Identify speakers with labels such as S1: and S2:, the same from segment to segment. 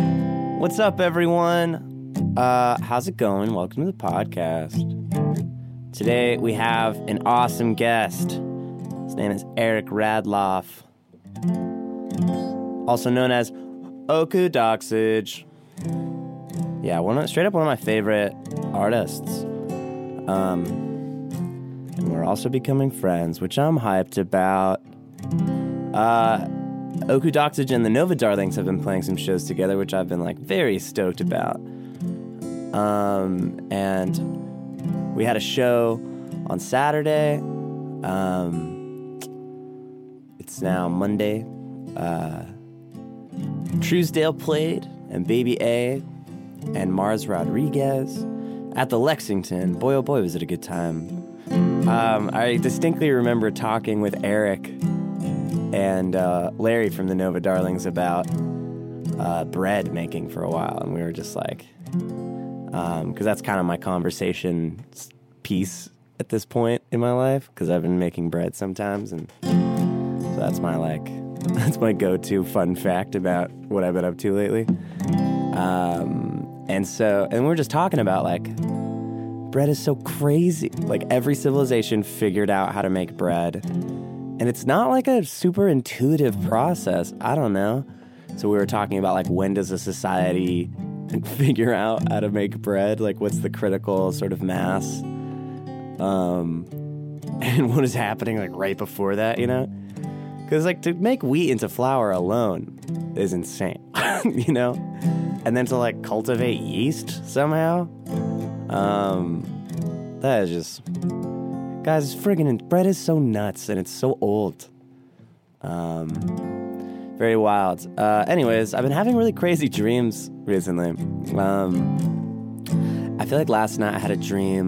S1: What's up, everyone? Uh, how's it going? Welcome to the podcast. Today we have an awesome guest. His name is Eric Radloff, also known as Oku Doxage. Yeah, one of, straight up one of my favorite artists. Um, and we're also becoming friends, which I'm hyped about. Uh, Oku Doxage and the Nova Darlings have been playing some shows together, which I've been like very stoked about. Um, and we had a show on Saturday. Um, it's now Monday. Uh, Truesdale played, and Baby A, and Mars Rodriguez at the Lexington. Boy, oh boy, was it a good time. Um, I distinctly remember talking with Eric and uh, Larry from the Nova Darlings about uh, bread making for a while, and we were just like, because that's kind of my conversation s- piece at this point in my life, because I've been making bread sometimes, and so that's my like, that's my go-to fun fact about what I've been up to lately. Um, and so, and we we're just talking about like. Bread is so crazy. Like every civilization figured out how to make bread. And it's not like a super intuitive process. I don't know. So we were talking about like when does a society figure out how to make bread? Like what's the critical sort of mass? Um and what is happening like right before that, you know? Cuz like to make wheat into flour alone is insane, you know? And then to like cultivate yeast somehow? Um that is just Guys, it's friggin' bread is so nuts and it's so old. Um, very wild. Uh, anyways, I've been having really crazy dreams recently. Um, I feel like last night I had a dream.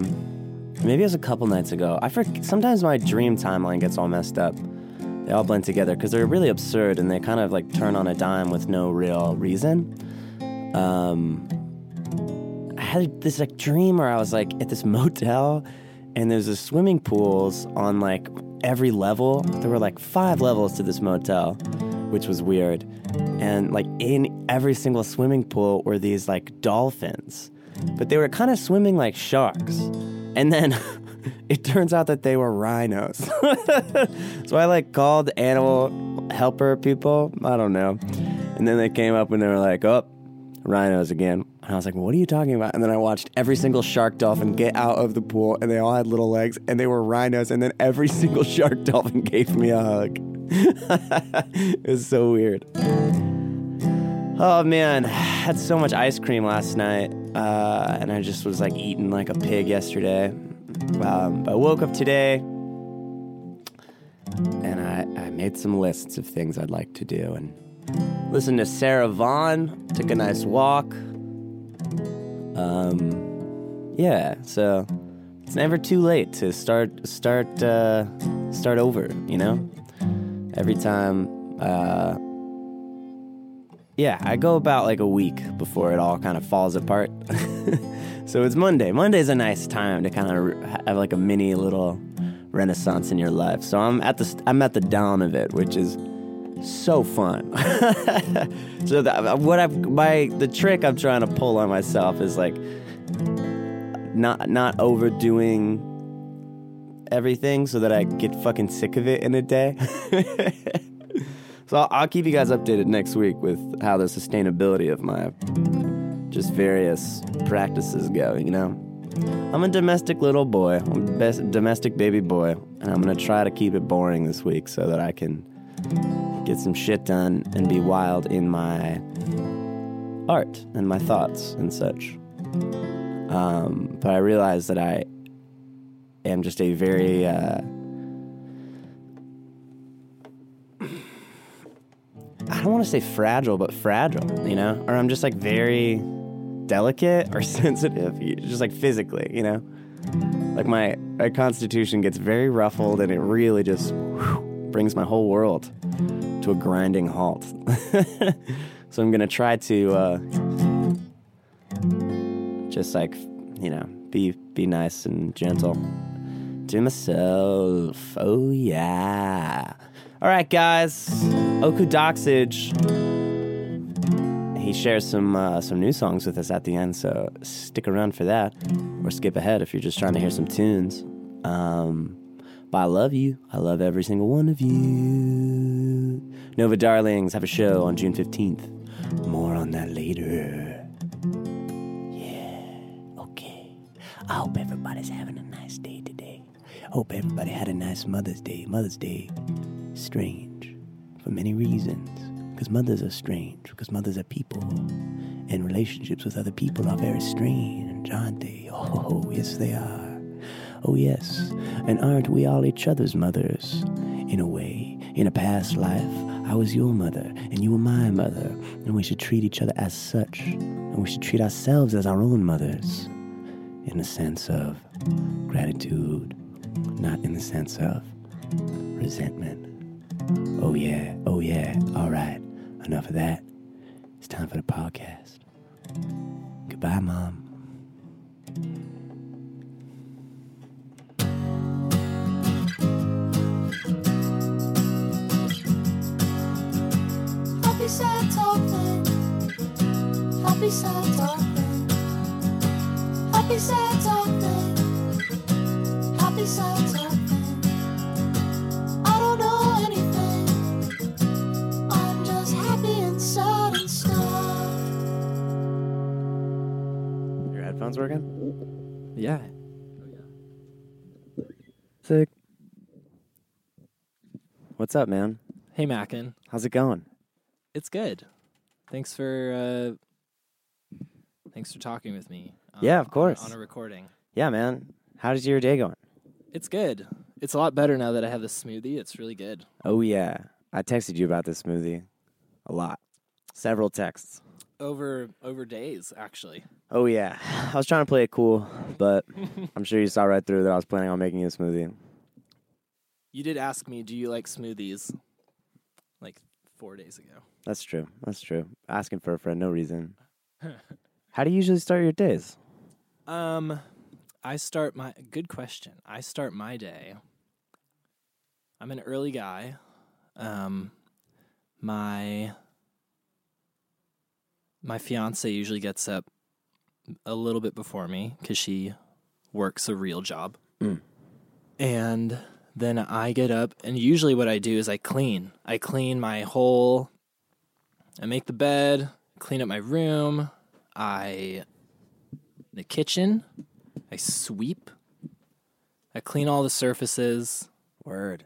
S1: Maybe it was a couple nights ago. I forget, sometimes my dream timeline gets all messed up. They all blend together because they're really absurd and they kind of like turn on a dime with no real reason. Um, I had this like dream where I was like at this motel and there's a swimming pools on like every level. There were like five levels to this motel, which was weird. And like in every single swimming pool were these like dolphins. But they were kind of swimming like sharks. And then it turns out that they were rhinos. so I like called animal helper people. I don't know. And then they came up and they were like, oh, rhinos again. And I was like, what are you talking about? And then I watched every single shark dolphin get out of the pool, and they all had little legs, and they were rhinos. And then every single shark dolphin gave me a hug. it was so weird. Oh man, I had so much ice cream last night, uh, and I just was like eating like a pig yesterday. Um, but I woke up today, and I, I made some lists of things I'd like to do, and listened to Sarah Vaughn, took a nice walk. Um, yeah, so it's never too late to start start uh, start over, you know. Every time, uh, yeah, I go about like a week before it all kind of falls apart. so it's Monday. Monday's a nice time to kind of re- have like a mini little renaissance in your life. So I'm at the st- I'm at the down of it, which is so fun. so the, uh, what I my the trick I'm trying to pull on myself is like not not overdoing everything so that I get fucking sick of it in a day. so I'll, I'll keep you guys updated next week with how the sustainability of my just various practices go, you know. I'm a domestic little boy, I'm a best domestic baby boy, and I'm going to try to keep it boring this week so that I can get some shit done and be wild in my art and my thoughts and such. Um, but I realize that I am just a very uh, I don't want to say fragile, but fragile, you know, or I'm just like very delicate or sensitive, just like physically, you know. Like my, my constitution gets very ruffled, and it really just whew, brings my whole world to a grinding halt. so I'm gonna try to uh, just like you know be be nice and gentle to myself. Oh yeah. All right, guys. Oku Doxage. he shares some uh, some new songs with us at the end, so stick around for that, or skip ahead if you're just trying to hear some tunes. Um, but I love you. I love every single one of you. Nova Darlings have a show on June 15th. More on that later. Yeah. Okay. I hope everybody's having a nice day today. Hope everybody had a nice Mother's Day. Mother's Day, strange for many reasons. Because mothers are strange, because mothers are people. And relationships with other people are very strange, aren't they? Oh, yes, they are. Oh, yes. And aren't we all each other's mothers? In a way, in a past life, I was your mother, and you were my mother. And we should treat each other as such. And we should treat ourselves as our own mothers. In the sense of gratitude, not in the sense of resentment. Oh, yeah. Oh, yeah. All right. Enough of that. It's time for the podcast. Goodbye, Mom.
S2: Happy sad talking. Happy sad talking. Happy sad talking. Happy sad talking. I don't know anything. I'm just happy and sad and stuff.
S1: Your headphones working?
S3: Yeah. Sick.
S1: What's up, man?
S3: Hey, Mackin.
S1: How's it going?
S3: It's good. Thanks for uh, thanks for talking with me. uh,
S1: Yeah, of
S3: on-
S1: course.
S3: On, a recording.
S1: Yeah, man. How's your day going?
S3: It's good. It's a lot better now that I have the smoothie. It's really good.
S1: Oh, yeah. I texted you about this smoothie a lot, several texts.
S3: Over over days, actually.
S1: Oh, yeah. I was trying to play it cool, but I'm sure you saw right through that I was planning on making you a smoothie.
S3: You did ask me, do you like smoothies? Like four days ago.
S1: That's true. That's true. Asking for it for no reason. How do you usually start your days?
S3: Um, I start my good question. I start my day. I'm an early guy. Um, my my fiance usually gets up a little bit before me because she works a real job, and then I get up. And usually, what I do is I clean. I clean my whole. I make the bed, clean up my room. I the kitchen. I sweep. I clean all the surfaces.
S1: Word.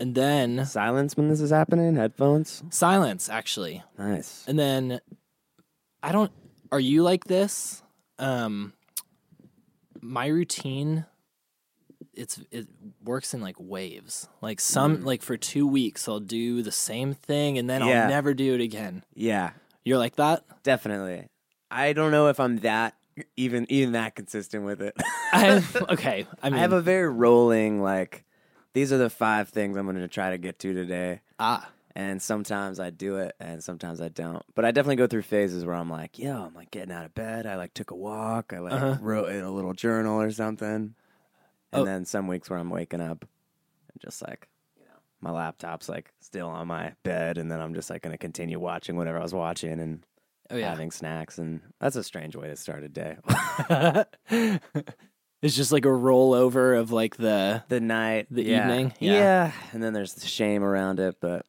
S3: And then
S1: Silence when this is happening? Headphones?
S3: silence, actually.
S1: Nice.
S3: And then I don't are you like this? Um my routine it's it works in like waves. Like
S1: Mm.
S3: some like for 2 weeks I'll do the same thing and then
S1: Yeah.
S3: I'll never do it again.
S1: Yeah,
S3: You're like that?
S1: definitely. I don't know if I'm that even even that consistent with it.
S3: I okay, I mean
S1: I have a very rolling like these are the five things I'm going to try to get to today.
S3: ah
S1: And sometimes I do it and sometimes I don't. But I definitely go through phases where I'm like, yo, I'm like getting out of bed. I like took a walk. I like
S3: Uh-huh.
S1: wrote in a little journal or something. And
S3: Oh.
S1: then some weeks where I'm waking up and just like, you know, my laptop's like still on my bed. And then I'm just like going to continue watching whatever I was watching and
S3: oh yeah.
S1: having snacks. And that's a strange way to start a day.
S3: it's just like a rollover of like the
S1: the night,
S3: The
S1: yeah.
S3: evening,
S1: Yeah.
S3: yeah.
S1: And then there's the shame around it. But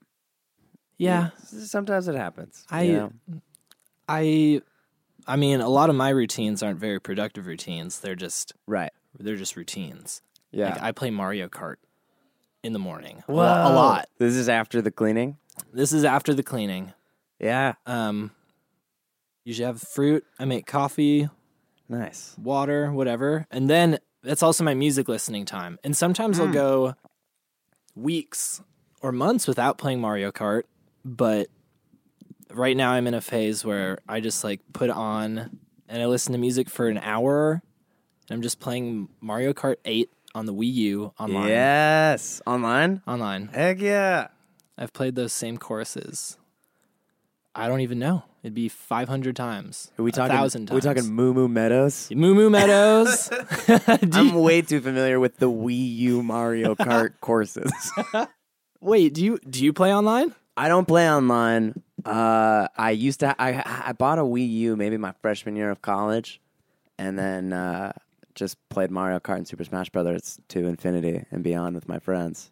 S3: yeah.
S1: sometimes it happens. you
S3: I-
S1: know?
S3: I I mean a lot of my routines aren't very productive routines. They're just
S1: right.
S3: they're just routines.
S1: Yeah.
S3: Like I play Mario Kart in the morning. A
S1: Whoa.
S3: lo- A lot.
S1: This is after the cleaning.
S3: This is after the cleaning.
S1: Yeah.
S3: Um usually have fruit, I make coffee,
S1: Nice.
S3: water, whatever. And then that's also my music listening time. And sometimes
S1: Hmm.
S3: I'll go weeks or months without playing Mario Kart, but right now I'm in a phase where I just like put on and I listen to music for an hour and I'm just playing Mario Kart 8 on the Wii U online.
S1: Yes. Online?
S3: Online.
S1: Heck yeah.
S3: I've played those same courses. I don't even know. It'd be 500 times.
S1: Are we talking?
S3: 1,000 times.
S1: Are we talking Moo Moo Meadows?
S3: Moo Moo Meadows. Do you-
S1: I'm way too familiar with the Wii U Mario Kart courses.
S3: Wait, do you do you play online?
S1: I don't play online, Uh, I used to. I I bought a Wii U maybe my freshman year of college, and then uh, just played Mario Kart and Super Smash Brothers to infinity and beyond with my friends.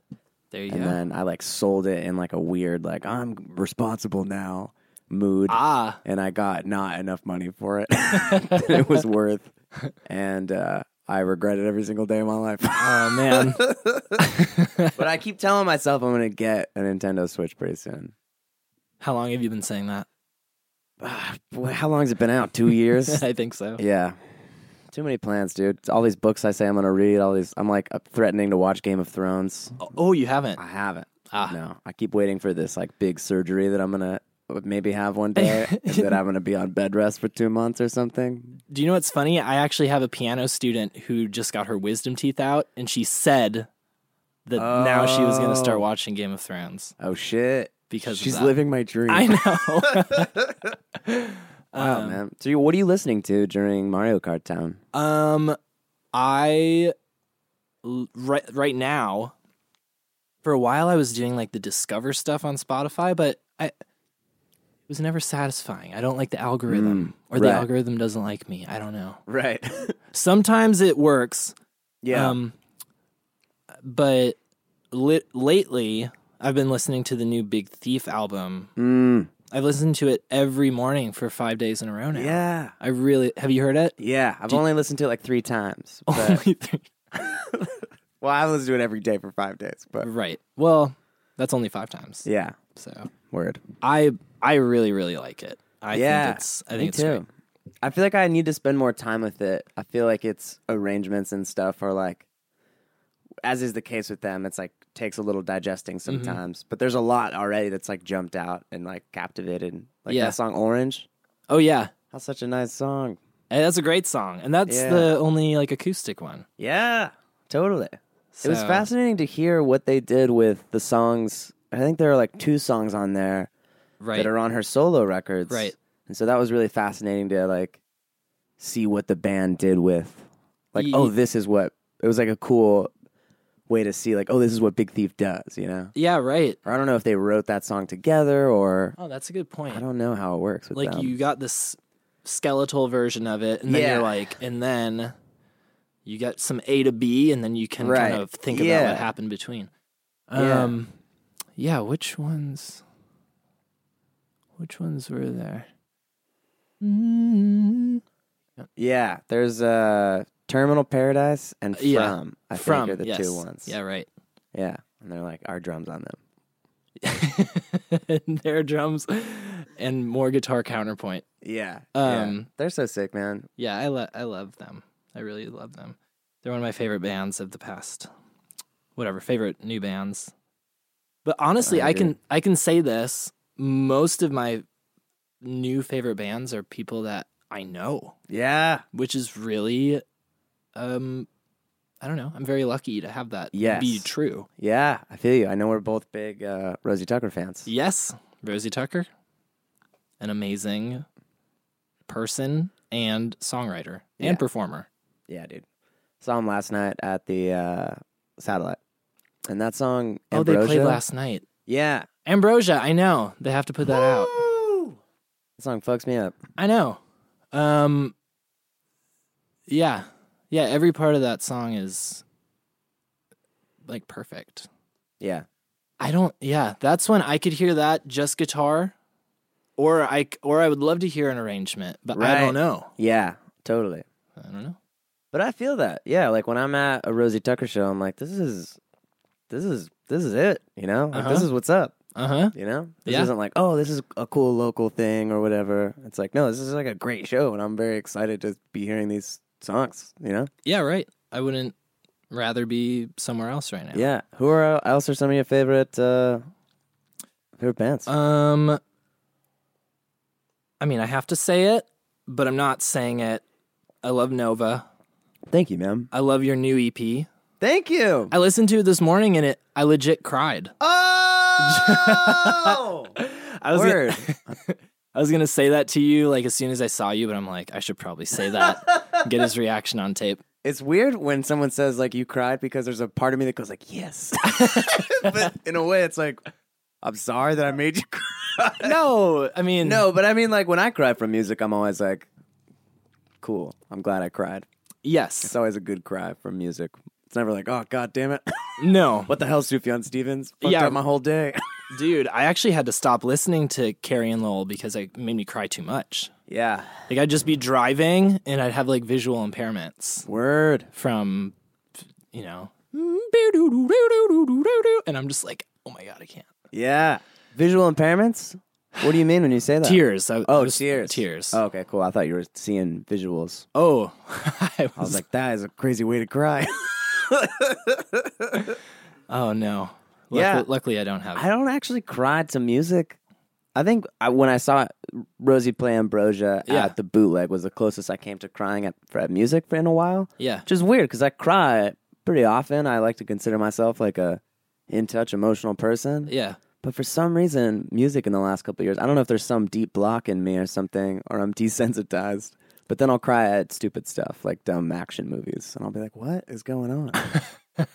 S3: There you
S1: And
S3: go.
S1: then I like sold it in like a weird like I'm responsible now mood,
S3: ah,
S1: and I got not enough money for it. that it was worth, and uh, I regret it every single day of my life.
S3: oh man.
S1: but I keep telling myself I'm gonna get a Nintendo Switch pretty soon.
S3: How long have you been saying that?
S1: Ah, boy, how long's it been out? Two years.
S3: I think so.
S1: Yeah. Too many plans, dude. It's all these books I say I'm going to read, all these I'm like threatening to watch Game of Thrones.
S3: Oh, you haven't.
S1: I haven't.
S3: Ah.
S1: No. I keep waiting for this like big surgery that I'm going to maybe have one day and that I'm going to be on bed rest for 2 months or something.
S3: Do you know what's funny? I actually have a piano student who just got her wisdom teeth out, and she said that now she was going to
S1: Oh.
S3: start watching Game of Thrones.
S1: Oh shit.
S3: Because of
S1: she's
S3: that.
S1: living my dream.
S3: I know.
S1: Wow, man. So you- what are you listening to during Mario Kart Town?
S3: Um, I l- right right now. For a while, I was doing like the discover stuff on Spotify, but I it was never satisfying. I don't like the algorithm, or the
S1: Mm, right.
S3: algorithm doesn't like me. I don't know.
S1: Right.
S3: Sometimes it works.
S1: yeah.
S3: Um, but lit- lately, I've been listening to the new Big Thief album.
S1: Mm.
S3: I've listened to it every morning for five days in a row now.
S1: Yeah.
S3: I really have you Oh heard it?
S1: Yeah, I've only listened to it like 3 times. But,
S3: Only three.
S1: well, I listen to it every day for 5 days, but
S3: Right. Well, that's only five times.
S1: yeah.
S3: So
S1: Word.
S3: I I really really like it. I
S1: yeah,
S3: think it's I think
S1: me
S3: it's
S1: too.
S3: great.
S1: I feel like I need to spend more time with it. I feel like its arrangements and stuff are like, as is the case with them, it's like takes a little digesting sometimes. But there's a lot already that's like jumped out and like captivated. Like
S3: Yeah.
S1: that song Orange.
S3: Oh yeah,
S1: That's such a nice song.
S3: And that's a great song, and that's
S1: Yeah.
S3: the only like acoustic one.
S1: Yeah, totally. It was
S3: So-
S1: fascinating to hear what they did with the songs. I think there are like two songs on there
S3: Right.
S1: that are on her solo records.
S3: Right.
S1: And so that was really fascinating to like see what the band did with like,
S3: Ye-
S1: oh, this is what it was like a cool way to see like, oh, this is what Big Thief does, you know?
S3: yeah. Right.
S1: Or I don't know if they wrote that song together or
S3: Oh, that's a good point.
S1: I don't know how it works with
S3: like
S1: them.
S3: you got this skeletal version of it, and then
S1: Yeah.
S3: you're like, and then you got some A to B, and then you can
S1: Right.
S3: kind of think
S1: Yeah.
S3: about what happened between.
S1: Yeah.
S3: Um, yeah. Which ones? Which ones were there? Mm.
S1: yeah. There's uh Terminal Paradise and From,
S3: Uh, Yeah.
S1: I think
S3: From
S1: are the
S3: yes.
S1: two ones.
S3: Yeah. Right.
S1: Yeah. And they're like our drums on them.
S3: and their drums and more guitar counterpoint.
S1: Yeah. yeah.
S3: Um,
S1: They're so sick, man.
S3: Yeah, I lo- I love them. I really love them. They're one of my favorite bands of the past. Whatever, favorite new bands. But honestly,
S1: I
S3: I, can I can say this. Most of my new favorite bands are people that I know,
S1: Yeah.
S3: which is really um I don't know. I'm very lucky to have that
S1: Yes.
S3: be true.
S1: Yeah, I feel you. I know we're both big uh, Rosie Tucker fans.
S3: Yes, Rosie Tucker, an amazing person and songwriter
S1: Yeah.
S3: and performer.
S1: Yeah, dude. Saw him last night at the uh, satellite. And that song Ambrosia.
S3: Oh, they played last night.
S1: Yeah.
S3: Ambrosia, I know. They have to put that out.
S1: That song fucks me up.
S3: I know. Um Yeah. Yeah, every part of that song is like perfect.
S1: Yeah.
S3: I don't yeah, that's when I could hear that just guitar or I c- or I would love to hear an arrangement, but I
S1: Right.
S3: don't know.
S1: Yeah, totally.
S3: I don't know.
S1: But I feel that. Yeah, like when I'm at a Rosie Tucker show, I'm like this is this is this is it, you know? Like, this
S3: Uh-huh.
S1: is what's up,
S3: Uh-huh.
S1: you know? This
S3: Yeah.
S1: isn't like, oh, this is a cool local thing or whatever. It's like, no, this is like a great show and I'm very excited to be hearing these songs, you know?
S3: Yeah, right. I wouldn't rather be somewhere else right now.
S1: Yeah. Who are uh, else are some of your favorite uh favorite bands?
S3: Um, I mean, I have to say it, but I'm not saying it. I love Nova.
S1: Thank you, ma'am.
S3: I love your new EP.
S1: Thank you.
S3: I listened to it this morning and it, I legit cried.
S1: Oh
S3: I was, gonna,
S1: word.
S3: I was gonna say that to you like as soon as I saw you, but I'm like, I should probably say that. Get his reaction on tape.
S1: it's weird when someone says like you cried because there's a part of me that goes like yes. but in a way it's like I'm sorry that I made you cry.
S3: no, I mean,
S1: No, but I mean, like when I cry from music, I'm always like, "Cool, I'm glad I cried."
S3: Yes.
S1: It's always a good cry from music. It's never like, "Oh God damn it,
S3: no.
S1: what the hell, Sufjan Stevens fucked
S3: Yeah.
S1: up my whole day."
S3: Dude, I actually had to stop listening to Carrie and Lowell because it made me cry too much.
S1: yeah,
S3: Like I'd just be driving and I'd have like visual impairments
S1: word.
S3: from, you know, and I'm just like, oh my god, I can't.
S1: Yeah, visual impairments. What do you mean when you say that?
S3: Tears. I,
S1: Oh,
S3: I was-
S1: tears.
S3: Tears.
S1: Oh, okay, cool. I thought you were seeing visuals.
S3: Oh, I was,
S1: I was like, that is a crazy way to cry.
S3: oh no.
S1: Yeah.
S3: Luckily, luckily I don't have.
S1: I don't actually cry to music. I think I, when I saw Rosie play Ambrosia
S3: Yeah.
S1: at the bootleg was the closest I came to crying at, for, at music for in a while,
S3: yeah.
S1: which is weird because I cry pretty often. I like to consider myself like a in touch emotional person,
S3: Yeah.
S1: but for some reason, music in the last couple of years, I don't know if there's some deep block in me or something, or I'm desensitized. But then I'll cry at stupid stuff like dumb action movies, and I'll be like, "What is going on?"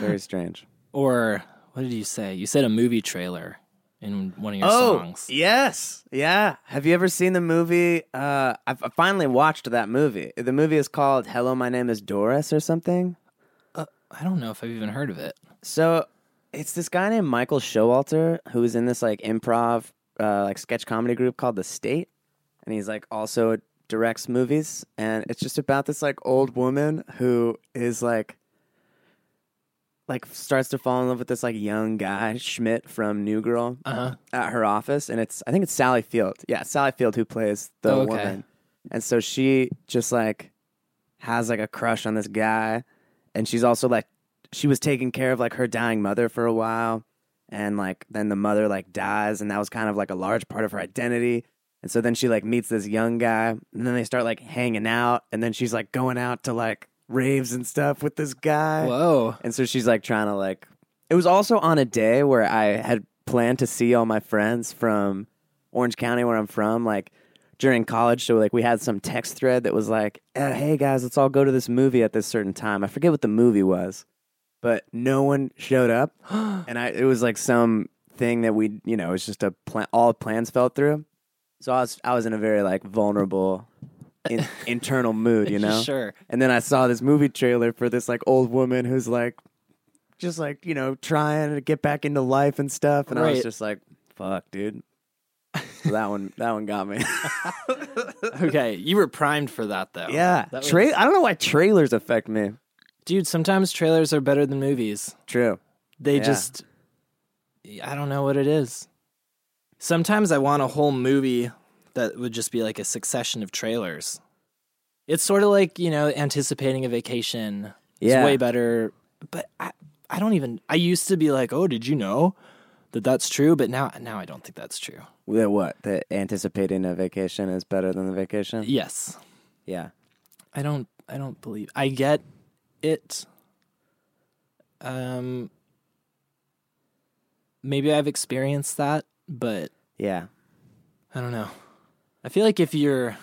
S1: Very strange.
S3: Or what did you say? You said a movie trailer in one of your songs.
S1: Oh, e yes, yeah. Have you ever seen the movie? Uh, I I finally watched that movie. The movie is called "Hello, My Name Is Doris" or something.
S3: I don't know if I've even heard of it.
S1: So it's this guy named Michael Showalter who is in this like improv, uh, like sketch comedy group called The State, and he's like also directs movies, and it's just about this like old woman who is like. Like starts to fall in love with this like young guy Schmidt from New Girl,
S3: Uh huh.
S1: at her office, and it's I think it's Sally Field. Yeah, Sally Field who plays the
S3: Oh, okay.
S1: woman, and so she just like has like a crush on this guy, and she's also like she was taking care of like her dying mother for a while, and like then the mother like dies, and that was kind of like a large part of her identity. And so then she like meets this young guy, and then they start like hanging out, and then she's like going out to like raves and stuff with this guy.
S3: Whoa.
S1: And so she's like trying to like. It was also on a day where I had planned to see all my friends from Orange County, where I'm from, like during college. So like we had some text thread that was like, uh, "Hey guys, let's all go to this movie at this certain time." I forget what the movie was, but no one showed up, and I it was like some thing that we you know it was just a plan. All plans fell through. So I was I was in a very like vulnerable in, internal mood, you know.
S3: Sure.
S1: And then I saw this movie trailer for this like old woman who's like just like, you know, trying to get back into life and stuff. And I was
S3: Right.
S1: just like, fuck, dude. So that one that one got me.
S3: Okay, you were primed for that though.
S1: yeah.
S3: That was-
S1: Tra- I don't know why trailers affect me.
S3: dude. Sometimes trailers are better than movies.
S1: True.
S3: They
S1: Yeah.
S3: just, I don't know what it is. Sometimes I want a whole movie that would just be like a succession of trailers. It's sort of like you know anticipating a vacation.
S1: Yeah.
S3: It's way better. But I, I don't even. I used to be like, oh, did you know that that's true? But now, now I don't think that's true.
S1: That what? That anticipating a vacation is better than the vacation?
S3: Yes,
S1: Yeah.
S3: I don't I don't believe I get it. Um maybe I've experienced that, but
S1: Yeah.
S3: I don't know. I feel like if you're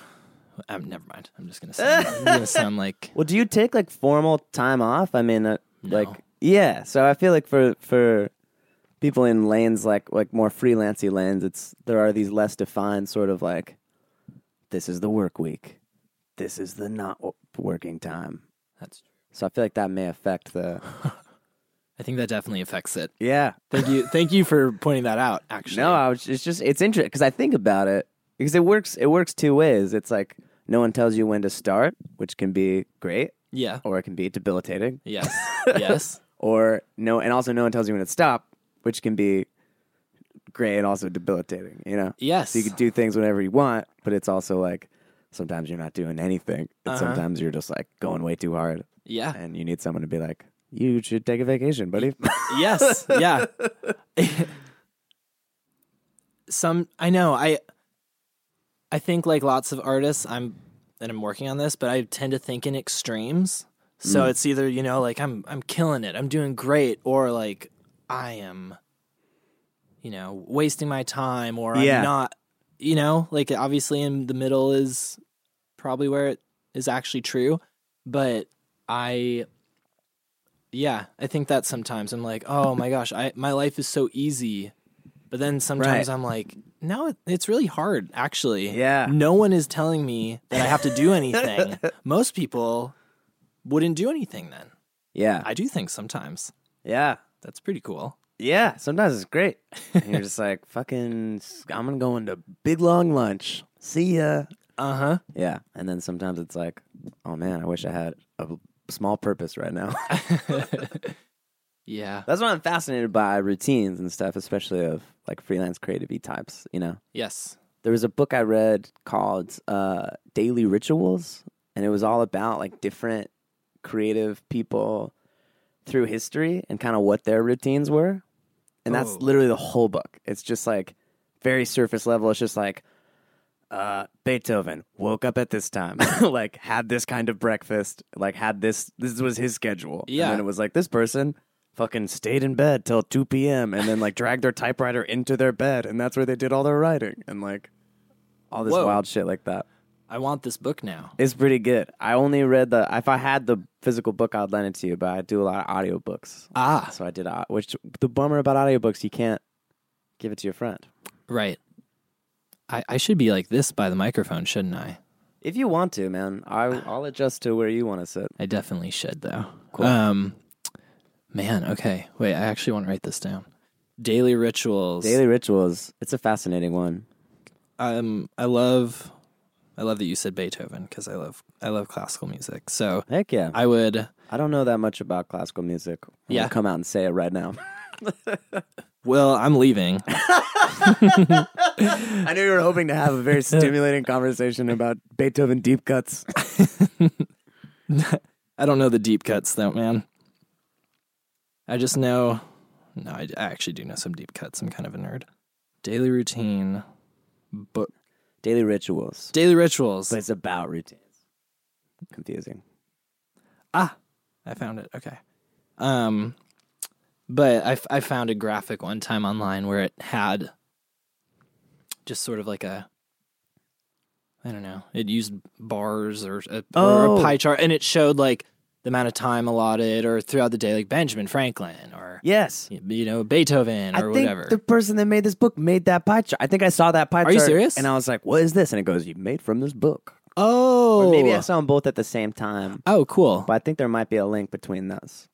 S3: I'm never mind. I'm just gonna sound I'm gonna sound like
S1: Well, do you take like formal time off? I mean, uh,
S3: No.
S1: like yeah. So I feel like for for people in lanes like like more freelancy lanes, it's there are these less defined sort of like this is the work week, this is the not w- working time.
S3: that's
S1: So I feel like that may affect the
S3: I think that definitely affects it.
S1: yeah.
S3: Thank you thank you for pointing that out, actually.
S1: No, I was, it's just it's interesting because I think about it because it works it works two ways. It's like no one tells you when to start, which can be great,
S3: Yeah.
S1: or it can be debilitating.
S3: Yes. yes.
S1: or no, and also no one tells you when to stop, which can be great and also debilitating. You know,
S3: Yes.
S1: so you can do things whenever you want, but it's also like sometimes you're not doing anything, and
S3: Uh-huh.
S1: sometimes you're just like going way too hard,
S3: yeah.
S1: and you need someone to be like, "You should take a vacation, buddy."
S3: yes yeah some i know i i think like lots of artists i'm and i'm working on this but i tend to think in extremes so it's either you know like i'm i'm killing it i'm doing great or like i am you know wasting my time or
S1: Yeah.
S3: i'm not you know like obviously in the middle is probably where it is actually true but i yeah, I think that sometimes I'm like, oh my gosh, I my life is so easy But then sometimes
S1: Right.
S3: I'm like, now it, it's really hard, actually.
S1: Yeah.
S3: No one is telling me that I have to do anything. Most people wouldn't do anything then.
S1: Yeah.
S3: I do things sometimes.
S1: yeah.
S3: That's pretty cool.
S1: Yeah. Sometimes it's great. And you're just like, fucking, s- I'm going to go into big long lunch. See ya.
S3: Uh huh.
S1: Yeah. And then sometimes it's like, oh man, I wish I had a small purpose right now.
S3: Yeah.
S1: That's why I'm fascinated by routines and stuff, especially of like freelance creative types, you know?
S3: Yes.
S1: there was a book I read called uh, Daily Rituals, and it was all about like different creative people through history and kind of what their routines were. And that's
S3: Oh.
S1: literally the whole book. It's just like very surface level. It's just like uh, Beethoven woke up at this time, like had this kind of breakfast, like had this. This was his schedule.
S3: Yeah.
S1: and then it was like this person fucking stayed in bed till two p.m. and then like dragged their typewriter into their bed, and that's where they did all their writing and like all this
S3: Whoa.
S1: wild shit like that.
S3: I want this book now.
S1: It's pretty good. I only read the. If I had the physical book, I'd lend it to you. But I do a lot of audiobooks,
S3: Ah.
S1: so I did. au- Which the bummer about audiobooks, you can't give it to your friend.
S3: Right. I, I should be like this by the microphone, shouldn't I?
S1: If you want to, man, I, I'll adjust to where you want to sit.
S3: I definitely should though. Um man, okay. Wait, I actually want to write this down. Daily rituals.
S1: Daily rituals. It's a fascinating one.
S3: um I love I love that you said Beethoven because I love I love classical music. So
S1: Heck yeah.
S3: I would
S1: I don't know that much about classical music. I'm
S3: Yeah.
S1: gonna come out and say it right now.
S3: well, I'm leaving.
S1: I knew you were hoping to have a very stimulating conversation about Beethoven deep cuts.
S3: I don't know the deep cuts though, man. I just know no, I, I actually do know some deep cuts. I'm kind of a nerd. Daily routine book
S1: Daily rituals.
S3: daily rituals.
S1: But it's about routines. Confusing.
S3: Ah, I found it. Okay. Um, but I, f- I found a graphic one time online where it had just sort of like a, I don't know, it used bars or a, or
S1: Oh.
S3: a pie chart and it showed like the amount of time allotted or throughout the day, like Benjamin Franklin or,
S1: Yes.
S3: you know, Beethoven
S1: I
S3: or
S1: think
S3: whatever.
S1: the person that made this book made that pie chart. I think I saw that pie
S3: Are
S1: chart.
S3: you serious?
S1: And I was like, what is this? And it goes, you made from this book.
S3: oh,
S1: Or maybe I saw them both at the same time.
S3: oh, cool.
S1: But I think there might be a link between those.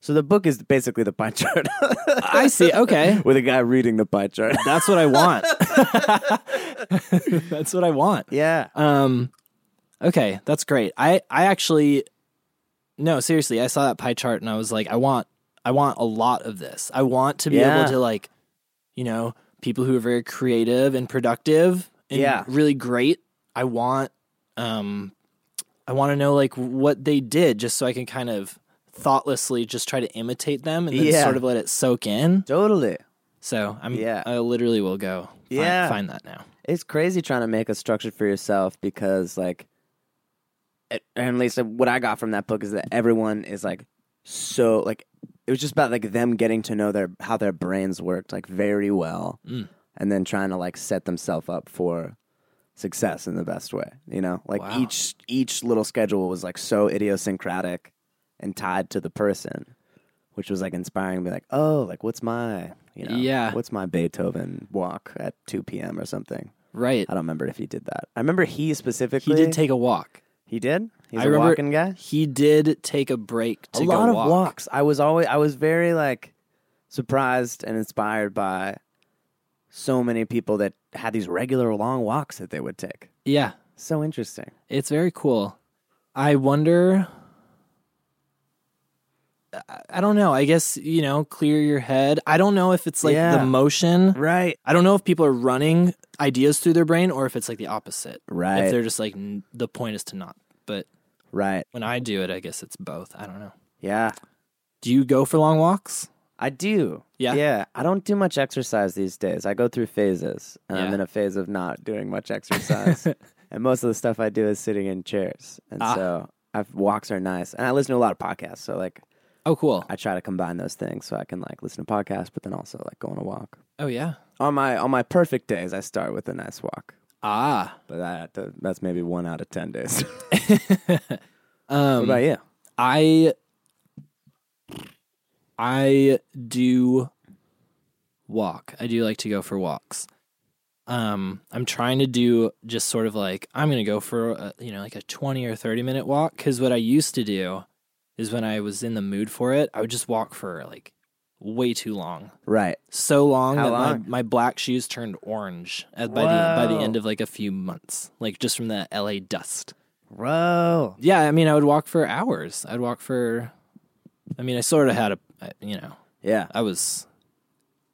S1: So the book is basically the pie chart.
S3: I see. Okay.
S1: with a guy reading the pie chart.
S3: That's what I want. That's what I want.
S1: yeah.
S3: Um, okay, that's great. I I actually, no, seriously, I saw that pie chart and I was like, I want I want a lot of this. I want to be
S1: Yeah.
S3: able to like, you know, people who are very creative and productive and
S1: Yeah.
S3: really great. I want um, I want to know like what they did just so I can kind of thoughtlessly just try to imitate them and then
S1: Yeah.
S3: sort of let it soak in.
S1: Totally.
S3: So I'm
S1: Yeah.
S3: I literally will go find,
S1: Yeah.
S3: find that now.
S1: It's crazy trying to make a structure for yourself because, like, at, at least what I got from that book is that everyone is like so like it was just about like them getting to know their how their brains worked like very well,
S3: Mm.
S1: and then trying to like set themselves up for success in the best way. You know, like
S3: Wow.
S1: each each little schedule was like so idiosyncratic and tied to the person, which was like inspiring. To be like, oh, like what's my you know,
S3: Yeah.
S1: what's my Beethoven walk at two p.m. or something.
S3: Right.
S1: I don't remember if he did that. I remember he
S3: He
S1: specifically.
S3: did take a walk.
S1: He did. He's
S3: I
S1: a
S3: remember-
S1: walking guy.
S3: He did take a break to
S1: a
S3: go
S1: lot of
S3: walk.
S1: walks. I was always. I was very like surprised and inspired by so many people that had these regular long walks that they would take.
S3: Yeah,
S1: So interesting.
S3: it's very cool. I wonder. I- I don't know. I guess you know, clear your head. I don't know if it's like
S1: Yeah.
S3: the motion.
S1: Right.
S3: I don't know if people are running ideas through their brain or if it's like the opposite.
S1: Right.
S3: If they're just like n- the point is to not. But
S1: Right.
S3: when I do it, I guess it's both. I don't know.
S1: Yeah.
S3: Do you go for long walks?
S1: I do.
S3: Yeah.
S1: Yeah. I don't do much exercise these days. I go through phases, and I'm
S3: Yeah.
S1: in a phase of not doing much exercise. and most of the stuff I do is sitting in chairs, and
S3: Ah.
S1: so I've, walks are nice. And I listen to a lot of podcasts, so like
S3: Oh, cool.
S1: I try to combine those things so I can like listen to podcasts, but then also like go on a walk.
S3: Oh yeah.
S1: On my on my perfect days, I start with a nice walk,
S3: Ah.
S1: but that that's maybe one out of ten days. what
S3: Um,
S1: about you?
S3: I I do walk. I do like to go for walks. Um, I'm trying to do just sort of like I'm gonna go for a, you know like a 20 or 30 minute walk because what I used to do is when I was in the mood for it, I would just walk for like way too long,
S1: Right.
S3: so long
S1: How
S3: that
S1: long?
S3: My, my black shoes turned orange at, by the by the
S1: Whoa.
S3: end of like a few months, like just from the LA dust.
S1: Whoa.
S3: Yeah, I mean, I would walk for hours. I'd walk for. I mean, I sort of had a, I- you know,
S1: Yeah.
S3: I was,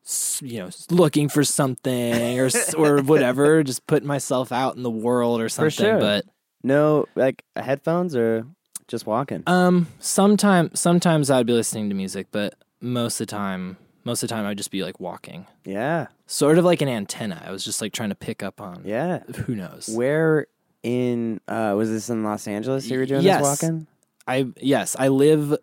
S3: s- you know, s- looking for something or s- or whatever, just putting myself out in the world or something.
S1: sure.
S3: But
S1: No, like headphones or just walking.
S3: um, sometimes sometimes I'd be listening to music, but most of the time, most of the time I'd just be like walking,
S1: yeah.
S3: sort of like an antenna. I was just like trying to pick up on.
S1: Yeah.
S3: Who knows?
S1: Where in uh was this in Los Angeles you were doing
S3: Yes.
S1: this walking?
S3: I yes, I live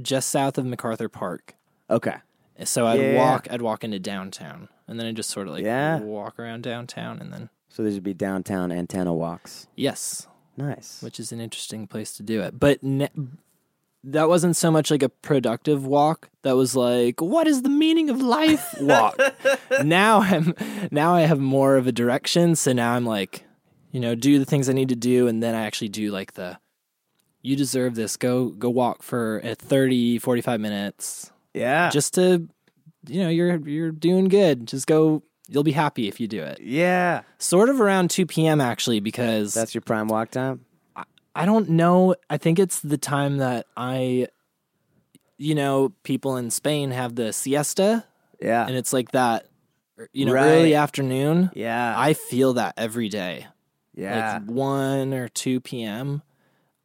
S3: just south of MacArthur Park.
S1: Okay.
S3: So I'd
S1: Yeah.
S3: walk. I'd walk into downtown, and then I just sort of like
S1: Yeah.
S3: walk around downtown, and then
S1: So these would be downtown antenna walks.
S3: yes,
S1: Nice.
S3: which is an interesting place to do it. But ne- that wasn't so much like a productive walk. That was like, what is the meaning of life? Walk. now I'm now I have more of a direction. So now I'm like, you know, do the things I need to do, and then I actually do like the. You deserve this. Go go walk for uh, 30, 45 minutes.
S1: yeah.
S3: just to you know you're you're doing good just go you'll be happy if you do it
S1: yeah.
S3: sort of around 2 p.m actually because
S1: That's your prime walk time?
S3: i don't know i think it's the time that i you know people in spain have the siesta
S1: Yeah.
S3: and it's like that you know
S1: Right.
S3: early afternoon
S1: yeah.
S3: i feel that every day
S1: yeah.
S3: like 1 or 2 p.m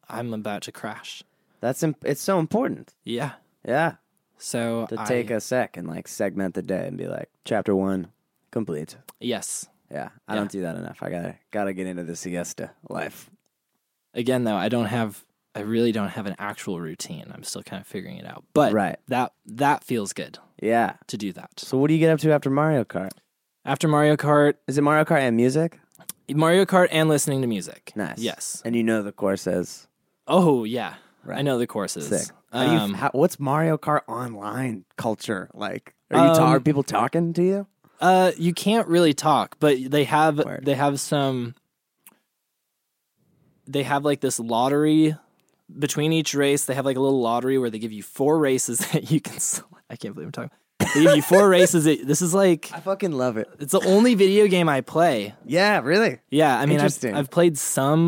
S3: i'm about to crash
S1: That's imp- it's so important.
S3: yeah
S1: Yeah.
S3: so
S1: To
S3: I-
S1: take a sec and like segment the day and be like chapter 1 complete.
S3: yes
S1: Yeah. I
S3: Yeah.
S1: don't do that enough. I got to got to get into the siesta life.
S3: again though i don't have i really don't have an actual routine i'm still kind of figuring it out but
S1: Right.
S3: that that feels good
S1: Yeah.
S3: to do that
S1: So what do you get up to after Mario Kart?
S3: after mario kart
S1: Is it Mario Kart and music?
S3: mario kart and listening to music
S1: Nice.
S3: yes
S1: And you know the courses.
S3: oh yeah i
S1: Right.
S3: know the courses
S1: Sick. How do you,
S3: Um,
S1: how, what's Mario Kart online culture like? Are you ta-
S3: Um,
S1: are people talking to you?
S3: uh you can't really talk but they have
S1: Word.
S3: they have some they have like this lottery between each race they have like a little lottery where they give you four races that you can select. i can't believe i'm talking they give you four races that, this is like
S1: I fucking love it.
S3: It's the only video game I play.
S1: Yeah, really.
S3: Yeah, I mean, I've,
S1: Interesting.
S3: I've played some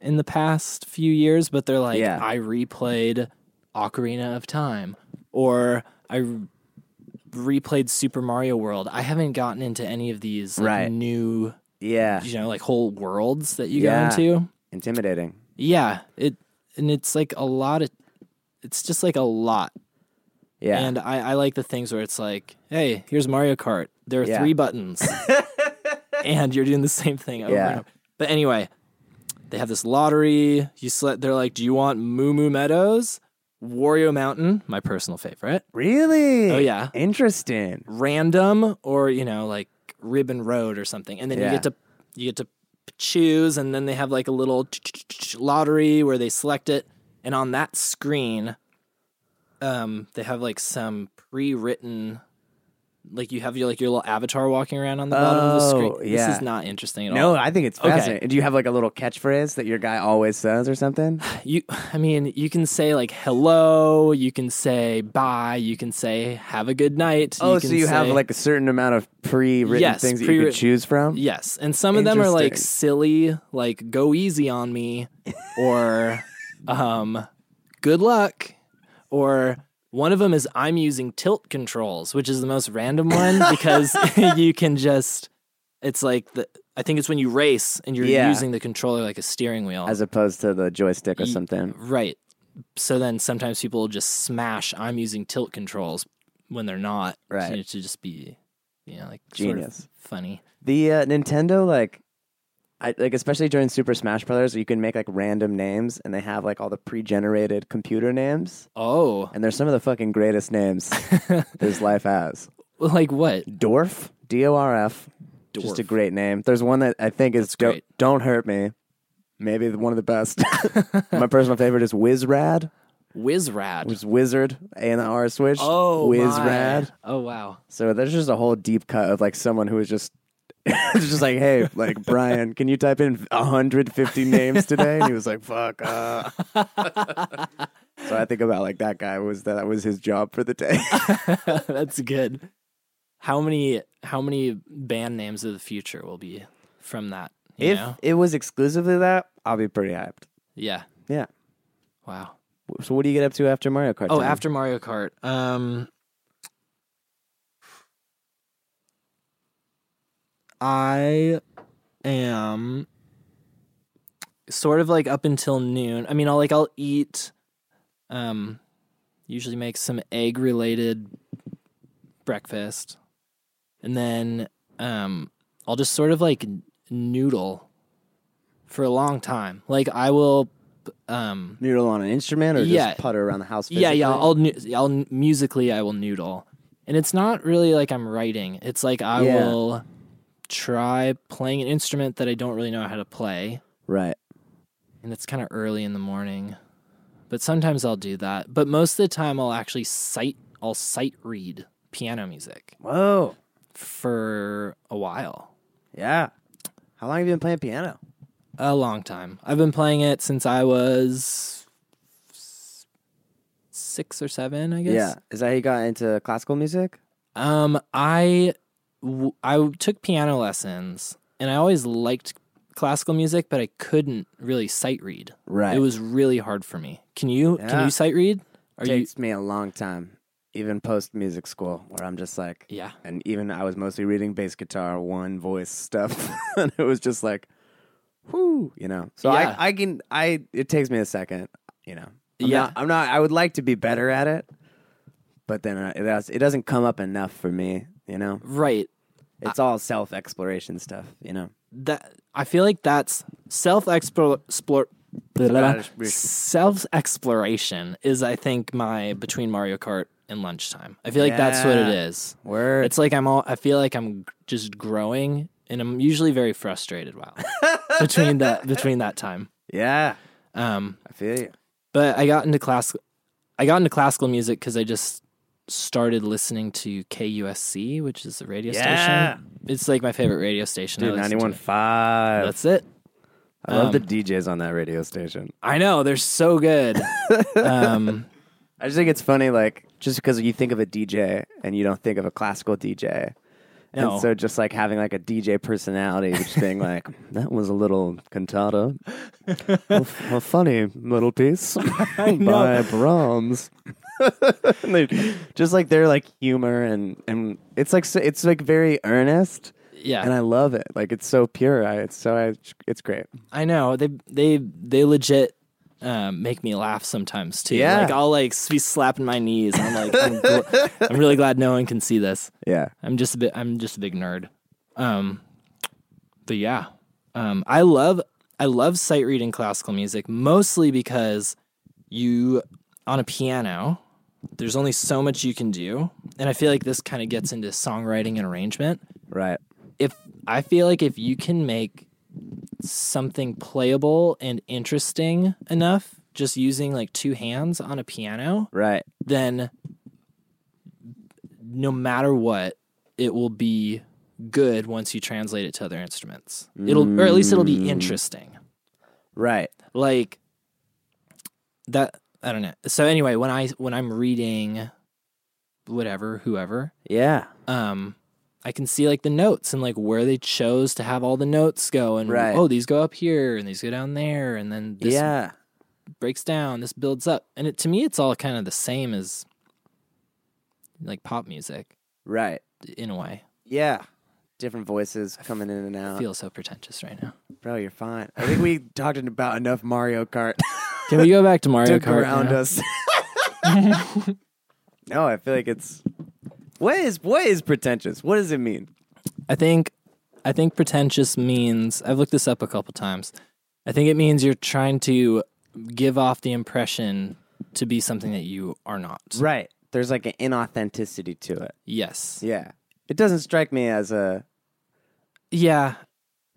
S3: in the past few years, but they're like,
S1: Yeah.
S3: I replayed Ocarina of Time or I re- replayed Super Mario World. I haven't gotten into any of these like,
S1: Right.
S3: new,
S1: Yeah,
S3: you know, like whole worlds that you
S1: Yeah.
S3: go into.
S1: intimidating.
S3: Yeah, it and it's like a lot of it's just like a lot
S1: Yeah,
S3: and I, I like the things where it's like, hey, here's Mario Kart. There are
S1: Yeah.
S3: three buttons. and you're doing the same thing over
S1: Yeah.
S3: and over. But anyway, they have this lottery. You select they're like, Do you want Moo Moo Meadows? Wario Mountain, my personal favorite.
S1: really.
S3: Oh, yeah.
S1: interesting.
S3: Random or, you know, like Ribbon Road or something. And then
S1: Yeah.
S3: you get to you get to choose and then they have like a little lottery where they select it. And on that screen, um, they have like some pre-written like you have your like your little avatar walking around on the bottom of the
S1: Oh,
S3: screen.
S1: yeah.
S3: This is not interesting at
S1: No,
S3: all.
S1: I think it's
S3: Okay.
S1: fascinating. Do you have like a little catchphrase that your guy always says or something?
S3: You I mean, you can say like hello, you can say bye, you can say have a good night.
S1: oh,
S3: can
S1: so you have
S3: say-
S1: like a certain amount of pre-written
S3: Yes,
S1: things that you could
S3: pre-written-
S1: choose from.
S3: Yes. And some of them are like
S1: Interesting.
S3: silly, like go easy on me or um good luck or one of them is I'm using tilt controls, which is the most random one because you can just it's like the I think it's when you race and you're
S1: Yeah.
S3: using the controller like a steering wheel.
S1: As opposed to the joystick or
S3: Ye-
S1: something.
S3: right. So then sometimes people will just smash I'm using tilt controls when they're not.
S1: Right.
S3: So to just be you know like Sort
S1: Genius.
S3: of funny.
S1: The uh, Nintendo, like, I like especially during Super Smash Brothers, you can make like random names, and they have like all the pre-generated computer names,
S3: Oh.
S1: and they're some of the fucking greatest names this life has.
S3: Like what?
S1: Dorf, D O R F, just a
S3: Dwarf.
S1: great name. There's one that I think is do-
S3: great.
S1: Don't Hurt Me, maybe the- one of the best. My personal favorite is Wizrad.
S3: Wizrad.
S1: It's Wizard A and the R switch.
S3: oh, my.
S1: Wizrad.
S3: Oh wow.
S1: So there's just a whole deep cut of like someone who is just it's just like, hey, like Brian, can you type in 150 names today? And he was like, fuck. Uh. so I think about like that guy was that, that was his job for the day.
S3: That's good. How many how many band names of the future will be from that? You
S1: if
S3: know?
S1: it was exclusively that, I'll be pretty hyped.
S3: Yeah.
S1: Yeah.
S3: Wow.
S1: So what do you get up to after Mario Kart?
S3: Oh,
S1: time?
S3: after Mario Kart. Um I am sort of like up until noon. I mean, I'll like I'll eat um usually make some egg related breakfast. And then um I'll just sort of like noodle for a long time. Like I will um
S1: noodle on an instrument or
S3: Yeah.
S1: just putter around the house?
S3: yeah, yeah.
S1: physically?
S3: I'll, nu- I'll musically I will noodle, and it's not really like I'm writing. It's like I
S1: Yeah.
S3: will try playing an instrument that I don't really know how to play,
S1: Right.
S3: and it's kind of early in the morning. But sometimes I'll do that. But most of the time, I'll actually sight I'll sight read piano music
S1: Whoa.
S3: for a while,
S1: Yeah. How long have you been playing piano?
S3: a long time. I've been playing it since I was s- six or seven, I guess.
S1: Yeah. Is that how you got into classical music?
S3: Um, I w- I took piano lessons, and I always liked classical music, but I couldn't really sight read.
S1: Right.
S3: It was really hard for me. Can you
S1: Yeah.
S3: can you sight read? Are
S1: takes me a long time, even post music school, where I'm just like,
S3: you? Yeah.
S1: and even I was mostly reading bass guitar, one voice stuff, and it was just like, whoo, you know. So
S3: Yeah.
S1: I, I can, I it takes me a second, you know. I'm
S3: Yeah.
S1: not, I'm not. I would like to be better at it, but then uh, it has, it doesn't come up enough for me, you know.
S3: Right.
S1: It's all self exploration stuff, you know.
S3: That I feel like that's self explore.
S1: Exploration.
S3: Self exploration is, I think, my between Mario Kart and lunchtime. I feel like that's what it
S1: Yeah.
S3: is.
S1: Word.
S3: It's like I'm all. I feel like I'm g- just growing, and I'm usually very frustrated. Wow, between that between that time.
S1: yeah,
S3: Um,
S1: I feel you.
S3: but I got into class. I got into classical music because I just started listening to KUSC, which is the radio
S1: Yeah.
S3: station. It's like my favorite radio station. I
S1: Dude,
S3: listen to
S1: ninety one
S3: it.
S1: five.
S3: That's it.
S1: I love
S3: um,
S1: the DJs on that radio station.
S3: I know they're so good. um,
S1: I just think it's funny, like just because you think of a DJ and you don't think of a classical DJ,
S3: No.
S1: and so just like having like a DJ personality, just being like, that was a little cantata, a, a funny little piece by Brahms. And they- just like their like humor and and it's like so, it's like very earnest,
S3: yeah,
S1: and I love it. Like it's so pure. I, it's so I, it's great.
S3: I know they they they legit um, make me laugh sometimes too.
S1: Yeah.
S3: like I'll like s- be slapping my knees. And I'm like, I'm, gl- I'm really glad no one can see this.
S1: Yeah,
S3: I'm just a bit. I'm just a big nerd. Um, but yeah, um, I love I love sight reading classical music mostly because you on a piano. There's only so much you can do, and I feel like this kind of gets into songwriting and arrangement
S1: right.
S3: if I feel like if you can make something playable and interesting enough just using like two hands on a piano,
S1: Right.
S3: then no matter what, it will be good once you translate it to other instruments. It'll or at least it'll be interesting.
S1: Right.
S3: Like that I don't know. So anyway, when I when I'm reading whatever, whoever,
S1: Yeah.
S3: um I can see like the notes and like where they chose to have all the notes go and
S1: Right.
S3: oh these go up here and these go down there and then this
S1: yeah.
S3: breaks down this builds up and it to me it's all kind of the same as like pop music
S1: Right.
S3: in a way
S1: Yeah. Different voices coming in and
S3: I
S1: out.
S3: feel so pretentious right now
S1: Bro, you're fine. I think we talked about enough Mario Kart
S3: can we go back to Mario
S1: to
S3: Kart
S1: ground
S3: now?
S1: us. no, I feel like it's what is what is pretentious? What does it mean?
S3: I think I think pretentious means I've looked this up a couple times I think it means you're trying to give off the impression to be something that you are not
S1: Right. There's like an inauthenticity to it.
S3: yes
S1: Yeah. It doesn't strike me as a
S3: yeah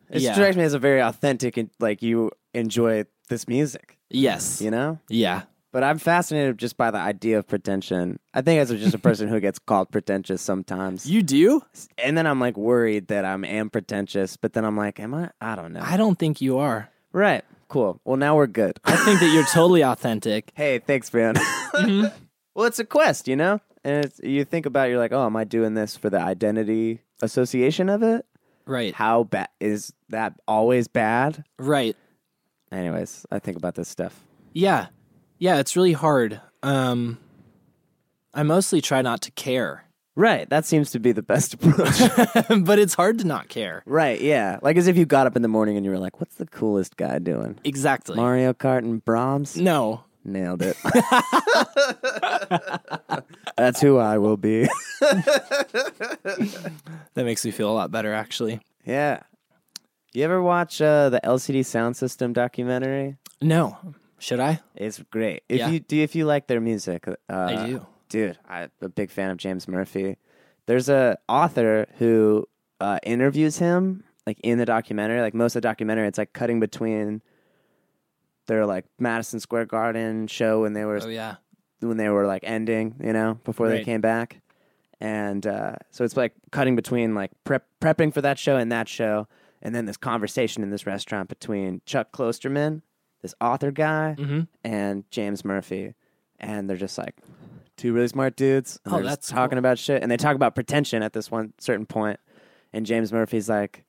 S1: it
S3: Yeah.
S1: strikes me as a very authentic and like you enjoy this music,
S3: yes
S1: you know?
S3: Yeah.
S1: But I'm fascinated just by the idea of pretension. I think as just a person who gets called pretentious sometimes.
S3: You do?
S1: and then I'm like worried that I'm am pretentious, but then I'm like, am I? I don't know.
S3: I don't think you are.
S1: right. Cool. Well, now we're good.
S3: I think that you're totally authentic.
S1: hey, thanks, man.
S3: Mm-hmm.
S1: well, it's a quest, you know? And it's, you think about it, you're like, oh, am I doing this for the identity association of it?
S3: Right.
S1: How bad is that always bad?
S3: Right.
S1: Anyways, I think about this stuff.
S3: Yeah. Yeah, it's really hard. Um I mostly try not to care.
S1: Right. That seems to be the best approach.
S3: but it's hard to not care.
S1: right. Yeah. Like as if you got up in the morning and you were like, what's the coolest guy doing?
S3: Exactly.
S1: Mario Kart and Brahms?
S3: no.
S1: Nailed it. That's who I will be.
S3: That makes me feel a lot better actually.
S1: yeah. You ever watch uh, the LCD Sound System documentary?
S3: No. Should I?
S1: It's great. If
S3: Yeah.
S1: you do, if you like their music, uh,
S3: I do.
S1: dude. I'm a big fan of James Murphy. There's a author who uh, interviews him, like in the documentary. Like most of the documentary, it's like cutting between their like Madison Square Garden show when they were
S3: Oh yeah.
S1: when they were like ending, you know, before they
S3: Right.
S1: came back. And uh, so it's like cutting between like prep prepping for that show and that show, and then this conversation in this restaurant between Chuck Klosterman, this author guy,
S3: Mhm.
S1: and James Murphy, and they're just like two really smart dudes. And
S3: Oh,
S1: they're just
S3: that's
S1: talking
S3: cool.
S1: about shit, and they talk about pretension at this one certain point, and James Murphy's like,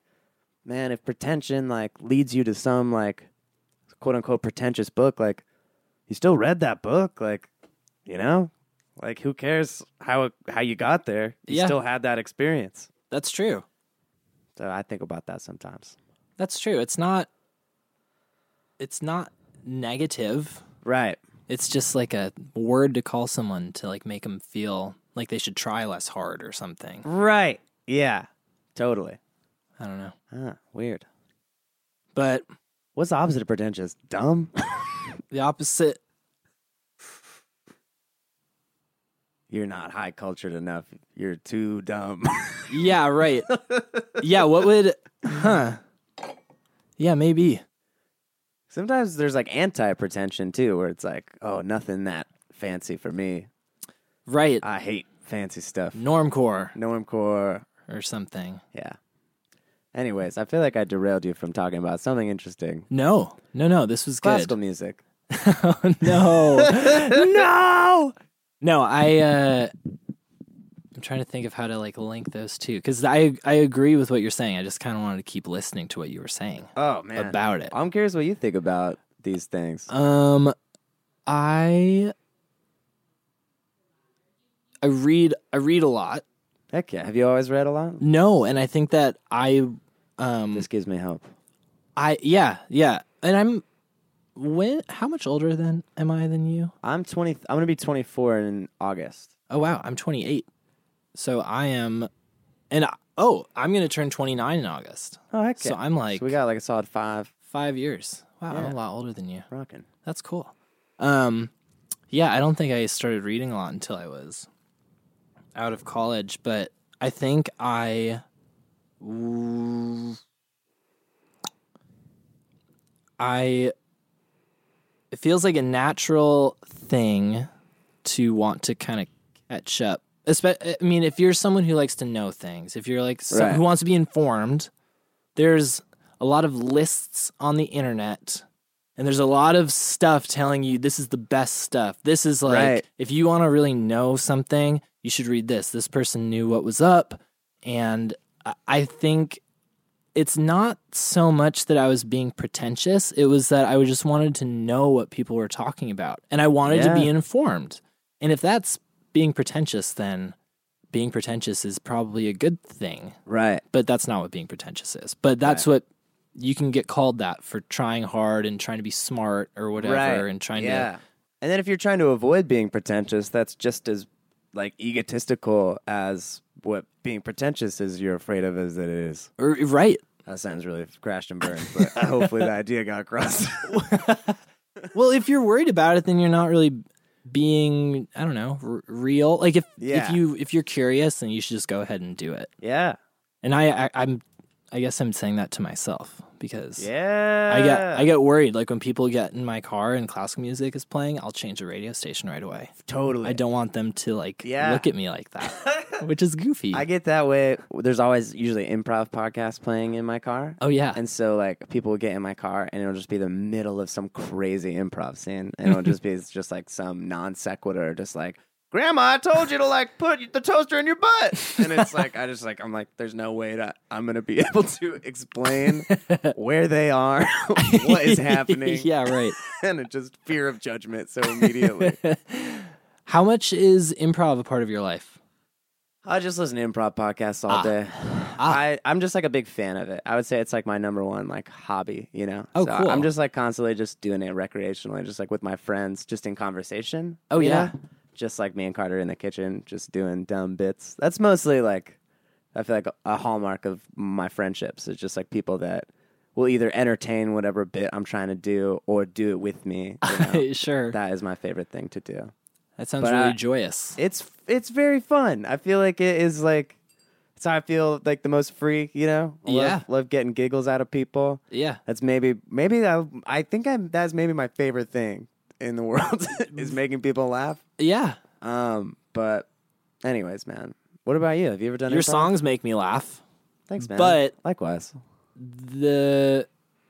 S1: "Man, if pretension like leads you to some like quote unquote pretentious book, like you still read that book, like you know, like who cares how it, how you got there? You
S3: Yeah.
S1: still had that experience."
S3: That's true.
S1: So I think about that sometimes.
S3: That's true. It's not it's not negative.
S1: Right.
S3: It's just like a word to call someone to like make them feel like they should try less hard or something.
S1: Right. Yeah. Totally.
S3: I don't know.
S1: Huh, weird.
S3: But
S1: What's the opposite of pretentious? Dumb.
S3: the opposite
S1: You're not high cultured enough. You're too dumb.
S3: Yeah, right. yeah, what would huh? Yeah, maybe.
S1: Sometimes there's like anti pretension too, where it's like, oh, nothing that fancy for me.
S3: Right.
S1: I hate fancy stuff.
S3: Normcore
S1: Normcore.
S3: or something.
S1: Yeah. Anyways, I feel like I derailed you from talking about something interesting.
S3: No. No, no, this was good. Oh,
S1: Classical music.
S3: no.
S1: no!
S3: no, I uh I'm trying to think of how to like link those two cuz I I agree with what you're saying. I just kind of wanted to keep listening to what you were saying
S1: Oh, man.
S3: about it.
S1: I'm curious what you think about these things.
S3: Um, I I read I read a lot.
S1: Heck yeah. Have you always read a lot?
S3: No, and I think that I um
S1: This gives me hope.
S3: I yeah yeah, and I'm when how much older than am I than you?
S1: I'm 20. I'm going to be 24 in August.
S3: Oh wow, I'm 28. So I am, and I, oh I'm gonna turn 29 in August.
S1: Oh, heck
S3: So I'm like
S1: So we got like a solid five
S3: five years. Wow,
S1: Yeah.
S3: I'm a lot older than you.
S1: rocking.
S3: That's cool. Um, yeah, I don't think I started reading a lot until I was out of college, but I think I. I. It feels like a natural thing to want to kind of catch up. Espe- I mean, if you're someone who likes to know things, if you're like some,
S1: Right.
S3: who wants to be informed, there's a lot of lists on the internet and there's a lot of stuff telling you this is the best stuff. This is like
S1: Right.
S3: if you want to really know something, you should read this. This person knew what was up. And I- I think it's not so much that I was being pretentious, it was that I just wanted to know what people were talking about and I wanted
S1: Yeah.
S3: to be informed. And if that's being pretentious, then being pretentious is probably a good thing
S1: Right.
S3: but that's not what being pretentious is. But that's what you can get called that for trying hard and trying to be smart or whatever and trying
S1: yeah.
S3: to
S1: And then if you're trying to avoid being pretentious, that's just as like egotistical as what being pretentious is you're afraid of as it is.
S3: or, right.
S1: That sounds really crashed and burned, but hopefully the idea got across.
S3: Well, if you're worried about it, then you're not really being I don't know r- real. Like if
S1: Yeah.
S3: if you if you're curious, then you should just go ahead and do it.
S1: yeah.
S3: And I, I I'm I guess I'm saying that to myself because
S1: Yeah.
S3: I get I get worried. Like when people get in my car and classical music is playing, I'll change the radio station right away.
S1: totally.
S3: I don't want them to like
S1: Yeah.
S3: look at me like that, which is goofy.
S1: I get that way. There's always usually improv podcast playing in my car.
S3: oh yeah,
S1: And so like people would get in my car and it'll just be the middle of some crazy improv scene and it'll just be it's just like some non sequitur just like grandma I told you to like put the toaster in your butt and it's like I just like I'm like there's no way that I'm going to be able to explain where they are what is happening
S3: yeah, right.
S1: and it's just fear of judgment so immediately
S3: How much is improv a part of your life?
S1: I just listen to improv podcasts all
S3: Ah.
S1: day.
S3: Ah.
S1: I, I'm just like a big fan of it. I would say it's like my number one like hobby, you know?
S3: Oh,
S1: so
S3: cool.
S1: I'm just like constantly just doing it recreationally, just like with my friends, just in conversation.
S3: Oh,
S1: you
S3: yeah.
S1: know? Just like me and Carter in the kitchen, just doing dumb bits. That's mostly like I feel like a hallmark of my friendships. It's just like people that will either entertain whatever bit I'm trying to do or do it with me. you know?
S3: sure, that,
S1: Uh, that is my favorite thing to do
S3: sounds
S1: but
S3: really
S1: I-
S3: joyous.
S1: it's it's very fun. I feel like it is like it's how I feel like the most free, you know? I love-
S3: Yeah.
S1: Love getting giggles out of people.
S3: yeah,
S1: That's maybe maybe I I think I'm that's maybe my favorite thing in the world is making people laugh.
S3: yeah.
S1: Um but anyways, man. What about you? Have you ever done
S3: Your
S1: improv?
S3: songs make me laugh.
S1: Thanks, man.
S3: but-
S1: likewise.
S3: The,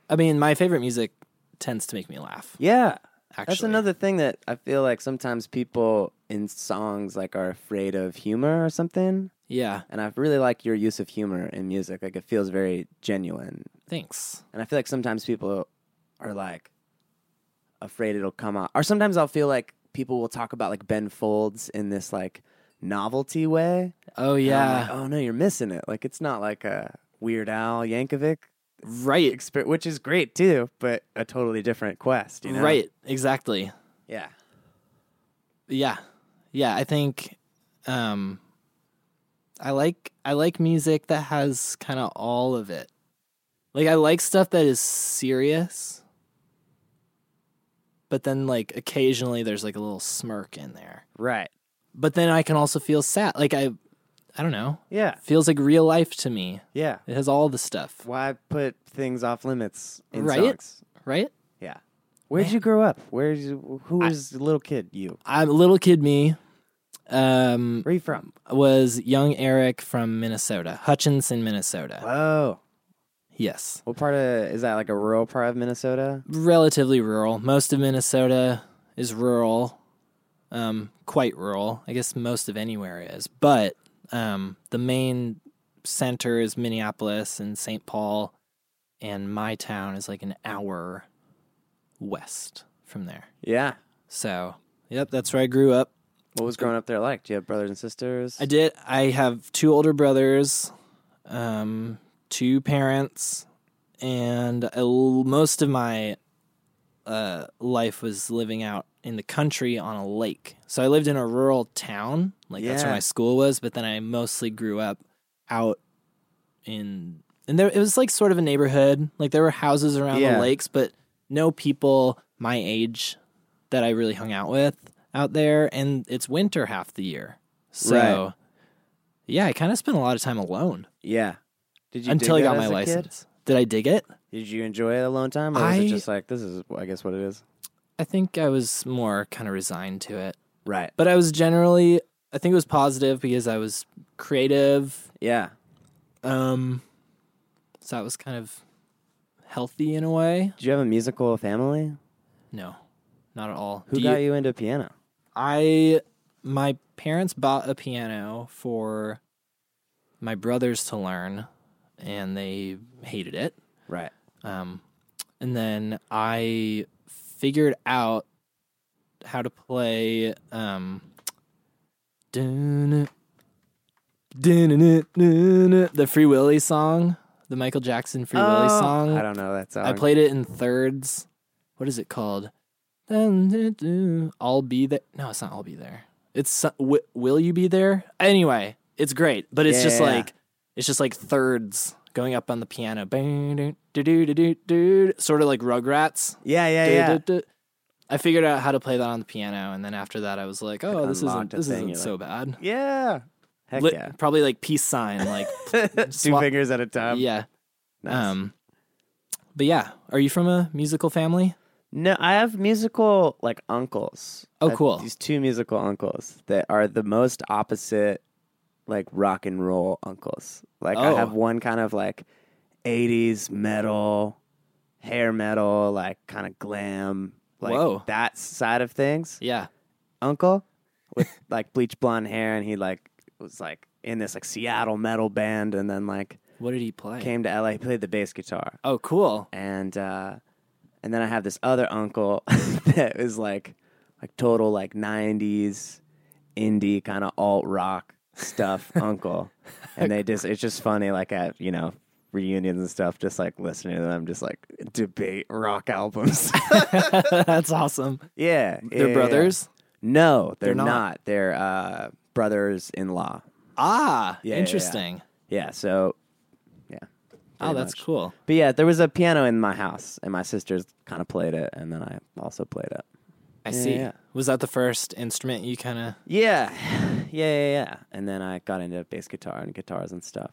S3: I mean, my favorite music tends to make me laugh.
S1: Yeah.
S3: Actually,
S1: That's another thing that I feel like sometimes people in songs like are afraid of humor or something.
S3: Yeah,
S1: And I really like your use of humor in music. Like it feels very genuine.
S3: thanks.
S1: And I feel like sometimes people are like afraid it'll come out. Or sometimes I'll feel like people will talk about like Ben Folds in this like novelty way.
S3: Oh
S1: And I'm
S3: yeah,
S1: like, oh no, you're missing it. Like it's not like a Weird Al Yankovic
S3: right,
S1: experience, which is great too, but a totally different quest. You know?
S3: right, exactly.
S1: Yeah.
S3: Yeah. Yeah, I think um I like I like music that has kind of all of it. Like I like stuff that is serious. But then like occasionally there's like a little smirk in there.
S1: Right.
S3: But then I can also feel sad. Like I I don't know.
S1: Yeah.
S3: Feels like real life to me.
S1: Yeah.
S3: It has all the stuff,
S1: Why put things off limits in
S3: Right?
S1: songs?
S3: right?
S1: Yeah. Where'd you grow up? Where's you, who was little kid you?
S3: I'm little kid me. Um
S1: Where are you from?
S3: was young Eric from Minnesota, Hutchinson, Minnesota.
S1: Oh,
S3: Yes.
S1: what part of is that? Like a rural part of Minnesota?
S3: relatively rural. Most of Minnesota is rural, um, quite rural. I guess most of anywhere is, but um, the main center is Minneapolis and St. Paul, and my town is like an hour west from there.
S1: Yeah.
S3: So, yep, that's where I grew up.
S1: What was growing up there like? Do you have brothers and sisters?
S3: I did. I have two older brothers, um, two parents, and a l- most of my uh, life was living out in the country on a lake. So I lived in a rural town, like that's where
S1: Yeah.
S3: my school was. But then I mostly grew up out in, and there it was like sort of a neighborhood. Like there were houses around
S1: Yeah.
S3: the lakes, but no people my age that I really hung out with out there. And it's winter half the year, so
S1: Right.
S3: yeah, I kind of spent a lot of time alone
S1: Yeah. Did you
S3: until I
S1: dig
S3: got
S1: that
S3: my
S1: as a kid?
S3: license. Did I dig it?
S1: Did you enjoy it alone time, or was
S3: I-
S1: it just like this is? I guess what it is.
S3: I think I was more kind of resigned to it.
S1: Right.
S3: But I was generally, I think it was positive because I was creative.
S1: Yeah.
S3: Um, so that was kind of healthy in a way.
S1: Did you have a musical family?
S3: No, not at all.
S1: Who
S3: Do
S1: got you, into piano?
S3: I, my parents bought a piano for my brothers to learn, and they hated it.
S1: Right.
S3: Um, and then I figured out how to play. Um, dun-dun, dun-dun, dun-dun, the Free Willy song, the Michael Jackson Free Willy song.
S1: Oh, I don't know that song.
S3: I played it in thirds. What is it called? Dun, dun, dun. I'll be there. No, it's not. I'll be there. It's so- wi- will you be there? Anyway, it's great, but it's
S1: Yeah,
S3: just
S1: yeah, yeah.
S3: like it's just like thirds going up on the piano. Bang, dun, dun, dun, dun, dun, dun. Sort of like Rugrats.
S1: Yeah, yeah,
S3: Dun,
S1: yeah.
S3: dun, dun. I figured out how to play that on the piano, and then after that, I was like, "Oh, this isn't
S1: unlocked a
S3: this
S1: thing,
S3: isn't
S1: you're
S3: so bad."
S1: Yeah. Heck
S3: Li-
S1: yeah.
S3: Probably like peace sign, like
S1: Two
S3: swap-
S1: fingers at a time.
S3: yeah.
S1: Um, Nice.
S3: Um, But yeah, are you from a musical family?
S1: No, I have musical like uncles.
S3: Oh,
S1: I have
S3: cool.
S1: These two musical uncles that are the most opposite, like rock and roll uncles. Like I
S3: Oh.
S1: have one kind of like '80s metal, hair metal, like kind of glam, like
S3: Whoa.
S1: that side of things.
S3: Yeah.
S1: Uncle with like bleach blonde hair, and he like was like in this like Seattle metal band, and then like
S3: What did he play?
S1: came to LA, played the bass guitar
S3: Oh, cool.
S1: and uh, and then I have this other uncle that is like like total like '90s indie kind of alt rock stuff uncle, and they just it's just funny like at you know reunions and stuff, just like listening to them just like debate rock albums.
S3: That's awesome.
S1: yeah, yeah,
S3: They're
S1: yeah.
S3: brothers.
S1: No, they're,
S3: They're
S1: not.
S3: not.
S1: They're uh, brothers in law.
S3: Ah,
S1: Yeah, yeah,
S3: interesting.
S1: Yeah, so
S3: Oh, that's cool.
S1: but yeah, there was a piano in my house, and my sisters kind of played it, and then I also played it.
S3: I see.
S1: yeah.
S3: Was that the first instrument you kind of?
S1: Yeah, yeah, yeah, yeah. And then I got into bass guitar and guitars and stuff.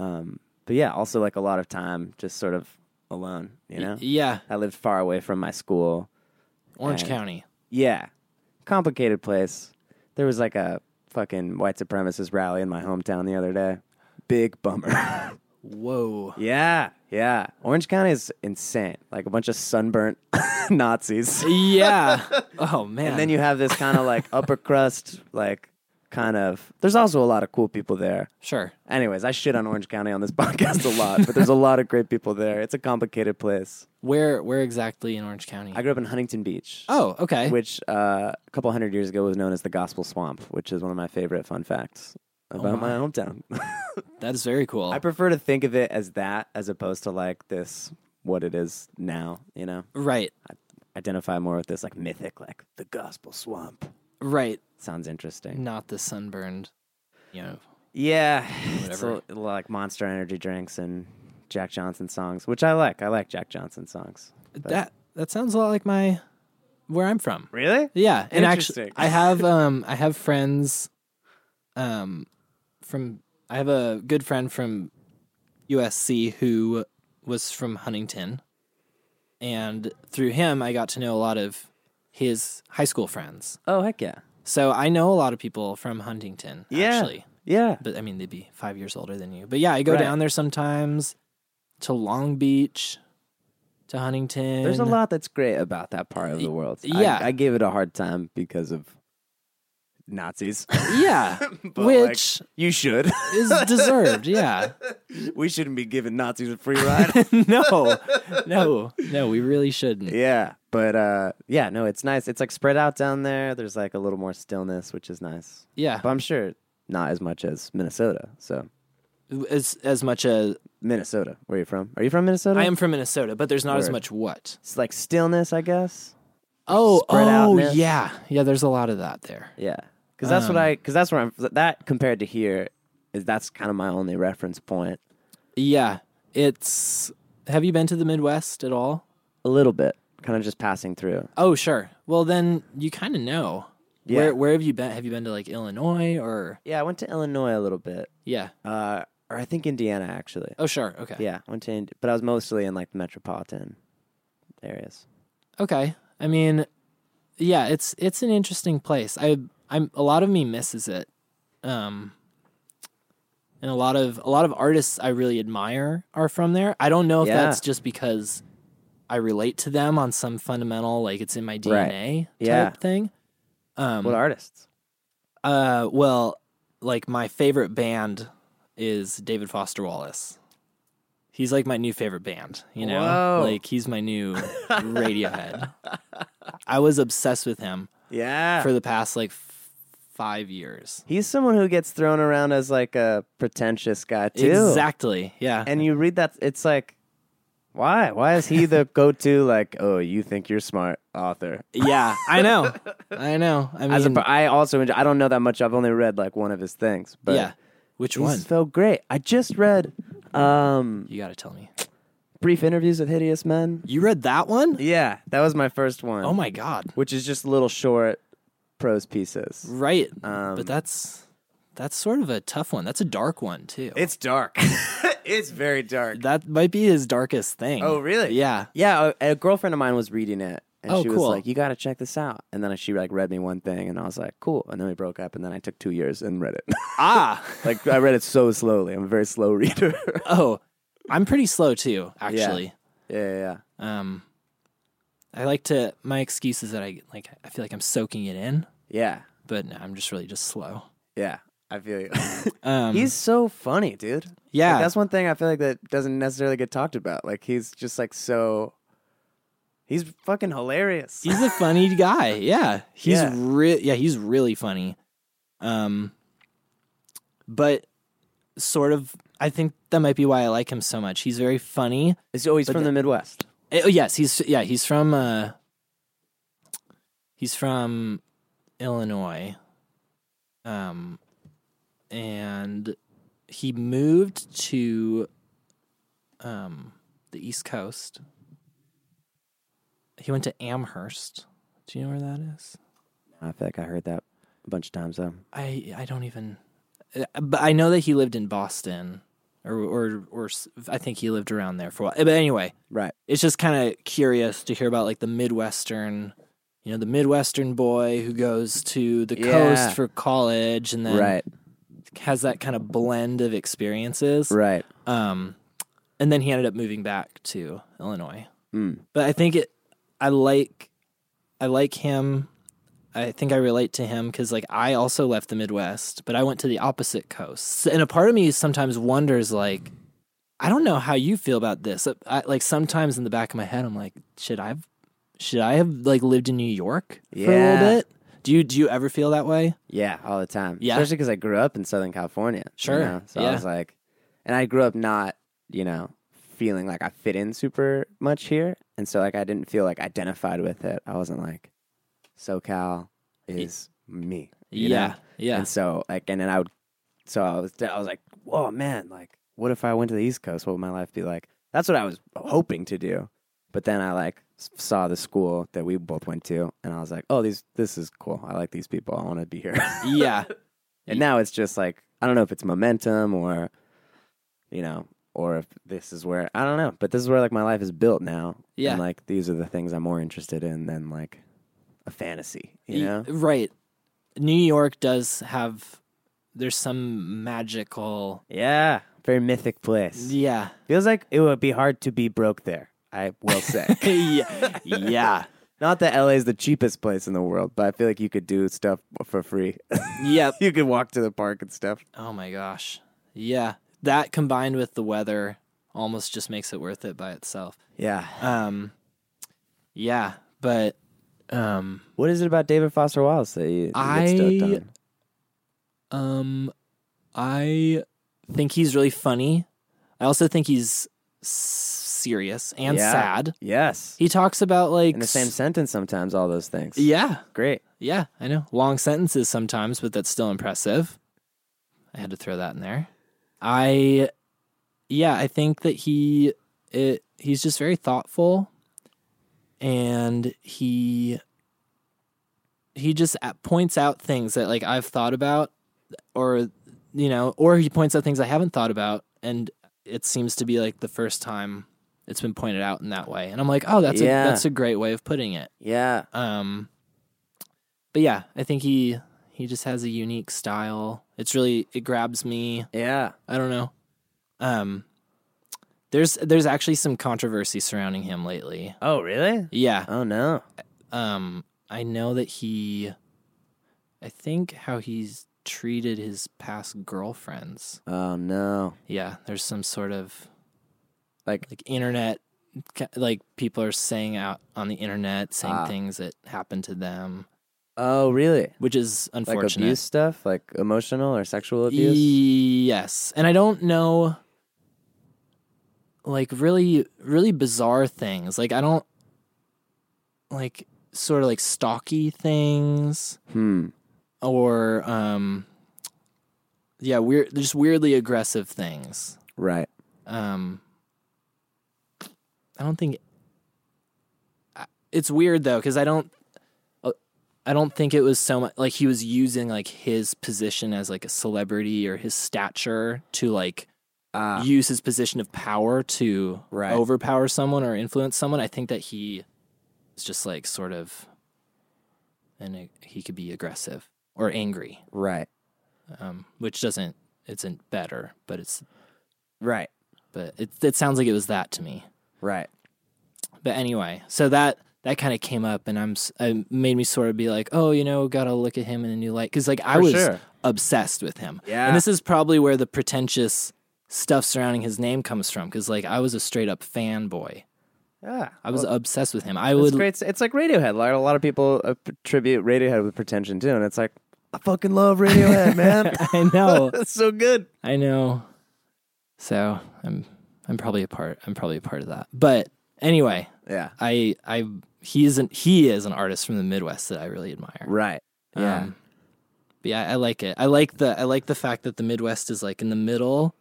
S1: Um, but yeah, also like a lot of time just sort of alone. You know,
S3: Yeah,
S1: I lived far away from my school.
S3: Orange
S1: Yeah.
S3: County.
S1: Yeah, complicated place. There was like a fucking white supremacist rally in my hometown the other day. Big bummer.
S3: Whoa.
S1: yeah, yeah. Orange County is insane. Like a bunch of sunburnt Nazis.
S3: Yeah. oh man.
S1: And then you have this kind of like upper crust, like kind of. There's also a lot of cool people there.
S3: sure.
S1: Anyways, I shit on Orange County on this podcast a lot, but there's a lot of great people there. It's a complicated place.
S3: Where where exactly in Orange County?
S1: I grew up in Huntington Beach,
S3: oh, okay.
S1: which uh, a couple hundred years ago was known as the Gospel Swamp, which is one of my favorite fun facts
S3: Oh
S1: about my. hometown.
S3: that is very cool.
S1: I prefer to think of it as that as opposed to like this what it is now, you know?
S3: right.
S1: Identify more with this like mythic, like the Gospel Swamp.
S3: Right.
S1: Sounds interesting.
S3: Not the sunburned. You know.
S1: Yeah, it's
S3: Whatever.
S1: a- like Monster Energy drinks and Jack Johnson songs, which I like. I like Jack Johnson songs.
S3: That that sounds a lot like my where I'm from.
S1: Really?
S3: Yeah, and actually,
S1: Interesting.
S3: I have um I have friends, um, from I have a good friend from USC who was from Huntington, and through him I got to know a lot of his high school friends.
S1: Oh heck yeah!
S3: So I know a lot of people from Huntington.
S1: Yeah.
S3: Actually,
S1: Yeah.
S3: but I mean they'd be five years older than you. But yeah, I go
S1: Right.
S3: down there sometimes to Long Beach, to Huntington.
S1: There's a lot that's great about that part of the world. I-
S3: uh, yeah.
S1: I, gave it a hard time because of Nazis.
S3: Yeah,
S1: But, like,
S3: which
S1: you should.
S3: is deserved. Yeah.
S1: we shouldn't be giving Nazis a free ride.
S3: no, no, no, we really shouldn't.
S1: yeah, but uh, yeah, no, it's nice. It's like spread out down there. There's like a little more stillness, which is nice.
S3: Yeah,
S1: But I'm sure not as much as Minnesota. So
S3: as as much as
S1: Minnesota, where are you from? Are you from Minnesota?
S3: I am from Minnesota, but there's not as
S1: Word.
S3: much what.
S1: It's like stillness, I guess.
S3: Oh,
S1: Spread
S3: oh,
S1: outness.
S3: yeah, yeah. There's a lot of that there.
S1: Yeah, because that's
S3: Um.
S1: what I. Because that's where I'm. That compared to here, is that's kind of my only reference point.
S3: Yeah, it's. Have you been to the Midwest at all?
S1: A little bit, kind of just passing through.
S3: Oh, sure. Well, then you kind of know.
S1: Yeah.
S3: Where where have you been? Have you been to like Illinois or
S1: Yeah, I went to Illinois a little bit,
S3: yeah?
S1: uh, or I think Indiana actually.
S3: Oh, sure. Okay.
S1: Yeah, I went to, Ind- but I was mostly in like the metropolitan areas.
S3: Okay. I mean, yeah, it's it's an interesting place. I I'm a lot of me misses it. Um and a lot of a lot of artists I really admire are from there. I don't know if
S1: Yeah.
S3: that's just because I relate to them on some fundamental like it's in my DNA type
S1: Yeah.
S3: thing. Um
S1: What artists?
S3: uh well, like my favorite band is David Foster Wallace. He's like my new favorite band, you know?
S1: Whoa.
S3: Like he's my new Radiohead. I was obsessed with him
S1: Yeah,
S3: for the past like f- 5 years.
S1: he's someone who gets thrown around as like a pretentious guy too.
S3: Exactly. Yeah.
S1: and you read that it's like why why is he the go-to like oh you think you're smart author
S3: yeah, I know. I know. I mean
S1: as a, per- I also enjoy, I don't know that much I've only read like one of his things but
S3: Yeah. Which
S1: he's
S3: one?
S1: felt great I just read um
S3: You got to tell me.
S1: brief interviews with hideous men
S3: You read that one?
S1: yeah that was my first one
S3: Oh my god.
S1: which is just little short prose pieces
S3: Right.
S1: Um,
S3: but that's that's sort of a tough one. That's a dark one, too.
S1: it's dark It's very dark.
S3: That might be his darkest thing.
S1: Oh, really?
S3: Yeah.
S1: Yeah, a, a girlfriend of mine was reading it, and
S3: Oh,
S1: she
S3: cool.
S1: was like, "You got to check this out." And then she like read me one thing, and I was like, "Cool." And then we broke up, and then I took two years and read it.
S3: Ah.
S1: like I read it so slowly. I'm a very slow reader.
S3: Oh, I'm pretty slow too, actually.
S1: yeah, yeah, yeah.
S3: Um, I like to. My excuse is that I like. I feel like I'm soaking it in,
S1: yeah,
S3: but no, I'm just really just slow.
S1: yeah. I feel you.
S3: Um,
S1: he's so funny, dude. Like,
S3: Yeah.
S1: that's one thing I feel like that doesn't necessarily get talked about. Like he's just like so. He's fucking hilarious.
S3: he's a funny guy. Yeah, he's
S1: Yeah.
S3: re- yeah he's really funny. Um, but sort of, I think that might be why I like him so much. He's very funny.
S1: Oh, He's always
S3: But
S1: from the Midwest.
S3: Eh, Oh yes, he's yeah he's from uh, he's from Illinois, um, and he moved to um the East Coast. He went to Amherst. Do you know where that is?
S1: I feel like I heard that a bunch of times though.
S3: I I don't even, uh, but I know that he lived in Boston, or or or s- I think he lived around there for a while. Eh, But anyway,
S1: Right.
S3: it's just kind of curious to hear about like the midwestern you know the midwestern boy who goes to the
S1: Yeah.
S3: coast for college and then
S1: Right.
S3: has that kind of blend of experiences
S1: Right.
S3: um and then he ended up moving back to illinois
S1: Hmm.
S3: but i think it i like i like him i think i relate to him because like i also left the midwest but i went to the opposite coast and a part of me sometimes wonders like i don't know how you feel about this Uh, I, like sometimes in the back of my head i'm like should i have should i have like lived in new york for a
S1: Yeah.
S3: little bit do you do you ever feel that way
S1: Yeah, all the time.
S3: Yeah.
S1: Especially because I grew up in Southern California. you
S3: Sure,
S1: know? So
S3: yeah.
S1: I was like, and I grew up not, you know, feeling like I fit in super much here. And so, like, I didn't feel like identified with it. I wasn't like, SoCal is me. you know?
S3: yeah yeah
S1: And so, like, and then I would, so I was, I was like, whoa, man, like, what if I went to the East Coast? What would my life be like? That's what I was hoping to do. But then I like s- saw the school that we both went to, and I was like, oh, these, this is cool. I like these people. I want to be here.
S3: yeah
S1: And now it's just like I don't know if it's momentum or you know, or if this is where I don't know, but this is where like my life is built now.
S3: Yeah.
S1: And like these are the things I'm more interested in than like a fantasy, you
S3: Y-
S1: know?
S3: Right. New York does have there's some magical
S1: Yeah. Very mythic place.
S3: Yeah.
S1: Feels like it would be hard to be broke there, I will say.
S3: yeah. Yeah.
S1: Not that LA is the cheapest place in the world, but I feel like you could do stuff for free.
S3: Yep.
S1: you could walk to the park and stuff.
S3: Oh my gosh. Yeah. That combined with the weather almost just makes it worth it by itself.
S1: Yeah.
S3: Um yeah, but um
S1: What is it about David Foster Wallace that you, you get
S3: I-
S1: stoked on?
S3: Um, I think he's really funny. I also think he's s- serious and
S1: Yeah.
S3: sad.
S1: Yes.
S3: He talks about like
S1: in the same
S3: s-
S1: sentence sometimes all those things
S3: Yeah,
S1: great
S3: Yeah, I know. Long sentences sometimes, but that's still impressive. I had to throw that in there. I yeah, I think that he it, he's just very thoughtful and he he just a- points out things that like I've thought about or you know, or he points out things I haven't thought about and it seems to be like the first time it's been pointed out in that way. And I'm like, "Oh, that's
S1: Yeah.
S3: a that's a great way of putting it."
S1: yeah
S3: Um, but yeah, I think he he just has a unique style. It's really it grabs me.
S1: yeah
S3: I don't know. Um, there's there's actually some controversy surrounding him lately.
S1: oh really
S3: Yeah.
S1: oh no
S3: Um, I know that he, I think how he's treated his past girlfriends.
S1: oh no
S3: Yeah, there's some sort of
S1: like
S3: like internet ca- like people are saying out on the internet saying
S1: Ah.
S3: things that happened to them,
S1: oh really
S3: which is
S1: like
S3: unfortunate.
S1: abuse stuff like emotional or sexual abuse
S3: Yes. And I don't know like really really bizarre things. Like I don't like sort of like stocky things
S1: hmm
S3: or um yeah, weird just weirdly aggressive things.
S1: right
S3: Um I don't think I- it's weird though cuz I don't uh, I don't think it was so much like he was using like his position as like a celebrity or his stature to like
S1: Ah,
S3: use his position of power to
S1: Right.
S3: overpower someone or influence someone. I think that he is just like sort of, and he could be aggressive or angry,
S1: Right.
S3: um, which doesn't isn't better, but it's
S1: Right.
S3: but it it sounds like it was that to me.
S1: Right.
S3: But anyway, so that that kind of came up, and I'm s- it made me sort of be like, oh, you know, gotta look at him in a new light because like I
S1: For
S3: was
S1: sure.
S3: obsessed with him.
S1: Yeah.
S3: and this is probably where the pretentious stuff surrounding his name comes from because like I was a straight up fanboy.
S1: Yeah.
S3: I was obsessed with him. I
S1: It's
S3: would
S1: great. It's like Radiohead. Like, A lot of people attribute Radiohead with pretension too, and it's like I fucking love Radiohead, man.
S3: I know.
S1: That's so good.
S3: I know. So I'm I'm probably a part I'm probably a part of that. But anyway,
S1: Yeah.
S3: I I he isn't he is an artist from the Midwest that I really admire.
S1: Right. Yeah.
S3: Um, but yeah, I like it. I like the I like the fact that the Midwest is like in the middle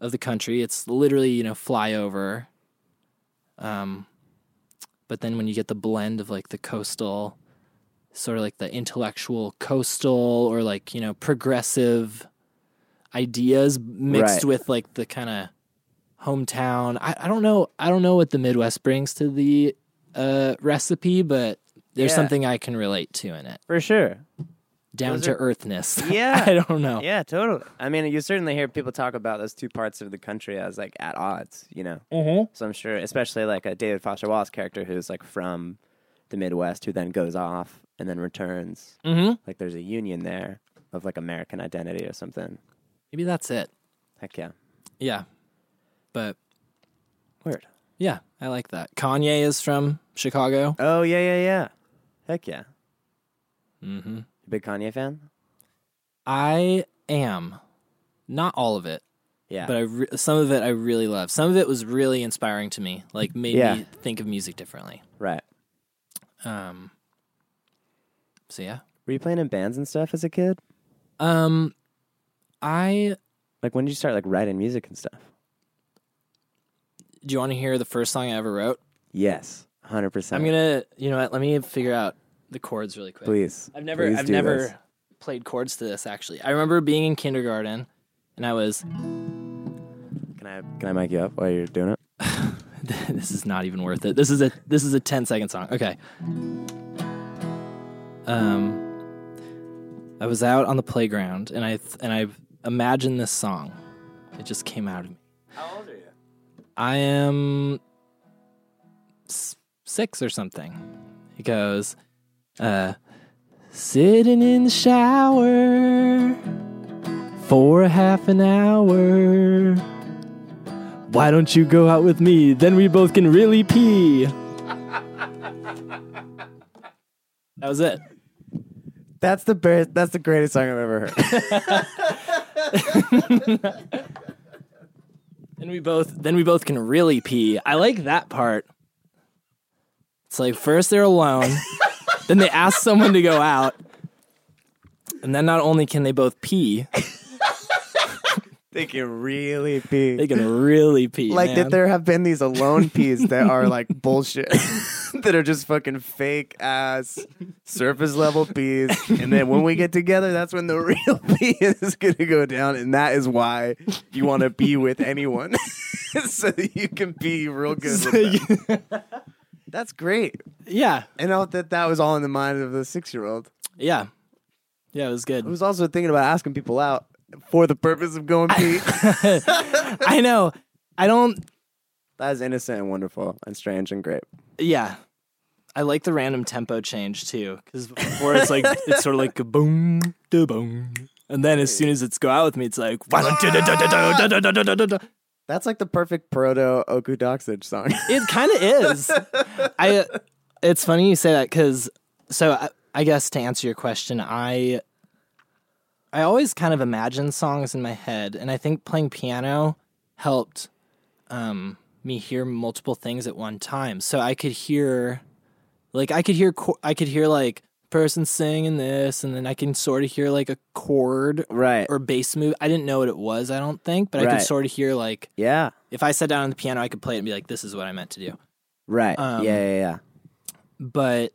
S3: of the country. It's literally you know flyover. Um, but then when you get the blend of like the coastal, sort of like the intellectual coastal or like you know progressive ideas mixed
S1: Right.
S3: with like the kind of hometown. I, I don't know. I don't know what the Midwest brings to the uh, recipe, but there's
S1: Yeah.
S3: something I can relate to in it
S1: For sure.
S3: down
S1: Those
S3: to
S1: are-
S3: earthness.
S1: Yeah.
S3: I don't know.
S1: Yeah, totally. I mean, you certainly hear people talk about those two parts of the country as like at odds, you know. So I'm sure, especially like a David Foster Wallace character who's like from the Midwest, who then goes off and then returns.
S3: Mm-hmm.
S1: Like there's a union there of like American identity or something.
S3: Maybe that's it.
S1: Heck yeah,
S3: Yeah. But
S1: word.
S3: yeah, I like that. Kanye is from Chicago.
S1: Oh yeah, yeah, yeah. Heck yeah.
S3: Mm-hmm.
S1: You big Kanye fan?
S3: I am. Not all of it,
S1: Yeah.
S3: but I re- some of it I really love. Some of it was really inspiring to me, like made
S1: Yeah.
S3: me think of music differently.
S1: right.
S3: Um, so yeah,
S1: Were you playing in bands and stuff as a kid?
S3: um, I
S1: Like when did you start like writing music and stuff?
S3: do you want to hear the first song I ever wrote?
S1: Yes, hundred percent.
S3: I'm gonna, you know what? Let me figure out the chords really quick.
S1: please.
S3: I've never
S1: Please
S3: I've
S1: do
S3: never
S1: this.
S3: played chords to this actually. I remember being in kindergarten and I was
S1: Can I can I mic you up while you're doing it?
S3: this is not even worth it. This is a this is a 10 second song. Okay. Um I was out on the playground and I th- and I imagined this song. It just came out of me. How old are you? I am s- 6 or something. He goes uh sitting in the shower for half an hour. Why don't you go out with me? Then we both can really pee. that was it.
S1: That's the best. That's the greatest song I've ever heard.
S3: Then we both then we both can really pee. I like that part. It's like first they're alone, then they ask someone to go out. And then not only can they both pee,
S1: they can really be.
S3: they can really pee.
S1: like
S3: man.
S1: that there have been these alone peas that are like bullshit that are just fucking fake ass surface level peas and then when we get together that's when the real pea is gonna go down and that is why you want to be with anyone so that you can be real good with them. that's great
S3: Yeah.
S1: and out that that was all in the mind of the six-year-old
S3: Yeah. Yeah, it was good.
S1: who's also thinking about asking people out for the purpose of going pee
S3: I know. I don't
S1: that is innocent and wonderful and strange and great
S3: Yeah. I like the random tempo change too, because before it's like it's sort of like boom, da boom, and then as soon as it's go out with me, it's like why don't you da- da- da- da- da- da- da- da- da- da.
S1: That's like the perfect proto Oku Doxage song.
S3: it kind of is. I it's funny you say that because so I, I guess to answer your question, I I always kind of imagine songs in my head, and I think playing piano helped um, me hear multiple things at one time. So I could hear, like, I could hear, cho- I could hear like person singing this, and then I can sort of hear like a chord
S1: right.
S3: or bass move. I didn't know what it was, I don't think, but I could
S1: Right.
S3: sort of hear like
S1: yeah.
S3: if I sat down on the piano, I could play it and be like, "This is what I meant to do."
S1: Right.
S3: Um,
S1: yeah, yeah, yeah.
S3: But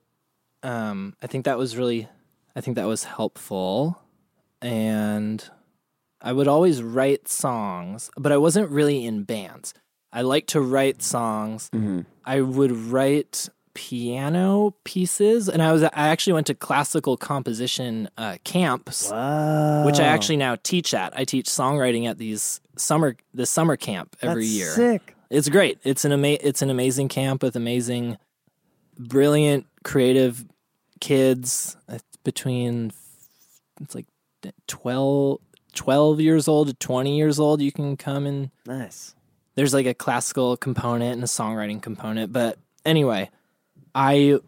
S3: um, I think that was really, I think that was helpful, and I would always write songs, but I wasn't really in bands. I like to write songs. I would write piano pieces, and I was I actually went to classical composition uh, camps, which I actually now teach at. I teach songwriting at these summer this summer camp every
S4: That's
S3: year.
S4: Sick.
S3: It's great. It's an ama- it's an amazing camp with amazing, brilliant, creative kids It's between f- it's like 12, 12 years old to 20 years old you can come and
S4: Nice.
S3: there's like a classical component and a songwriting component but anyway i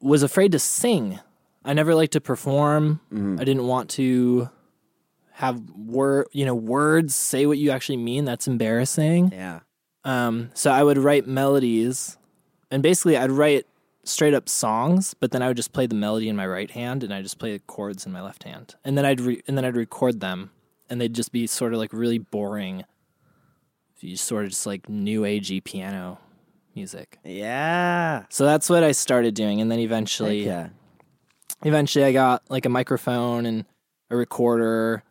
S3: was afraid to sing i never liked to perform i didn't want to have word you know words say what you actually mean that's embarrassing
S1: Yeah.
S3: um, so I would write melodies, and basically I'd write straight up songs, but then I would just play the melody in my right hand, and I just play the chords in my left hand, and then I'd re- and then I'd record them, and they'd just be sort of like really boring, you sort of just like new agey piano music.
S4: Yeah.
S3: So that's what I started doing, and then eventually,
S1: Yeah.
S3: eventually I got like a microphone and a recorder,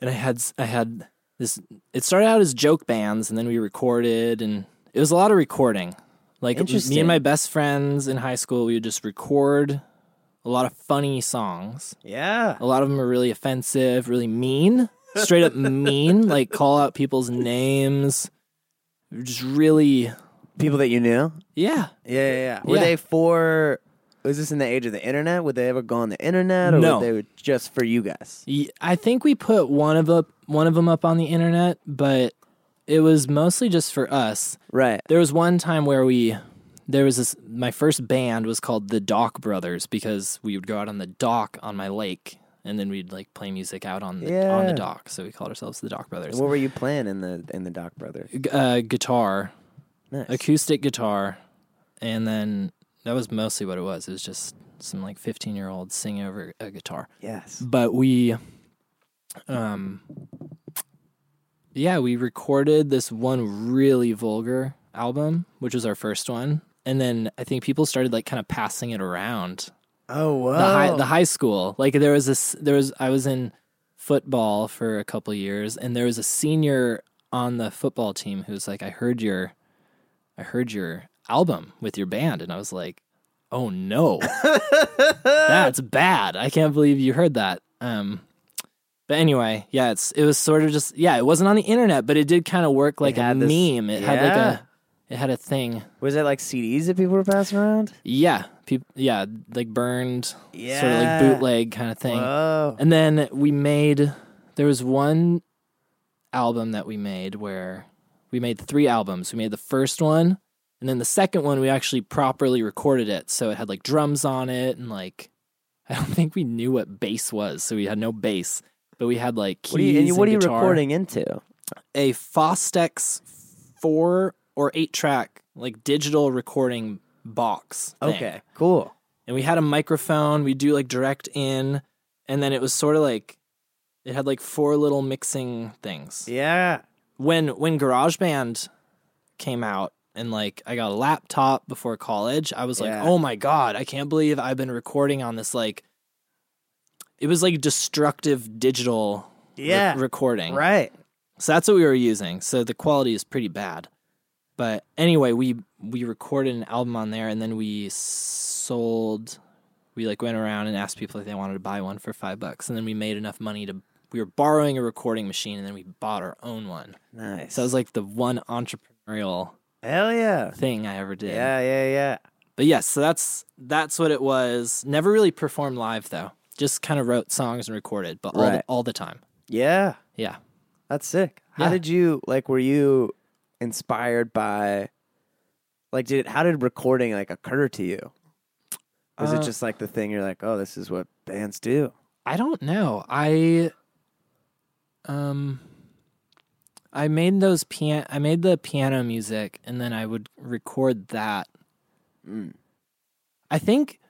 S3: and I had I had this. It started out as joke bands, and then we recorded, and it was a lot of recording. Like me
S4: Interesting.
S3: and my best friends in high school, we would just record a lot of funny songs.
S4: Yeah.
S3: A lot of them are really offensive, really mean, straight up mean. Like call out people's names, just really,
S1: People that you knew.
S3: yeah.
S1: Yeah, yeah, yeah. Were
S3: Yeah.
S1: they for? Was this in the age of the internet? Would they ever go on the internet, or
S3: No.
S1: were they just for you guys?
S3: Ye- I think we put one of up one of them up on the internet, but it was mostly just for us.
S1: Right.
S3: There was one time where we there was this my first band was called the Dock Brothers because we would go out on the dock on my lake and then we'd like play music out on the on the
S1: Yeah.
S3: dock. So we called ourselves the Dock Brothers.
S1: What were you playing in the in the Doc Brothers?
S3: G- uh, guitar,
S1: Nice.
S3: acoustic guitar, and then that was mostly what it was. It was just some like 15 year old singing over a guitar
S1: Yes.
S3: but we um yeah we recorded this one really vulgar album which was our first one and then i think people started like kind of passing it around
S1: Oh wow.
S3: the high the high school like there was this there was i was in football for a couple years and there was a senior on the football team who was like i heard your i heard your album with your band and i was like oh no that's bad i can't believe you heard that um but anyway yeah it's it was sort of just yeah it wasn't on the internet but it did kind of work like a
S1: had this-
S3: meme it had like
S1: yeah.
S3: a it had a thing
S1: Was it like CDs that people were passing around?
S3: yeah peop yeah like burned sort of
S1: Yeah.
S3: like bootleg kind of thing
S1: Oh.
S3: and then we made there was one album that we made where we made three albums. We made the first one and then the second one we actually properly recorded it. So it had like drums on it and like I don't think we knew what bass was, so we had no bass. But we had like keys
S1: What are you? And you- what are you
S3: guitar.
S1: recording into?
S3: A Fostex four or eight track like digital recording box. thing
S1: Okay. Cool.
S3: and we had a microphone. We do like direct in, and then it was sort of like it had like four little mixing things.
S1: Yeah.
S3: When when GarageBand came out and like I got a laptop before college, I was
S1: Yeah.
S3: like, "Oh my god, I can't believe I've been recording on this like it was like destructive digital re-
S1: Yeah.
S3: recording."
S1: Right.
S3: So that's what we were using. So the quality is pretty bad. But anyway, we we recorded an album on there and then we sold we like went around and asked people if they wanted to buy one for 5 bucks and then we made enough money to we were borrowing a recording machine and then we bought our own one.
S1: Nice.
S3: So it was like the one entrepreneurial
S1: Hell yeah.
S3: thing I ever did.
S1: Yeah. Yeah. Yeah.
S3: But yes, so that's that's what it was. Never really performed live though. Just kind of wrote songs and recorded, but all the,
S1: Right.
S3: all the time.
S1: Yeah.
S3: Yeah.
S1: That's sick. How
S3: Yeah.
S1: did you like? Were you inspired by? Like, did how did recording like occur to you? Was
S3: Uh,
S1: it just like the thing you're like, oh, this is what bands do?
S3: I don't know. I um I made those pian I made the piano music and then I would record that.
S1: Mm.
S3: I think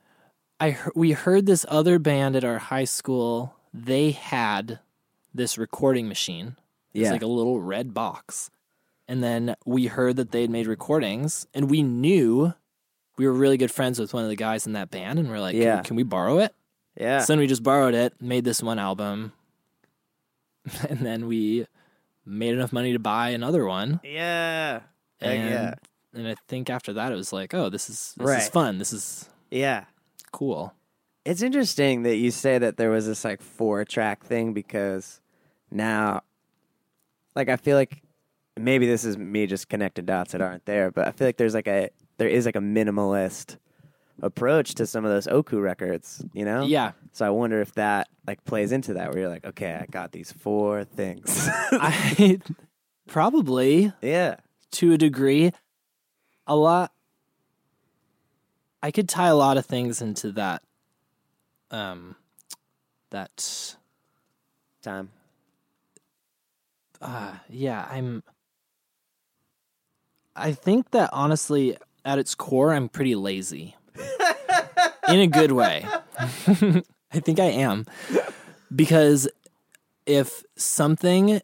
S3: I he- we heard this other band at our high school. They had this recording machine. It's
S1: Yeah.
S3: like a little red box. And then we heard that they had made recordings and we knew we were really good friends with one of the guys in that band and we're like,
S1: Yeah.
S3: can, can we borrow it?
S1: Yeah.
S3: So then we just borrowed it, made this one album, and then we made enough money to buy another one.
S1: Yeah. Heck
S3: And,
S1: yeah.
S3: and I think after that it was like, oh, this is this is
S1: Right.
S3: fun. This is
S1: Yeah.
S3: cool.
S1: It's interesting that you say that there was this like four track thing because now, like, I feel like maybe this is me just connecting dots that aren't there, but I feel like there's like a there is like a minimalist approach to some of those Oku records, you know?
S3: Yeah.
S1: So I wonder if that like plays into that where you're like, okay, I got these four things.
S3: I probably
S1: yeah.
S3: to a degree a lot i could tie a lot of things into that um that
S1: Time.
S3: uh yeah i'm i think that honestly at its core i'm pretty lazy in a good way i think i am because if something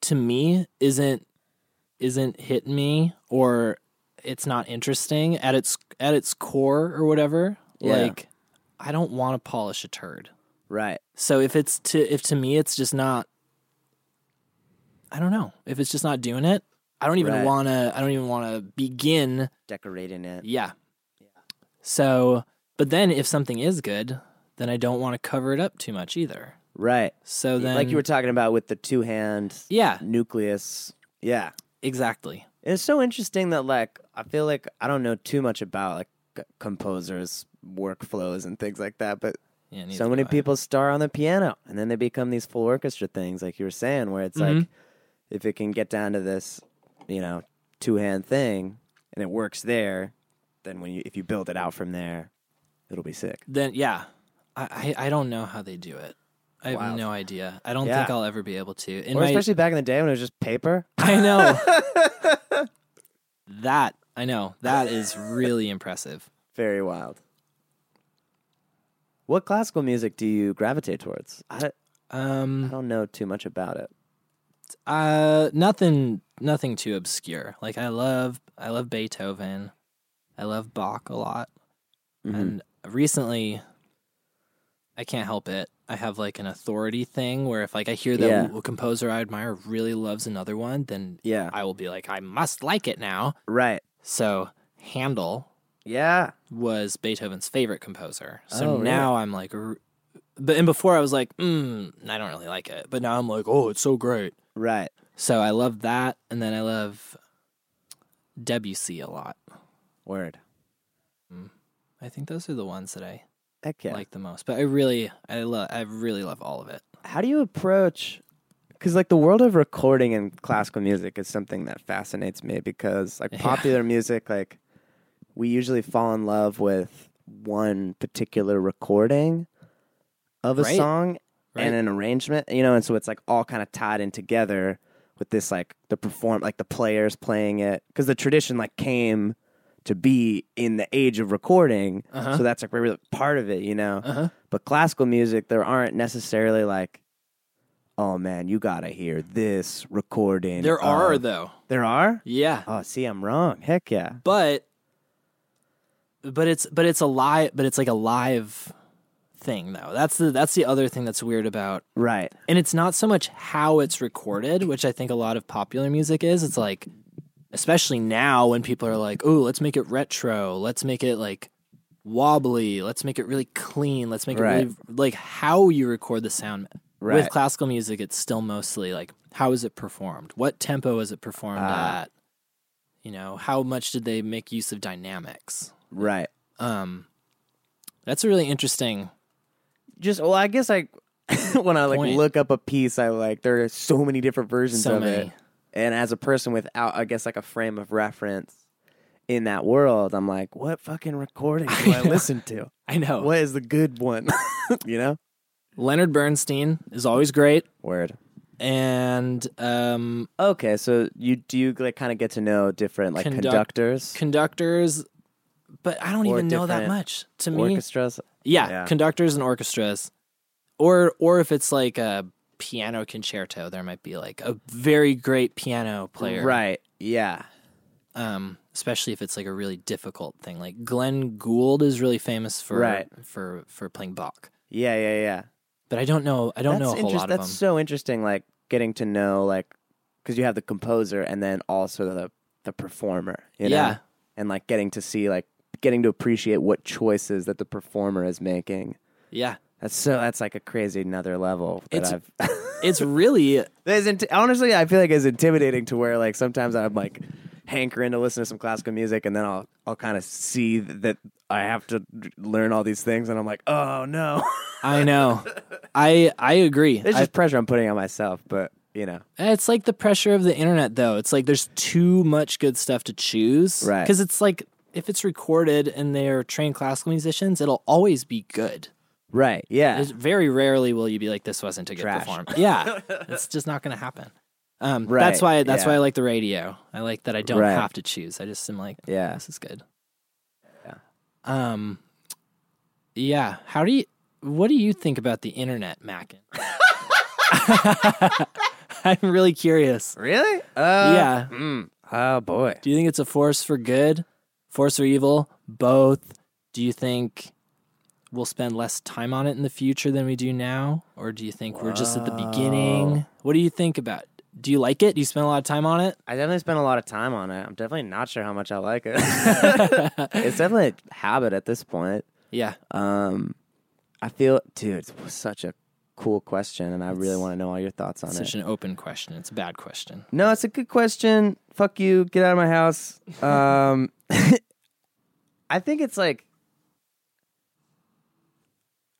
S3: to me isn't isn't hitting me or it's not interesting at its at its core or whatever
S1: Yeah.
S3: like i don't want to polish a turd
S1: Right.
S3: so if it's to if to me it's just not I don't know. If it's just not doing it, I don't even
S1: Right.
S3: want to I don't even want to begin.
S1: Decorating it.
S3: Yeah. So, but then if something is good, then I don't want to cover it up too much either.
S1: Right.
S3: So then
S1: like you were talking about with the two hand
S3: Yeah,
S1: nucleus. Yeah.
S3: exactly.
S1: It's so interesting that like I feel like I don't know too much about like c- composers workflows and things like that, but
S3: Yeah, neither
S1: so
S3: do
S1: many
S3: I.
S1: people start on the piano and then they become these full orchestra things like you were saying where it's like if it can get down to this, you know, two-hand thing and it works there, then when you if you build it out from there, it'll be sick.
S3: Then yeah. I I, I don't know how they do it. I have
S1: Wild.
S3: no idea. I don't
S1: Yeah.
S3: think I'll ever be able to. In
S1: Or
S3: my,
S1: especially back in the day when it was just paper.
S3: I know. that I know. That is really impressive.
S1: Very wild. What classical music do you gravitate towards? I, I
S3: Um,
S1: don't know too much about it.
S3: uh, nothing, nothing too obscure. Like I love, I love Beethoven, I love Bach a lot,
S1: Mm-hmm.
S3: and recently, I can't help it. I have like an authority thing where if like I hear that
S1: Yeah.
S3: a composer I admire really loves another one, then
S1: Yeah.
S3: I will be like, I must like it now.
S1: Right.
S3: So Handel,
S1: Yeah.
S3: was Beethoven's favorite composer. So
S1: Oh, really?
S3: now I'm like, r- but and before I was like, mm, I don't really like it, but now I'm like, oh, it's so great.
S1: Right.
S3: So I love that, and then I love Debussy a lot.
S1: Word.
S3: I think those are the ones that I
S1: Heck yeah.
S3: like the most. But I really, I love, I really love all of it.
S1: how do you approach? Because like the world of recording and classical music is something that fascinates me because like popular music, like we usually fall in love with one particular recording of a
S3: Right.
S1: song
S3: Right.
S1: and an arrangement, you know, and so it's like all kind of tied in together with this like the perform like the players playing it because the tradition like came to be in the age of recording,
S3: Uh-huh.
S1: so that's like really part of it, you know.
S3: Uh-huh.
S1: But classical music, there aren't necessarily like, oh man, you gotta hear this recording.
S3: There are
S1: of-"
S3: though,
S1: there are.
S3: yeah,
S1: Oh, see, I'm wrong. Heck yeah.
S3: but but it's but it's a live, but it's like a live thing though. That's the that's the other thing that's weird about
S1: Right.
S3: And it's not so much how it's recorded, which I think a lot of popular music is. It's like, especially now when people are like, oh, let's make it retro. Let's make it like wobbly. Let's make it really clean. Let's make
S1: Right.
S3: it really, like how you record the sound. With
S1: Right.
S3: classical music, it's still mostly like, how is it performed? What tempo is it performed
S1: Ah.
S3: at? You know, how much did they make use of dynamics?
S1: Right.
S3: Um, that's a really interesting.
S1: Just well, I guess like when I like
S3: Point.
S1: look up a piece, I like there are so many different versions
S3: So
S1: of it.
S3: many.
S1: And as a person without, I guess like a frame of reference in that world, I'm like, what fucking recording do I,
S3: know.
S1: listen to?
S3: I know.
S1: What is the good one? you know.
S3: Leonard Bernstein is always great.
S1: Word.
S3: and um,
S1: Okay, so you do you like kind of get to know different like
S3: Conduct-
S1: conductors,
S3: conductors. But I don't
S1: Or
S3: even know that
S1: different
S3: much. To me,
S1: orchestras.
S3: yeah,
S1: yeah.
S3: conductors and orchestras, or or if it's like a piano concerto, there might be like a very great piano player,
S1: Right. Yeah.
S3: Um, especially if it's like a really difficult thing. Like Glenn Gould is really famous for
S1: Right.
S3: for for playing Bach,
S1: Yeah. Yeah. Yeah.
S3: but I don't know. I don't know a whole
S1: interest-
S3: lot of
S1: that's
S3: them.
S1: so interesting. Like getting to know like because you have the composer and then also the the performer. You know?
S3: Yeah.
S1: and like getting to see like getting to appreciate what choices that the performer is making.
S3: yeah,
S1: That's so. That's like a crazy another level. That
S3: It's-
S1: I've
S3: it's really
S1: It's inti- honestly, I feel like it's intimidating to where like sometimes I'm like hankering to listen to some classical music, and then I'll I'll kind of see that I have to learn all these things, and I'm like, oh no,
S3: I know. I I agree.
S1: it's
S3: I-
S1: just pressure I'm putting on myself. But you know,
S3: Eh, It's like the pressure of the internet, though. It's like there's too much good stuff to choose.
S1: Right.
S3: Because it's like if it's recorded and they're trained classical musicians, it'll always be good.
S1: right? Yeah,
S3: There's very rarely will you be like, this wasn't a good
S1: Trash.
S3: performance. Yeah. it's just not going to happen. Um,
S1: Right,
S3: That's why. That's
S1: yeah.
S3: why I like the radio. I like that I don't
S1: Right.
S3: have to choose. I just am like,
S1: Yeah.
S3: this is good. Yeah. Um. Yeah. How do you? What do you think about the internet, Mackin? I'm really curious.
S1: really? Uh,
S3: yeah.
S1: mm, oh boy.
S3: Do you think it's a force for good, force for evil, both? Do you think we'll spend less time on it in the future than we do now, or do you think we're just at the beginning? What do you think about? Do you like it? Do you spend a lot of time on it?
S1: I definitely spent a lot of time on it. I'm definitely not sure how much I like it. it's definitely a habit at this point.
S3: Yeah,
S1: Um, I feel, dude, it's such a cool question, and I really want to know all your thoughts on it.
S3: such an open question. It's a bad question.
S1: No, it's a good question. Fuck you. Get out of my house. Um, I think it's like,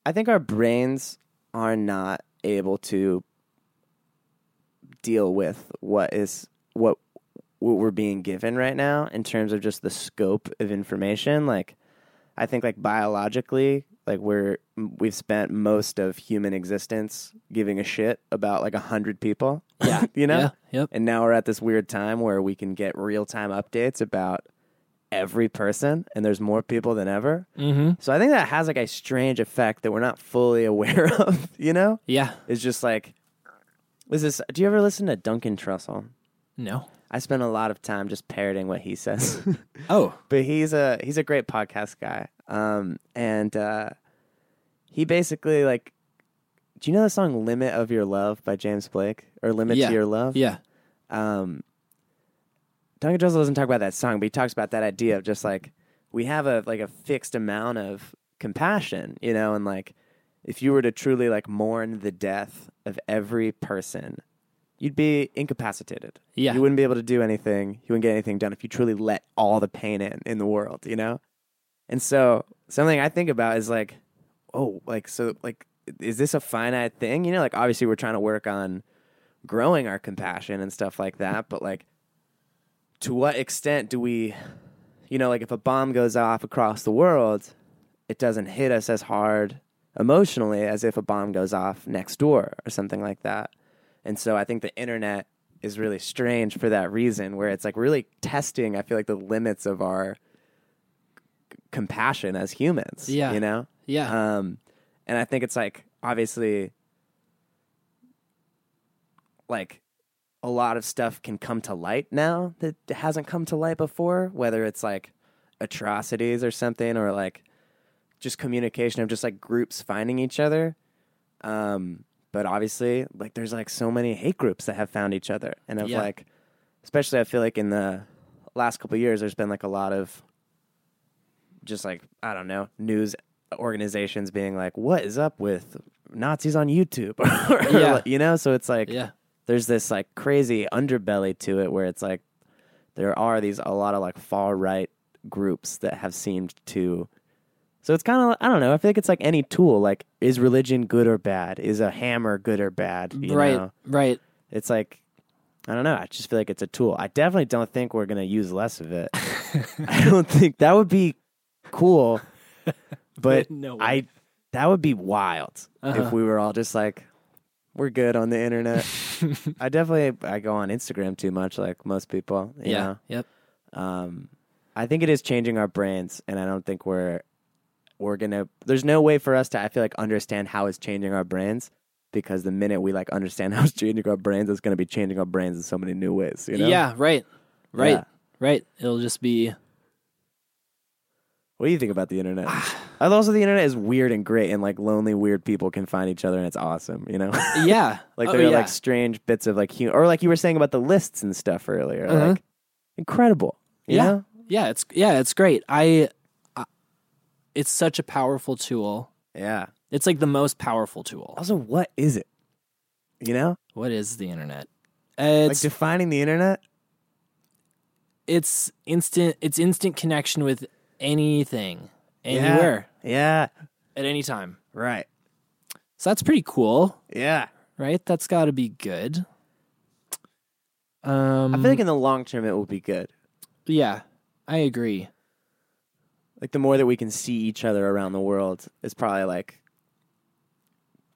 S1: I think our brains are not able to deal with what is what what we're being given right now in terms of just the scope of information. Like, I think like biologically, like we're we've spent most of human existence giving a shit about like a hundred people.
S3: Yeah.
S1: you know.
S3: Yeah. Yep.
S1: And now we're at this weird time where we can get real time updates about every person, and there's more people than ever.
S3: Mm-hmm.
S1: So I think that has like a strange effect that we're not fully aware of, you know?
S3: Yeah.
S1: It's just like, is this, do you ever listen to Duncan Trussell?
S3: No.
S1: I spend a lot of time just parroting what he says.
S3: Oh.
S1: but he's a he's a great podcast guy. Um, and uh, he basically like, do you know the song "Limit of Your Love" by James Blake or "Limit
S3: Yeah.
S1: to Your Love"?
S3: Yeah.
S1: um, Duncan Trussell doesn't talk about that song, but he talks about that idea of just like we have a like a fixed amount of compassion, you know, and like if you were to truly like mourn the death of every person, you'd be incapacitated.
S3: Yeah.
S1: you wouldn't be able to do anything. You wouldn't get anything done if you truly let all the pain in in the world, you know. And so something I think about is like, oh, like so like is this a finite thing? You know, like obviously we're trying to work on growing our compassion and stuff like that but like to what extent do we you know like if a bomb goes off across the world it doesn't hit us as hard emotionally as if a bomb goes off next door or something like that and so i think the internet is really strange for that reason where it's like really testing i feel like the limits of our c- compassion as humans
S3: Yeah.
S1: you know
S3: Yeah.
S1: um, and I think it's like obviously, like a lot of stuff can come to light now that hasn't come to light before. Whether it's like atrocities or something, or like just communication of just like groups finding each other. Um, but obviously, like there's like so many hate groups that have found each other, and of
S3: Yeah.
S1: like, especially I feel like in the last couple of years, there's been like a lot of just like I don't know news organizations being like, "What is up with Nazis on YouTube?" Or,
S3: Yeah.
S1: you know. So it's like
S3: yeah.
S1: there's this like crazy underbelly to it where it's like there are these a lot of like far right groups that have seemed to. So it's kind of I don't know. I feel like it's like any tool. Like, is religion good or bad? Is a hammer good or bad? You
S3: Right.
S1: know?
S3: Right.
S1: It's like I don't know. I just feel like it's a tool. I definitely don't think we're gonna use less of it. I don't think that would be cool, but
S3: No way.
S1: I that would be wild
S3: Uh-huh.
S1: if we were all just like we're good on the internet. I definitely I go on Instagram too much, like most people. You
S3: Yeah. Yep.
S1: Know? Um, I think it is changing our brains, and I don't think we're we're gonna. There's no way for us to I feel like understand how it's changing our brains. Because the minute we like understand how it's changing our brains, it's going to be changing our brains in so many new ways. You know?
S3: Yeah. Right. Right.
S1: Yeah.
S3: Right. It'll just be
S1: What do you think about the internet?
S3: Ah.
S1: I also the internet is weird and great, and like lonely weird people can find each other, and it's awesome. You know,
S3: Yeah.
S1: like
S3: Oh,
S1: there are
S3: yeah.
S1: like strange bits of like humor, or like you were saying about the lists and stuff earlier.
S3: Uh-huh.
S1: Like incredible. you
S3: yeah.
S1: know?
S3: Yeah, it's yeah, it's great. I, I it's such a powerful tool.
S1: Yeah.
S3: It's like the most powerful tool.
S1: Also, what is it? You know,
S3: What is the internet? Uh,
S1: like
S3: It's
S1: defining the internet.
S3: it's instant it's instant connection with anything anywhere
S1: Yeah.
S3: at any time.
S1: Right.
S3: So that's pretty cool,
S1: Yeah.
S3: right? That's got to be good. Um
S1: I feel like in the long term it will be good.
S3: yeah, I agree.
S1: Like the more that we can see each other around the world, it's probably like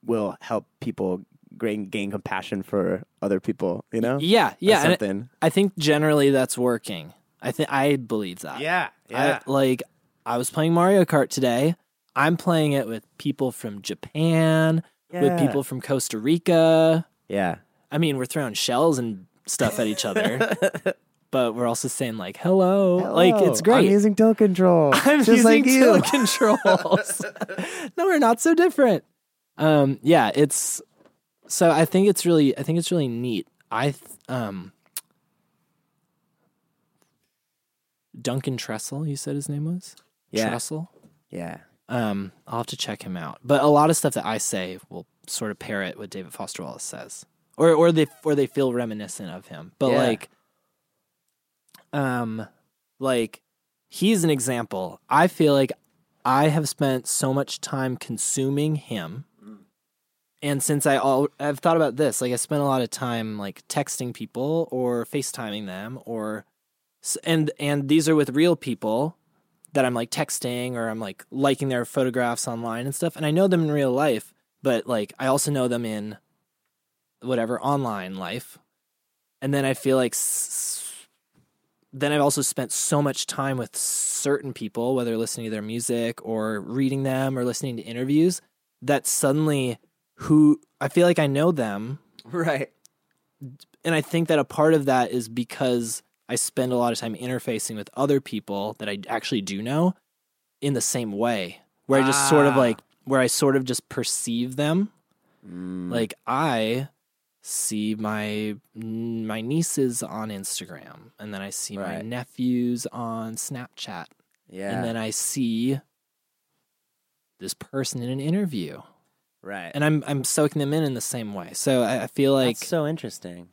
S1: will help people gain, gain compassion for other people. You know?
S3: Yeah,
S1: Or
S3: yeah, and
S1: something.
S3: I think generally that's working. I think I believe that.
S1: yeah.
S3: I, like I was playing Mario Kart today. I'm playing it with people from Japan, with
S1: Yeah.
S3: people from Costa Rica.
S1: yeah.
S3: I mean, we're throwing shells and stuff at each other, but we're also saying like hello. Like it's
S1: I'm
S3: great.
S1: using tilt control.
S3: I'm
S1: just
S3: using
S1: like you.
S3: tilt controls. no, we're not so different. Um, yeah, it's so I think it's really I think it's really neat. I th- um Duncan Tressel, you said his name was?
S1: Yeah.
S3: Tressel.
S1: yeah.
S3: Um, I'll have to check him out. But a lot of stuff that I say will sort of parrot what David Foster Wallace says, or or they or they feel reminiscent of him. But
S1: Yeah.
S3: like, um, like he's an example. I feel like I have spent so much time consuming him, and since I all I've thought about this, like I spent a lot of time like texting people or FaceTiming them or. s- And and these are with real people, that I'm like texting or I'm like liking their photographs online and stuff. And I know them in real life, but like I also know them in whatever online life. And then I feel like s- then I've also spent so much time with certain people, whether listening to their music or reading them or listening to interviews, that suddenly who I feel like I know them
S1: Right.
S3: and I think that a part of that is because I spend a lot of time interfacing with other people that I actually do know in the same way, where I just sort of
S1: Ah.
S3: like where I sort of just perceive them.
S1: Mm.
S3: Like I see my my nieces on Instagram, and then I see my
S1: Right.
S3: nephews on Snapchat,
S1: Yeah.
S3: and then I see this person in an interview,
S1: right.
S3: and I'm I'm soaking them in in the same way. So I, I feel like
S1: That's so interesting.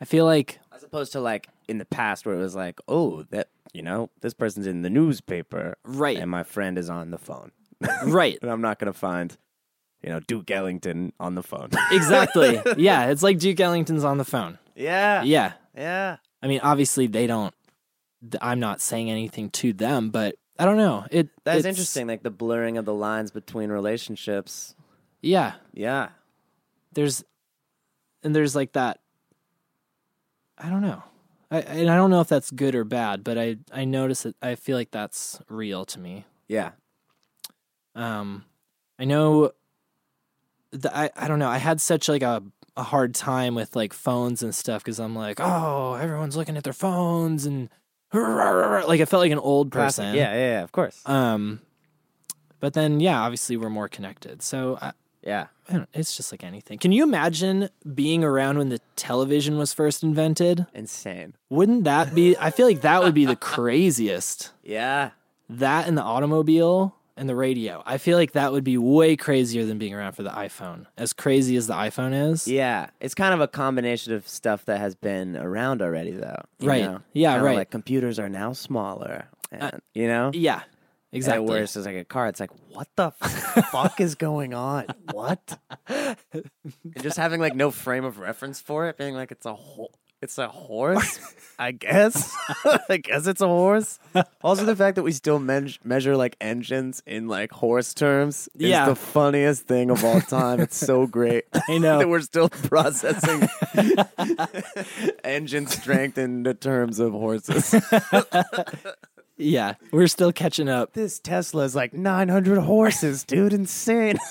S3: I feel like
S1: As opposed to like in the past where it was like, oh, that you know, this person's in the newspaper
S3: right,
S1: and my friend is on the phone.
S3: right.
S1: And I'm not gonna find, you know, Duke Ellington on the phone.
S3: exactly. Yeah, it's like Duke Ellington's on the phone.
S1: yeah.
S3: Yeah.
S1: Yeah.
S3: I mean, obviously they don't th- I'm not saying anything to them, but I don't know. It
S1: That's
S3: it's-
S1: interesting, like the blurring of the lines between relationships.
S3: Yeah.
S1: Yeah.
S3: There's and there's like that I don't know. I and I don't know if that's good or bad, but I I notice it I feel like that's real to me.
S1: Yeah.
S3: um i know the, I, I don't know i had such like a, a hard time with like phones and stuff because i'm like oh everyone's looking at their phones and like i felt like an old
S1: Classic.
S3: person
S1: Yeah, yeah, yeah, of course.
S3: um but then yeah obviously we're more connected so I,
S1: yeah.
S3: I don't, it's just like anything can you imagine being around when the television was first invented
S1: Insane.
S3: wouldn't that be i feel like that would be the craziest
S1: Yeah.
S3: that and the automobile and the radio. I feel like that would be way crazier than being around for the iPhone. As crazy as the iPhone is.
S1: Yeah, it's kind of a combination of stuff that has been around already, though. you
S3: Right.
S1: know?
S3: Yeah,
S1: Kinda
S3: right.
S1: Like computers are now smaller, and, you know.
S3: Yeah,
S1: Exactly.
S3: exactly.
S1: And where it's just like a car, it's like, what the fuck is going on? What? and just having like no frame of reference for it, being like, it's a whole. It's a horse, I guess. I guess it's a horse. Also, the fact that we still men- measure like engines in like horse terms is
S3: Yeah.
S1: the funniest thing of all time. It's so great.
S3: I know.
S1: that we're still processing engine strength in the terms of horses.
S3: yeah, we're still catching up.
S1: This Tesla is like 900 horses, dude. Insane.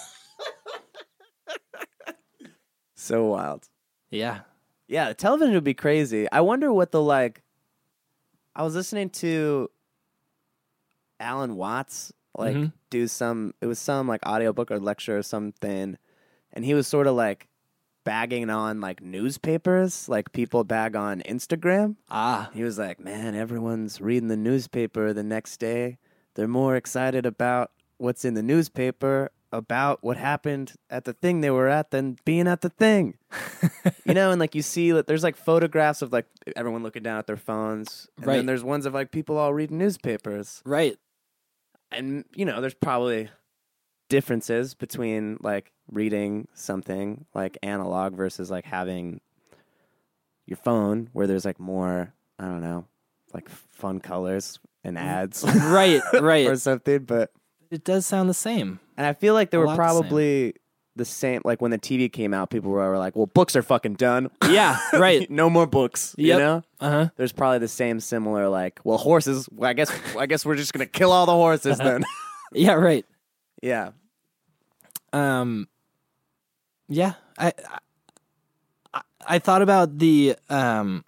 S1: so wild.
S3: Yeah.
S1: Yeah, the television would be crazy. I wonder what the like. I was listening to Alan Watts like do some it was some like audiobook or lecture or something and he was sort of like bagging on like newspapers like people bag on Instagram.
S3: Ah,
S1: He was like, "Man, everyone's reading the newspaper the next day. They're more excited about what's in the newspaper about what happened at the thing they were at than being at the thing." you know, and like you see that there's like photographs of like everyone looking down at their phones, and
S3: Right.
S1: then there's ones of like people all reading newspapers
S3: right.
S1: and you know there's probably differences between like reading something like analog versus like having your phone where there's like more i don't know like fun colors and ads
S3: Right, Mm-hmm. right.
S1: or something but
S3: It does sound the same.
S1: and i feel like they
S3: A
S1: were
S3: lot the same.
S1: probably the same like when the tv came out people were like well books are fucking done
S3: Yeah, right.
S1: no more books you
S3: Yep.
S1: know
S3: Uh huh.
S1: there's probably the same similar like well horses well, i guess i guess we're just gonna kill all the horses then
S3: Yeah, right.
S1: yeah
S3: Um, yeah, I, I- I I thought about the um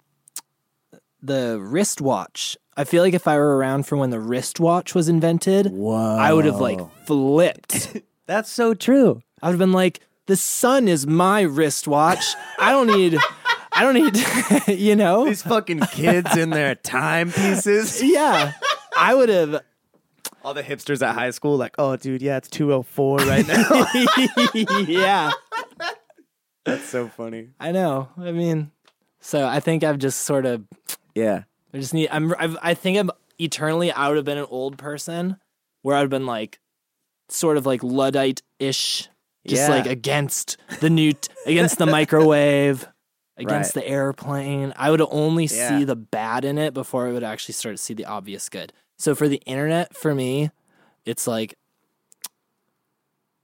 S3: the wristwatch. I feel like if I were around for when the wristwatch was invented,
S1: Whoa.
S3: I would have like flipped.
S1: That's so true.
S3: I would have been like, the sun is my wristwatch. I don't need, I don't need, you know.
S1: These fucking kids in their timepieces.
S3: Yeah, I would have.
S1: All the hipsters at high school, like, oh, dude, yeah, it's 204 right now.
S3: yeah,
S1: That's so funny.
S3: I know. I mean, so I think I've just sort of
S1: Yeah.
S3: I just need. I'm. I've, I think I'm eternally. I would have been an old person where I'd been like, sort of like luddite ish,
S1: Yeah.
S3: just like against the new, t- against the microwave, against
S1: Right.
S3: the airplane. I would only
S1: Yeah.
S3: see the bad in it before I would actually start to see the obvious good. So for the internet, for me, it's like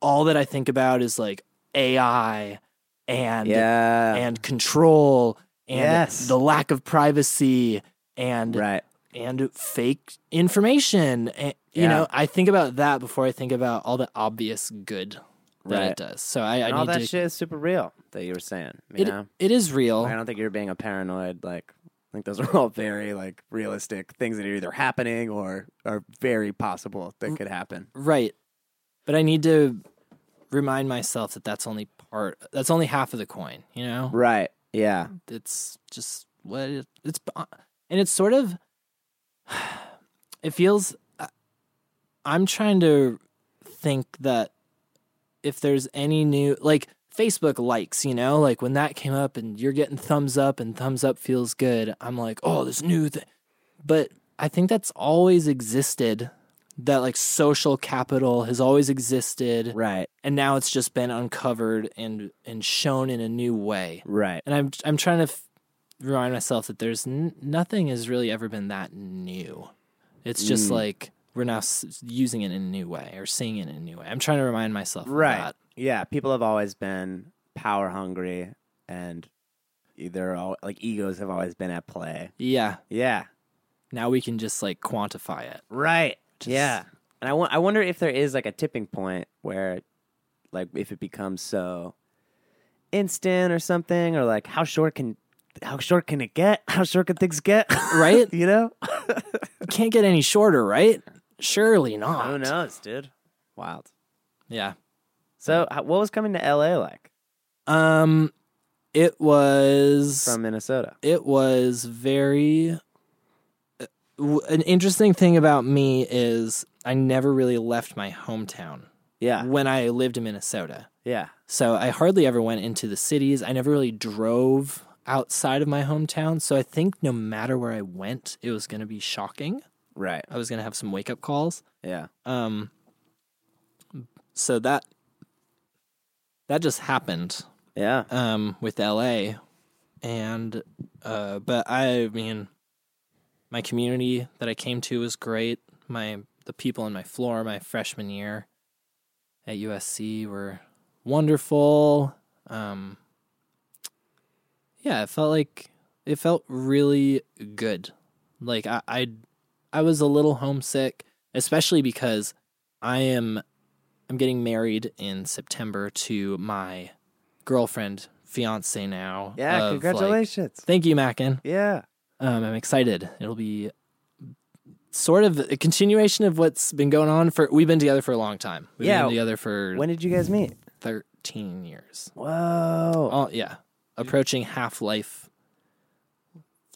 S3: all that I think about is like AI and
S1: Yeah.
S3: and control and
S1: Yes.
S3: the lack of privacy and
S1: right.
S3: and fake information and, you
S1: Yeah.
S3: know i think about that before i think about all the obvious good that
S1: Right.
S3: it does so i, I
S1: And
S3: need
S1: all that
S3: to
S1: shit is super real that you were saying. You
S3: it,
S1: know?
S3: it is real
S1: I don't think you're being a paranoid, like, I think those are all very like realistic things that are either happening or are very possible
S3: Mm.
S1: that could happen.
S3: right but i need to remind myself that that's only part that's only half of the coin you know
S1: Right. Yeah.
S3: it's just what it, it's uh, and it's sort of it feels I- i'm trying to think that if there's any new like facebook likes you know like when that came up and you're getting thumbs up and thumbs up feels good i'm like oh this new thing but i think that's always existed that like social capital has always existed
S1: Right.
S3: and now it's just been uncovered and and shown in a new way
S1: Right.
S3: and I'm I'm trying to f- remind myself that there's n- nothing has really ever been that new. It's just
S1: Mm.
S3: like we're now s- using it in a new way or seeing it in a new way. I'm trying to remind myself of
S1: Right.
S3: that.
S1: Yeah. People have always been power hungry and they're all like egos have always been at play.
S3: Yeah,
S1: Yeah.
S3: now we can just like quantify it.
S1: Right.
S3: Just-
S1: yeah. And I, wo- I wonder if there is like a tipping point where, like, if it becomes so instant or something, or like, how short can. How short can it get? How short can things get?
S3: Right?
S1: you know?
S3: It can't get any shorter, right? Surely not.
S1: Who knows, dude? Wild.
S3: Yeah.
S1: So, how, what was coming to LA like
S3: Um, it was
S1: from Minnesota?
S3: it was very uh, w- an interesting thing about me is I never really left my hometown.
S1: Yeah.
S3: when I lived in Minnesota.
S1: Yeah.
S3: So I hardly ever went into the cities. I never really drove outside of my hometown. So I think no matter where I went, it was going to be shocking.
S1: Right.
S3: I was going to have some wake up calls.
S1: Yeah.
S3: Um, so that that just happened
S1: Yeah.
S3: um, with LA, and uh, but I mean, my community that I came to was great. My the people on my floor my freshman year at USC were wonderful. Um, yeah, it felt like it felt really good. Like I, I, I was a little homesick, especially because I am, I'm getting married in September to my girlfriend, fiance now.
S1: Yeah.
S3: of, like-
S1: Congratulations.
S3: thank you, Mackin.
S1: yeah.
S3: Um, I'm excited. It'll be sort of a continuation of what's been going on for. We've been together for a long time. We've
S4: Yeah.
S3: been together for
S4: When did you guys meet?
S3: thirteen years.
S4: Whoa.
S3: Oh yeah, approaching half life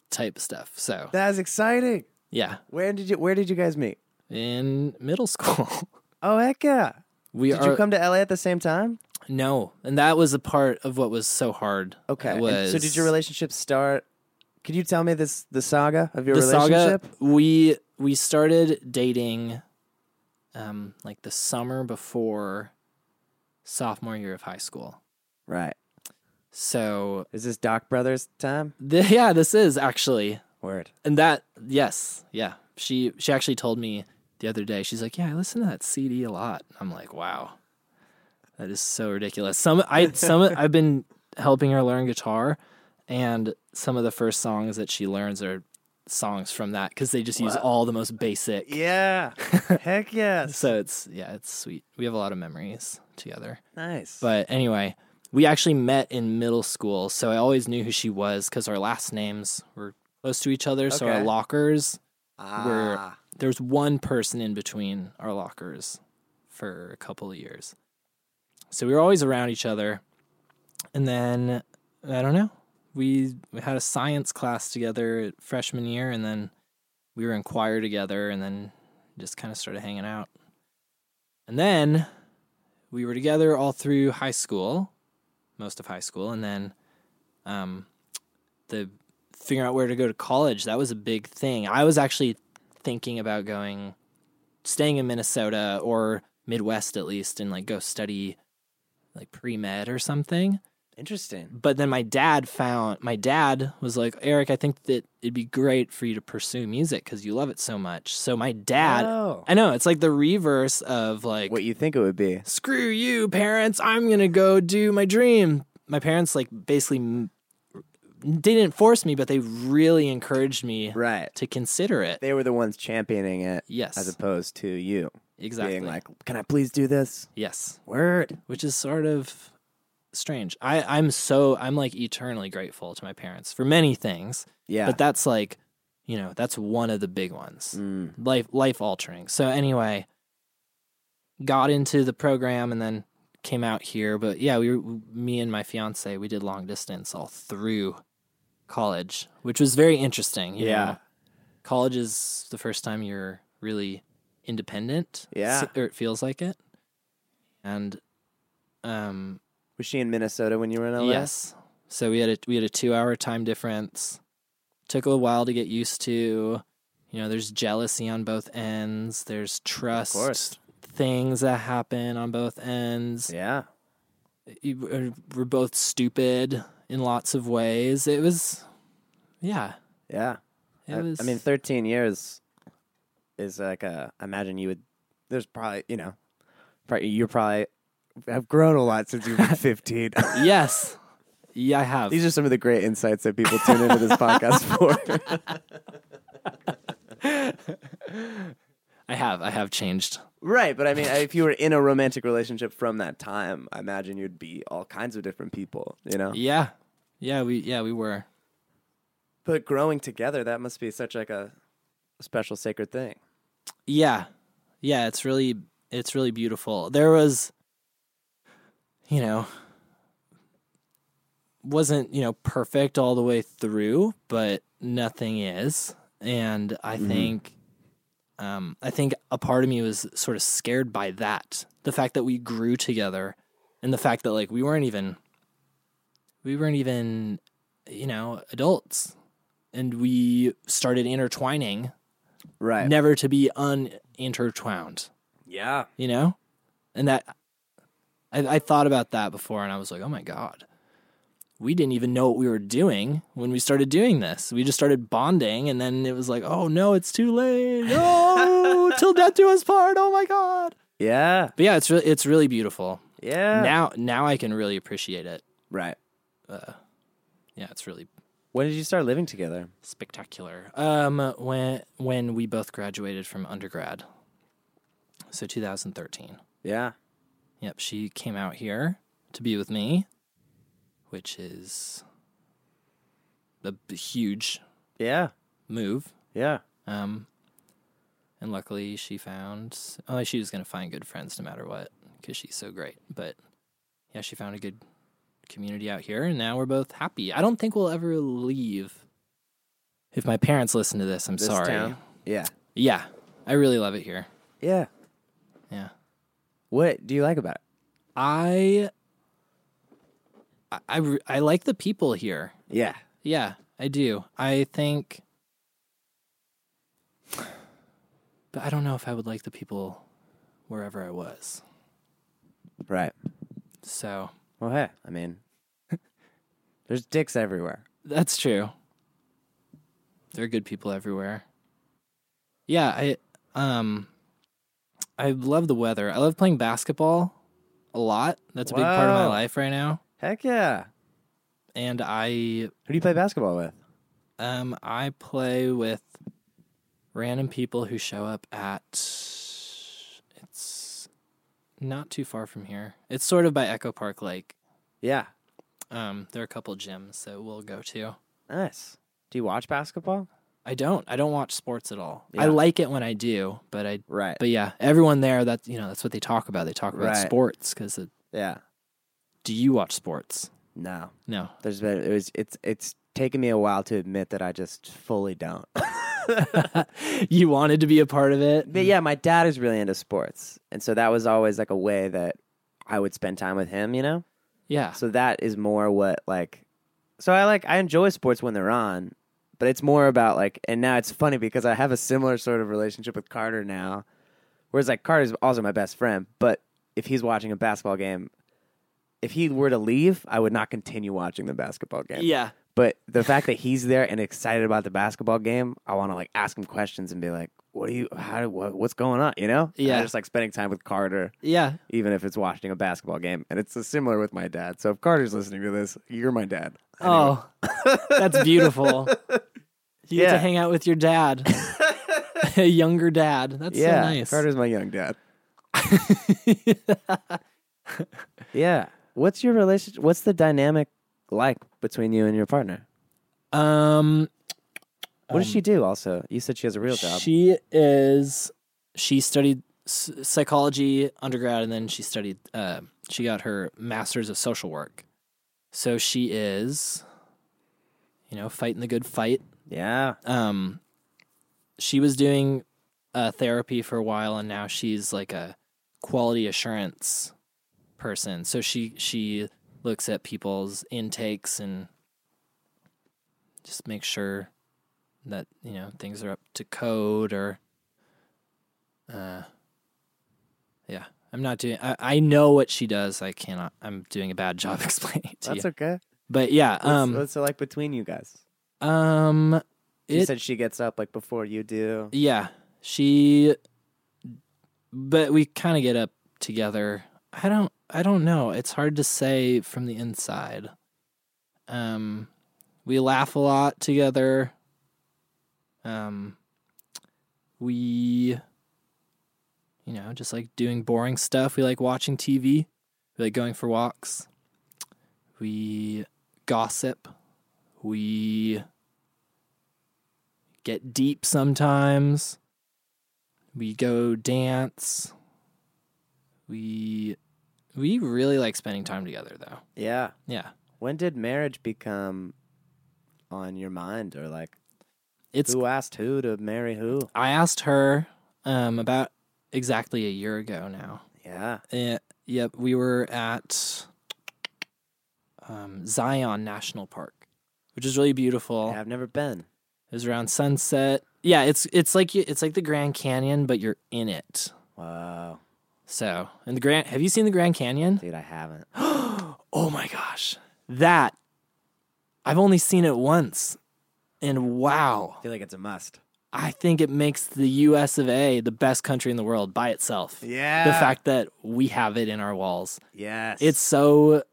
S3: type stuff. So
S4: That's exciting.
S3: yeah,
S4: Where did you where did you guys meet?
S3: in middle school,
S4: Oh heck yeah.
S3: we
S4: Did
S3: are
S4: you come to LA at the same time?
S3: no, and that was a part of what was so hard.
S4: Okay. And
S3: was
S4: So did your relationship start? Could you tell me this the saga of your
S3: the
S4: relationship?
S3: saga? We we started dating, um, like the summer before sophomore year of high school.
S4: Right.
S3: So
S4: Is this Doc Brothers time?
S3: the, yeah, this is actually
S4: Word.
S3: and that yes yeah she she actually told me the other day she's like yeah i listen to that cd a lot i'm like wow that is so ridiculous some i some i've been helping her learn guitar and some of the first songs that she learns are songs from that because they just use all the most basic
S4: Yeah. heck yes.
S3: so it's yeah it's sweet we have a lot of memories together
S4: Nice.
S3: but anyway, we actually met in middle school, so I always knew who she was because our last names were close to each other. So our
S4: Okay.
S3: lockers were
S4: Ah.
S3: there's one person in between our lockers for a couple of years. So we were always around each other. And then I don't know. We we had a science class together freshman year and then we were in choir together and then just kind of started hanging out. And then we were together all through high school, most of high school, and then um, the figuring out where to go to college that was a big thing. I was actually thinking about going, staying in Minnesota or Midwest at least, and like go study like pre med or something.
S4: Interesting.
S3: But then my dad found my dad was like, Eric, I think that it'd be great for you to pursue music because you love it so much. So my dad,
S4: Oh.
S3: I know it's like the reverse of like
S1: What you think it would be?
S3: screw you parents i'm gonna go do my dream my parents like basically m- they didn't force me but they really encouraged me
S1: Right.
S3: to consider it
S1: They were the ones championing it
S3: yes
S1: as opposed to you
S3: exactly
S1: being like, "Can I please do this?"
S3: yes
S1: Word.
S3: which is sort of strange i i'm so i'm like eternally grateful to my parents for many things
S1: Yeah.
S3: but that's like you know that's one of the big ones
S1: Mm.
S3: life life altering. So anyway, got into the program and then came out here. But yeah, we were me and my fiance we did long distance all through college, which was very interesting. you
S1: Yeah.
S3: know. college is the first time you're really independent.
S1: Yeah.
S3: s- or it feels like it. And um,
S1: Was she in Minnesota when you were in LA?
S3: yes, so we had a we had a two hour time difference. Took a while to get used to. You know, there's jealousy on both ends. There's trust
S1: course.
S3: things that happen on both ends.
S1: Yeah.
S3: You- We're we're both stupid in lots of ways. It was, yeah,
S1: Yeah.
S3: it
S1: I,
S3: was.
S1: I mean, 13 years is like a. I imagine you would. There's probably you know, probably you're probably have grown a lot since you've been 15.
S3: yes, yeah, I have.
S1: These are some of the great insights that people tune into this podcast for.
S3: I have. I have changed.
S1: right, but I mean, if you were in a romantic relationship from that time, I imagine you'd be all kinds of different people. You know.
S3: Yeah, yeah, we yeah we were.
S1: But growing together, that must be such like a special sacred thing.
S3: Yeah. Yeah, it's really it's really beautiful. There was you know wasn't, you know, perfect all the way through, but nothing is. And I think um I think a part of me was sort of scared by that. The fact that we grew together and the fact that like we weren't even we weren't even, you know, adults. And we started intertwining
S1: Right.
S3: never to be unintertwined,
S1: yeah.
S3: you know? And that I, I thought about that before and I was like, oh my God, we didn't even know what we were doing when we started doing this. We just started bonding and then it was like, oh no, it's too late. Oh, till death do us part. Oh my God.
S1: Yeah.
S3: But yeah, it's really, it's really beautiful.
S1: Yeah.
S3: Now, now I can really appreciate it.
S1: Right.
S3: Yeah, it's really
S1: When did you start living together?
S3: spectacular. Um, when when we both graduated from undergrad, so 2013.
S1: Yeah.
S3: Yep, she came out here to be with me, which is a b- huge
S1: Yeah.
S3: move.
S1: Yeah.
S3: Um, and luckily she found. Oh, she was gonna find good friends no matter what because she's so great. But yeah, she found a good community out here, and now we're both happy. I don't think we'll ever leave. If my parents listen to this, I'm
S1: This
S3: sorry.
S1: town? Yeah.
S3: Yeah, I really love it here.
S1: Yeah.
S3: Yeah.
S1: What do you like about it?
S3: I I- I re- I like the people here.
S1: Yeah.
S3: Yeah, I do. I think but I don't know if I would like the people wherever I was.
S1: Right.
S3: So,
S1: Well, hey, I mean, there's dicks everywhere.
S3: that's true. There are good people everywhere. Yeah, I um I love the weather. I love playing basketball a lot. That's a big part of my
S1: Wow.
S3: life right now.
S1: Heck yeah.
S3: And I
S1: Who do you play basketball with?
S3: Um, I play with random people who show up at. It's not too far from here. It's sort of by Echo Park Lake.
S1: Yeah.
S3: Um, there are a couple gyms that we'll go to.
S1: Nice. Do you watch basketball?
S3: I don't. I don't watch sports at all. I
S1: Yeah.
S3: like it when I do, but I.
S1: Right.
S3: But yeah, everyone there that you know that's what they talk about. They talk about
S1: Right.
S3: sports because.
S1: yeah.
S3: Do you watch sports?
S1: No.
S3: No.
S1: There's been it was it's it's taken me a while to admit that I just fully don't.
S3: you wanted to be a part of it.
S1: but yeah, my dad is really into sports, and so that was always like a way that I would spend time with him. You know.
S3: Yeah.
S1: So that is more what like. So I like I enjoy sports when they're on, but it's more about like. And now it's funny because I have a similar sort of relationship with Carter now, whereas like Carter's also my best friend, but if he's watching a basketball game. If he were to leave, I would not continue watching the basketball game.
S3: Yeah.
S1: But the fact that he's there and excited about the basketball game, I want to like ask him questions and be like, "What do you? How? do- What, what's going on?" You know? And I
S3: Yeah.
S1: just like spending time with Carter,
S3: Yeah.
S1: even if it's watching a basketball game, and it's uh, similar with my dad. So if Carter's listening to this, you're my dad.
S3: Oh, that's beautiful. You get
S1: Yeah.
S3: to hang out with your dad, a younger dad. That's
S1: yeah,
S3: so nice.
S1: Carter's my young dad. yeah. What's your relationship? What's the dynamic like between you and your partner?
S3: Um,
S1: What does she do? Also, you said she has a real job.
S3: she is. She studied s- psychology undergrad, and then she studied. Uh, she got her master's of social work. So she is, you know, fighting the good fight.
S1: yeah.
S3: um she was doing uh therapy for a while and now she's like a quality assurance person so she she looks at people's intakes and just make sure that you know things are up to code or uh yeah i'm not doing i, I know what she does i cannot i'm doing a bad job explaining it to
S1: That's
S3: you
S1: okay.
S3: but yeah
S1: What's,
S3: um
S1: what's it like between you guys?
S3: um
S1: She
S3: it-
S1: said she gets up like before you do.
S3: Yeah, she. But we kind of get up together. I don't. I don't know. It's hard to say from the inside. Um, we laugh a lot together. Um, we, you know, just like doing boring stuff. We like watching TV. We like going for walks. We gossip. We get deep sometimes. We go dance. We we really like spending time together though.
S1: Yeah.
S3: Yeah.
S1: When did marriage become on your mind or like
S3: It's
S1: who asked who to marry who?
S3: I asked her um about exactly a year ago now.
S1: Yeah.
S3: Eh, yep, we were at um, Zion National Park, which is really beautiful.
S1: I've never been.
S3: It was around sunset. Yeah, it's it's like you, it's like the Grand Canyon, but you're in it.
S1: Wow.
S3: So, and the Grand, have you seen the Grand Canyon?
S1: Dude, I haven't.
S3: Oh my gosh. That I've only seen it once. And wow,
S1: I feel like it's a must.
S3: I think it makes the US of A the best country in the world by itself.
S1: Yeah.
S3: The fact that we have it in our walls.
S1: Yes.
S3: It's so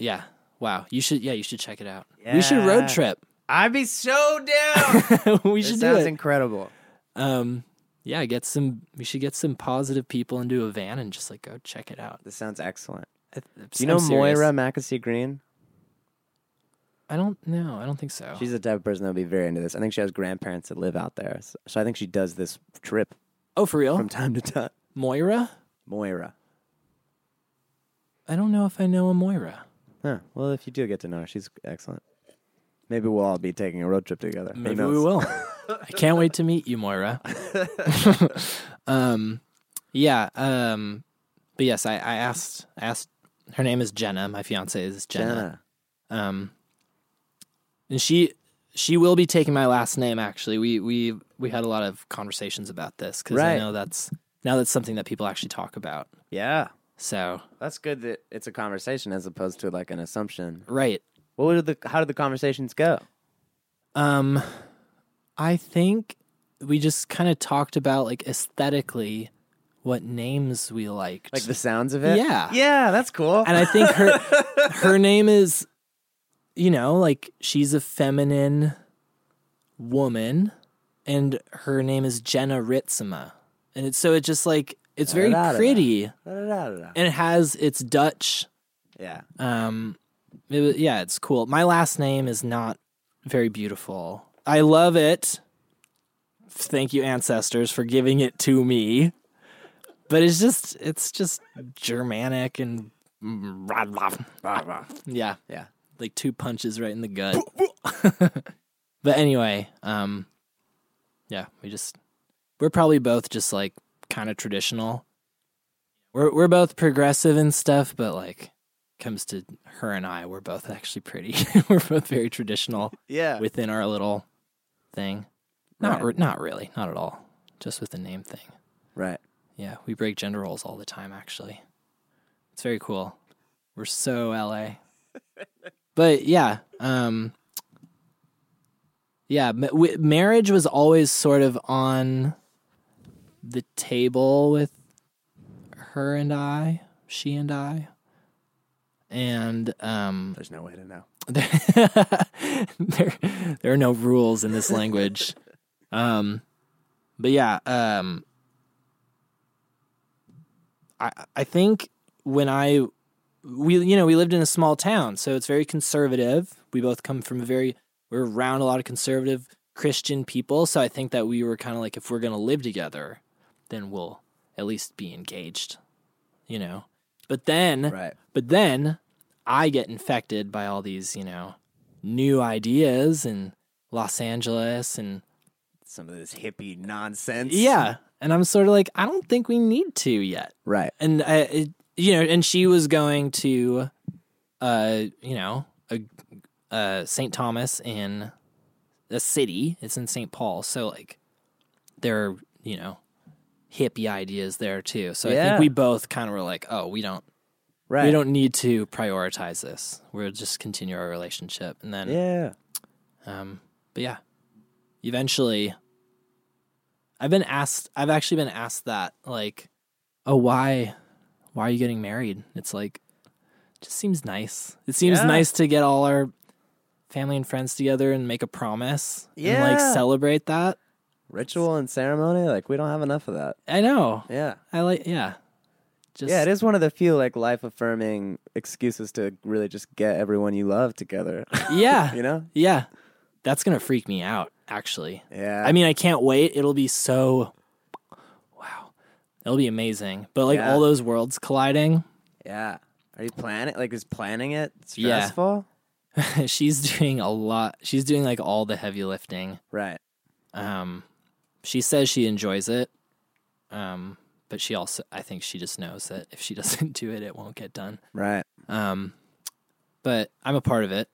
S3: yeah. Wow. You should yeah, you should check it out. We should road
S1: Yeah.
S3: trip.
S1: I'd be so down.
S3: we
S1: this
S3: should do
S1: sounds
S3: it.
S1: incredible.
S3: um yeah, get some we should get some positive people into a van and just like go check it out.
S1: This sounds excellent.
S3: Do
S1: Do you know Moira Mackesy Green?
S3: I don't know. I don't think so.
S1: She's the type of person that would be very into this. I think she has grandparents that live out there. So, so I think she does this trip
S3: Oh, for real?
S1: from time to time.
S3: Moira?
S1: Moira.
S3: I don't know if I know a Moira.
S1: Huh. Well, if you do get to know her, she's excellent. Maybe we'll all be taking a road trip together. Who
S3: Maybe
S1: knows?
S3: we will. I can't wait to meet you, Moira. um, yeah. Um, but yes, I, I asked asked. Her name is Jenna. My fiance is Jenna.
S1: Jenna.
S3: Um, and she she will be taking my last name. Actually, we we we had a lot of conversations about this because I
S1: Right.
S3: know that's now that's something that people actually talk about.
S1: Yeah.
S3: So
S1: That's good that it's a conversation as opposed to like an assumption.
S3: right.
S1: What were the how did the conversations go?
S3: Um, I think we just kind of talked about like aesthetically what names we liked.
S1: Like the sounds of it?
S3: Yeah.
S1: Yeah, that's cool.
S3: and I think her her name is, you know, like she's a feminine woman, and her name is Jenna Ritzema, and it's so it just like it's very
S1: Da-da-da-da.
S3: pretty,
S1: Da-da-da-da-da.
S3: and it has it's Dutch.
S1: Yeah.
S3: Um, it was, yeah, it's cool. My last name is not very beautiful. I love it. Thank you, ancestors, for giving it to me. But it's just, it's just Germanic and yeah,
S1: Yeah.
S3: like two punches right in the gut. but anyway, um, yeah, we just we're probably both just like kind of traditional. We're we're both progressive and stuff, but like comes to her and I, we're both actually pretty. we're both very traditional
S1: Yeah.
S3: within our little thing. Not
S1: Right.
S3: re- not really, not at all. Just with the name thing.
S1: right.
S3: Yeah, we break gender roles all the time, actually. It's very cool. We're so LA. but yeah, um, yeah, ma- wi- marriage was always sort of on the table with her and I, she and I. And um,
S1: There's no way to know.
S3: there, there, there are no rules in this language. Um, but yeah, um, I, I think when I, we, you know, we lived in a small town, so it's very conservative. We both come from a very, we're around a lot of conservative Christian people. So I think that we were kind of like, if we're going to live together, then we'll at least be engaged, you know? But then,
S1: Right.
S3: but then I get infected by all these, you know, new ideas in Los Angeles and
S1: Some of this hippie nonsense.
S3: yeah, and I'm sort of like I don't think we need to yet.
S1: Right.
S3: And I it, you know, and she was going to uh, you know, a uh St. Thomas in a city. It's in St. Paul. So like there are, you know, hippie ideas there too. So I
S1: Yeah.
S3: think we both kind of were like, oh, we don't
S1: Right.
S3: we don't need to prioritize this. We'll just continue our relationship, and then,
S1: Yeah.
S3: um, but yeah, eventually, I've been asked. I've actually been asked that, like, oh, why, why are you getting married? It's like, just seems nice. It seems
S1: Yeah.
S3: nice to get all our family and friends together and make a promise and like
S1: Yeah.
S3: celebrate that.
S1: Ritual and ceremony, like we don't have enough of that.
S3: I know.
S1: Yeah.
S3: I like. Yeah. Just,
S1: Yeah, it is one of the few like life affirming excuses to really just get everyone you love together.
S3: Yeah.
S1: you know?
S3: yeah. That's gonna freak me out. Actually.
S1: Yeah.
S3: I mean, I can't wait. It'll be so wow. It'll be amazing. But like
S1: Yeah.
S3: all those worlds colliding,
S1: Yeah. Are you planning like is planning it
S3: Yeah.
S1: stressful?
S3: she's doing a lot. She's doing like all the heavy lifting.
S1: Right.
S3: Um she says she enjoys it. Um but she also I think she just knows that if she doesn't do it, it won't get done.
S1: Right.
S3: Um but I'm a part of it.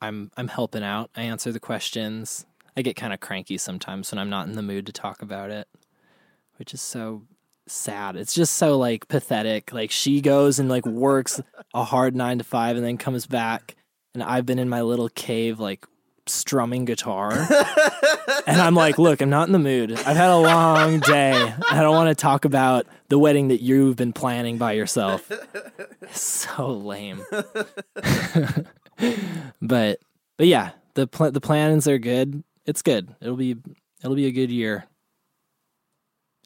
S3: I'm I'm helping out. I answer the questions. I get kind of cranky sometimes when I'm not in the mood to talk about it, which is so sad. It's just so like pathetic. Like she goes and like works a hard 9 to 5 and then comes back and I've been in my little cave like strumming guitar. and I'm like, "Look, I'm not in the mood. I've had a long day. I don't want to talk about the wedding that you've been planning by yourself." so lame. but but yeah, the pl- the plans are good. It's good. It'll be it'll be a good year.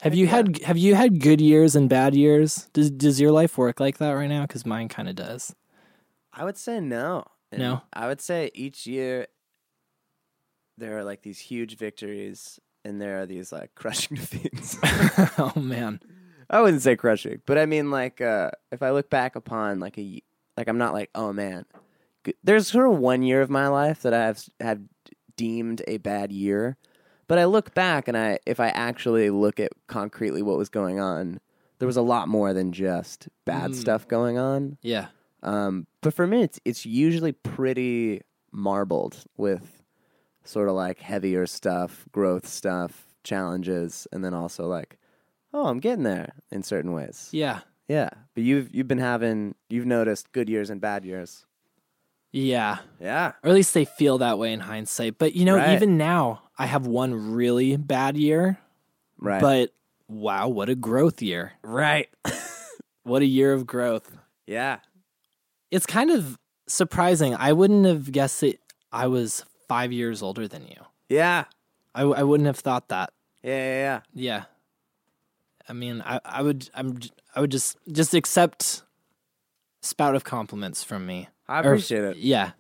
S3: Have you had have you had good years and bad years? Does does your life work like that right now? Because mine kind of does.
S1: I would say no. And
S3: No?
S1: I would say each year there are like these huge victories and there are these like crushing defeats.
S3: oh man.
S1: I wouldn't say crushing, but I mean like uh, if I look back upon like a y- like I'm not like oh man, G- there's sort of one year of my life that I have s- have deemed a bad year, but I look back and I if I actually look at concretely what was going on, there was a lot more than just bad
S3: Mm.
S1: stuff going on.
S3: Yeah.
S1: Um, but for me, it's it's usually pretty marbled with sort of like heavier stuff, growth stuff, challenges, and then also like, oh, I'm getting there in certain ways.
S3: Yeah.
S1: Yeah, but you've you've been having you've noticed good years and bad years.
S3: Yeah.
S1: Yeah,
S3: Or at least they feel that way in hindsight. But you know,
S1: Right.
S3: even now I have one really bad year,
S1: right.
S3: but wow, what a growth year.
S1: right.
S3: What a year of growth.
S1: Yeah.
S3: It's kind of surprising. I wouldn't have guessed that I was 5 years older than you.
S1: Yeah.
S3: I I wouldn't have thought that.
S1: Yeah. Yeah. Yeah.
S3: Yeah. I mean, I, I would I'm j- I would just just accept spout of compliments from me.
S1: I
S3: Or-
S1: appreciate it.
S3: Yeah.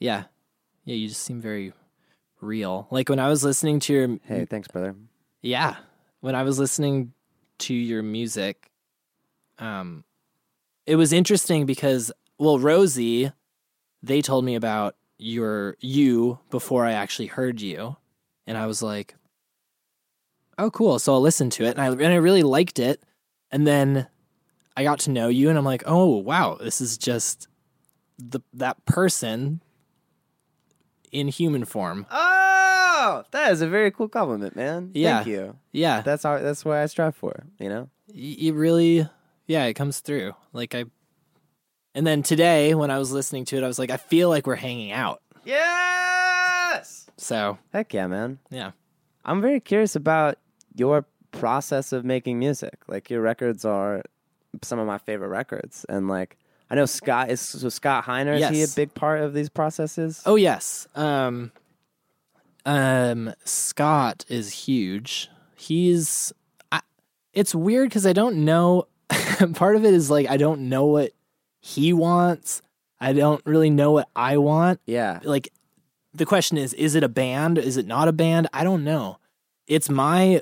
S3: Yeah. Yeah, you just seem very real. Like when I was listening to your
S1: Hey, thanks, brother.
S3: yeah, when I was listening to your music um it was interesting because well, Rosie they told me about your you before I actually heard you and I was like oh cool, so I'll listen to it and I and I really liked it and then I got to know you and I'm like, "Oh, wow, this is just the that person in human form."
S1: Oh, that is a very cool compliment, man.
S3: Yeah.
S1: Thank you.
S3: Yeah.
S1: That's all. That's what I strive for. You know.
S3: y- it really yeah it comes through like i and then today when i was listening to it i was like i feel like we're hanging out
S1: Yes.
S3: so
S1: Heck yeah, man.
S3: yeah
S1: I'm very curious about your process of making music. Like your records are some of my favorite records, and like I know Scott is so Scott Heiner. Is he a
S3: Yes.
S1: big part of these processes?
S3: oh yes um um scott is huge he's I, it's weird because i don't know part of it is like i don't know what he wants i don't really know what i want
S1: yeah,
S3: like the question is is it a band is it not a band i don't know it's my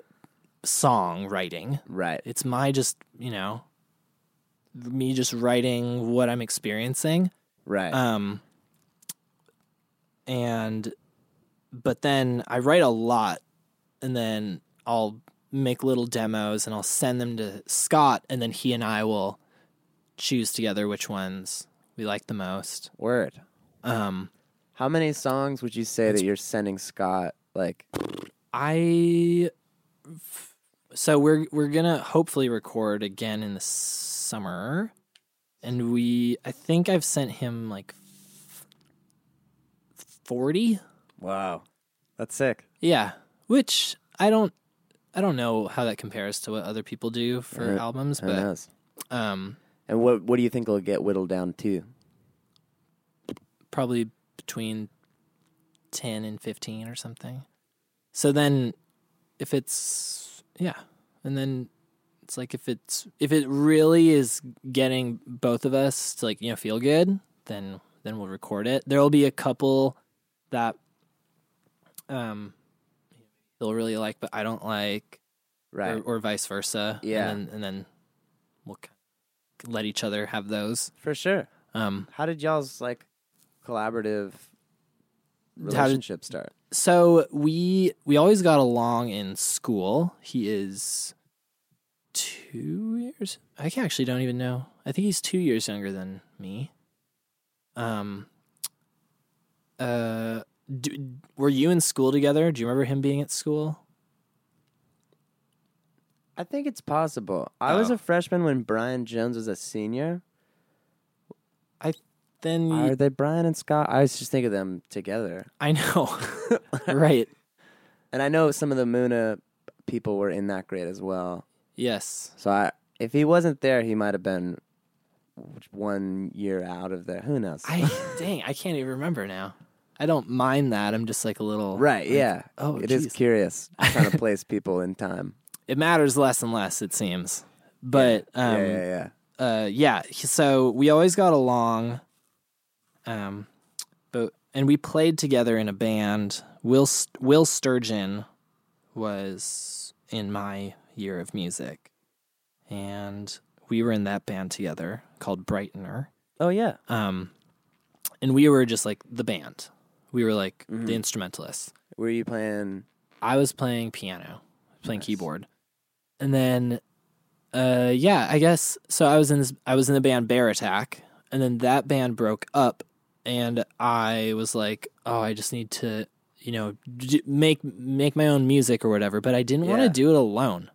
S3: song writing
S1: right.
S3: it's my just you know me just writing what i'm experiencing
S1: Right.
S3: um and but then i write a lot and then i'll make little demos and i'll send them to scott and then he and i will choose together which ones we like the most
S1: Word.
S3: um
S1: How many songs would you say that you're sending Scott? Like,
S3: I f- so we're we're gonna hopefully record again in the summer, and we I think I've sent him like forty.
S1: wow, that's sick.
S3: Yeah, which I don't I don't know how that compares to what other people do for
S1: Right.
S3: albums,
S1: Who
S3: but
S1: knows?
S3: um,
S1: And what what do you think will get whittled down to?
S3: probably between 10 and 15 or something. So then if it's yeah, and then it's like if it's if it really is getting both of us to like, you know, feel good, then then we'll record it. There'll be a couple that um they'll really like but I don't like
S1: Right.
S3: or, or vice versa.
S1: Yeah.
S3: And then, and then we'll kind of let each other have those.
S1: For sure.
S3: Um
S1: How did y'all's like collaborative
S3: did-
S1: relationship start?
S3: so we we always got along in school. He is two years. I can- actually don't even know. I think he's two years younger than me. Um. Uh, do, were you in school together? Do you remember him being at school?
S1: I think it's possible. I was
S3: Oh.
S1: a freshman when Brian Jones was a senior.
S3: Then you,
S1: Are they Brian and Scott? I was just thinking of them together.
S3: I know, right?
S1: And I know some of the Muna people were in that grade as well.
S3: Yes,
S1: So I, if he wasn't there, he might have been one year out of there. Who knows?
S3: I dang, I can't even remember now. I don't mind that. I'm just like a little
S1: right?
S3: like,
S1: yeah.
S3: oh,
S1: it is
S3: geez.
S1: curious trying to place people in time.
S3: It matters less and less, it seems. But um,
S1: yeah, yeah, yeah.
S3: uh yeah he- so we always got along um but and we played together in a band will St- will sturgeon was in my year of music. And we were in that band together called Brightener.
S4: Oh yeah.
S3: Um, and we were just like the band. We were like the instrumentalists.
S1: Were you playing?
S3: I was playing piano, playing keyboard, and then, uh, yeah, I guess. So I was in this. I was in the band Bear Attack, and then that band broke up, and I was like, oh, I just need to, you know, d- make make my own music or whatever. But I didn't want to
S1: Yeah.
S3: do it alone,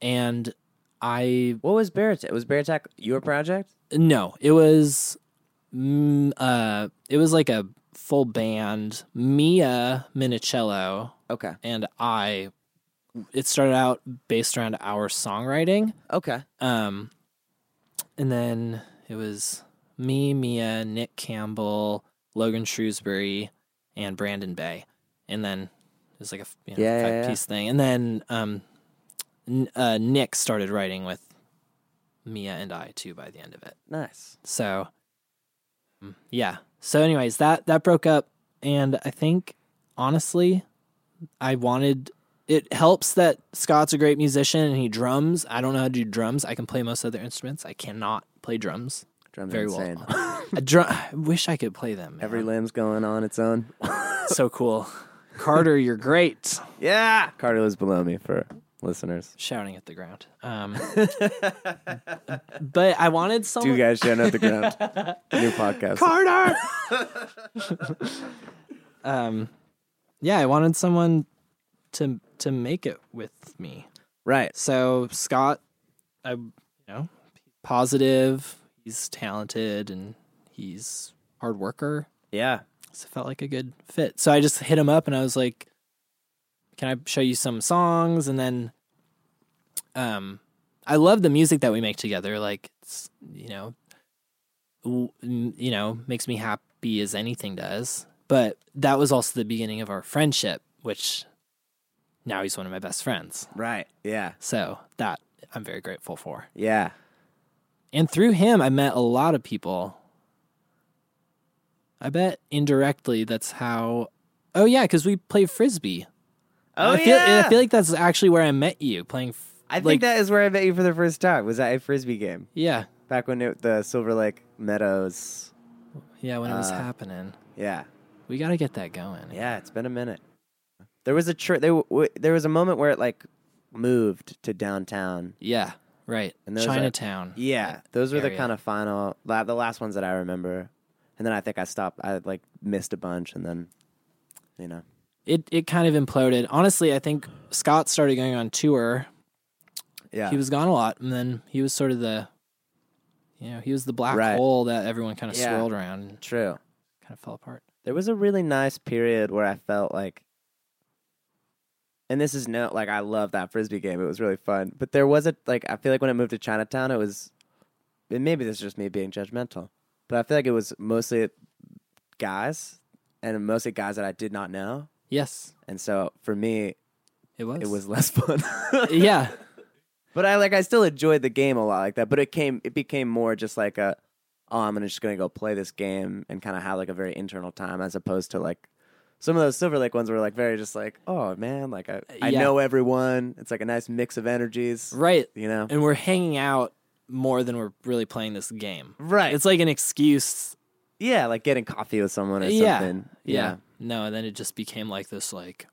S3: and I
S1: What was Bear Attack? Was Bear Attack your project?
S3: no, it was, mm, uh, it was like a full band. Mia Minicello
S1: Okay.
S3: and I. It started out based around our songwriting,
S1: Okay.
S3: um, and then it was me, Mia, Nick Campbell, Logan Shrewsbury, and Brandon Bay, and then it was like a you know,
S1: Yeah, yeah,
S3: five
S1: yeah.
S3: piece thing, and then um, n- uh, Nick started writing with Mia and I too by the end of it.
S1: Nice.
S3: So mm, yeah. So anyways, that that broke up and I think honestly I wanted it helps that Scott's a great musician and he drums. I don't know how to do drums. I can play most other instruments. I cannot play drums.
S1: Drums
S3: Very
S1: Very
S3: well.
S1: insane.
S3: I, drum, I wish I could play them.
S1: Every
S3: man.
S1: limb's going on its own.
S3: so cool. Carter, you're great.
S1: yeah. Carter lives below me for listeners.
S3: Shouting at the ground. Um, but I wanted someone
S1: Two guys shouting at the ground. New podcast.
S3: Carter. um, yeah, I wanted someone to to make it with me.
S1: right.
S3: So Scott, I you know, positive. He's talented and he's hard worker.
S1: Yeah.
S3: So it felt like a good fit. So I just hit him up and I was like, "Can I show you some songs?" And then, um, I love the music that we make together. Like, it's, you know, w- n- you know, makes me happy as anything does. But that was also the beginning of our friendship, which now he's one of my best friends.
S1: Right. Yeah.
S3: So that I'm very grateful for.
S1: Yeah.
S3: And through him, I met a lot of people. I bet indirectly that's how. Oh yeah, because we play frisbee.
S1: Oh
S3: I feel, I feel like that's actually where I met you playing. f-
S1: I think
S3: like-
S1: that is where I met you for the first time. Was at a frisbee game
S3: Yeah,
S1: back when it, the Silver Lake Meadows.
S3: yeah, when it was
S1: Uh,
S3: happening,
S1: Yeah.
S3: we got to get that going.
S1: Yeah, it's been a minute. There was a church. They, w- w- there was a moment where it like moved to downtown.
S3: yeah, right.
S1: And those are-
S3: Chinatown.
S1: Yeah, those were the
S3: area.
S1: kind of final, la- the last ones that I remember. And then I think I stopped. I like missed a bunch, and then you know,
S3: It it kind of imploded. Honestly, I think Scott started going on tour.
S1: yeah,
S3: He was gone a lot, and then he was sort of the, you know, he was the black
S1: Right.
S3: hole that everyone kind of
S1: Yeah.
S3: swirled around and
S1: true.
S3: kind of fell apart.
S1: There was a really nice period where I felt like, and this is no like I love that frisbee game. It was really fun, but there was a like I feel like when I moved to Chinatown, it was, and maybe this is just me being judgmental, but I feel like it was mostly guys, and mostly guys that I did not know,
S3: Yes,
S1: and so for me,
S3: it was.
S1: it was less fun.
S3: yeah.
S1: But I like I still enjoyed the game a lot like that. But it came it became more just like a oh I'm gonna- just gonna go play this game and kind of have like a very internal time as opposed to like some of those Silver Lake ones were like very just like oh man like I I
S3: Yeah.
S1: know everyone. It's like a nice mix of energies,
S3: Right.
S1: you know?
S3: And we're hanging out more than we're really playing this game.
S1: Right.
S3: It's like an excuse.
S1: yeah, like getting coffee with someone or
S3: Yeah.
S1: something.
S3: Yeah. No, and then it just became like this like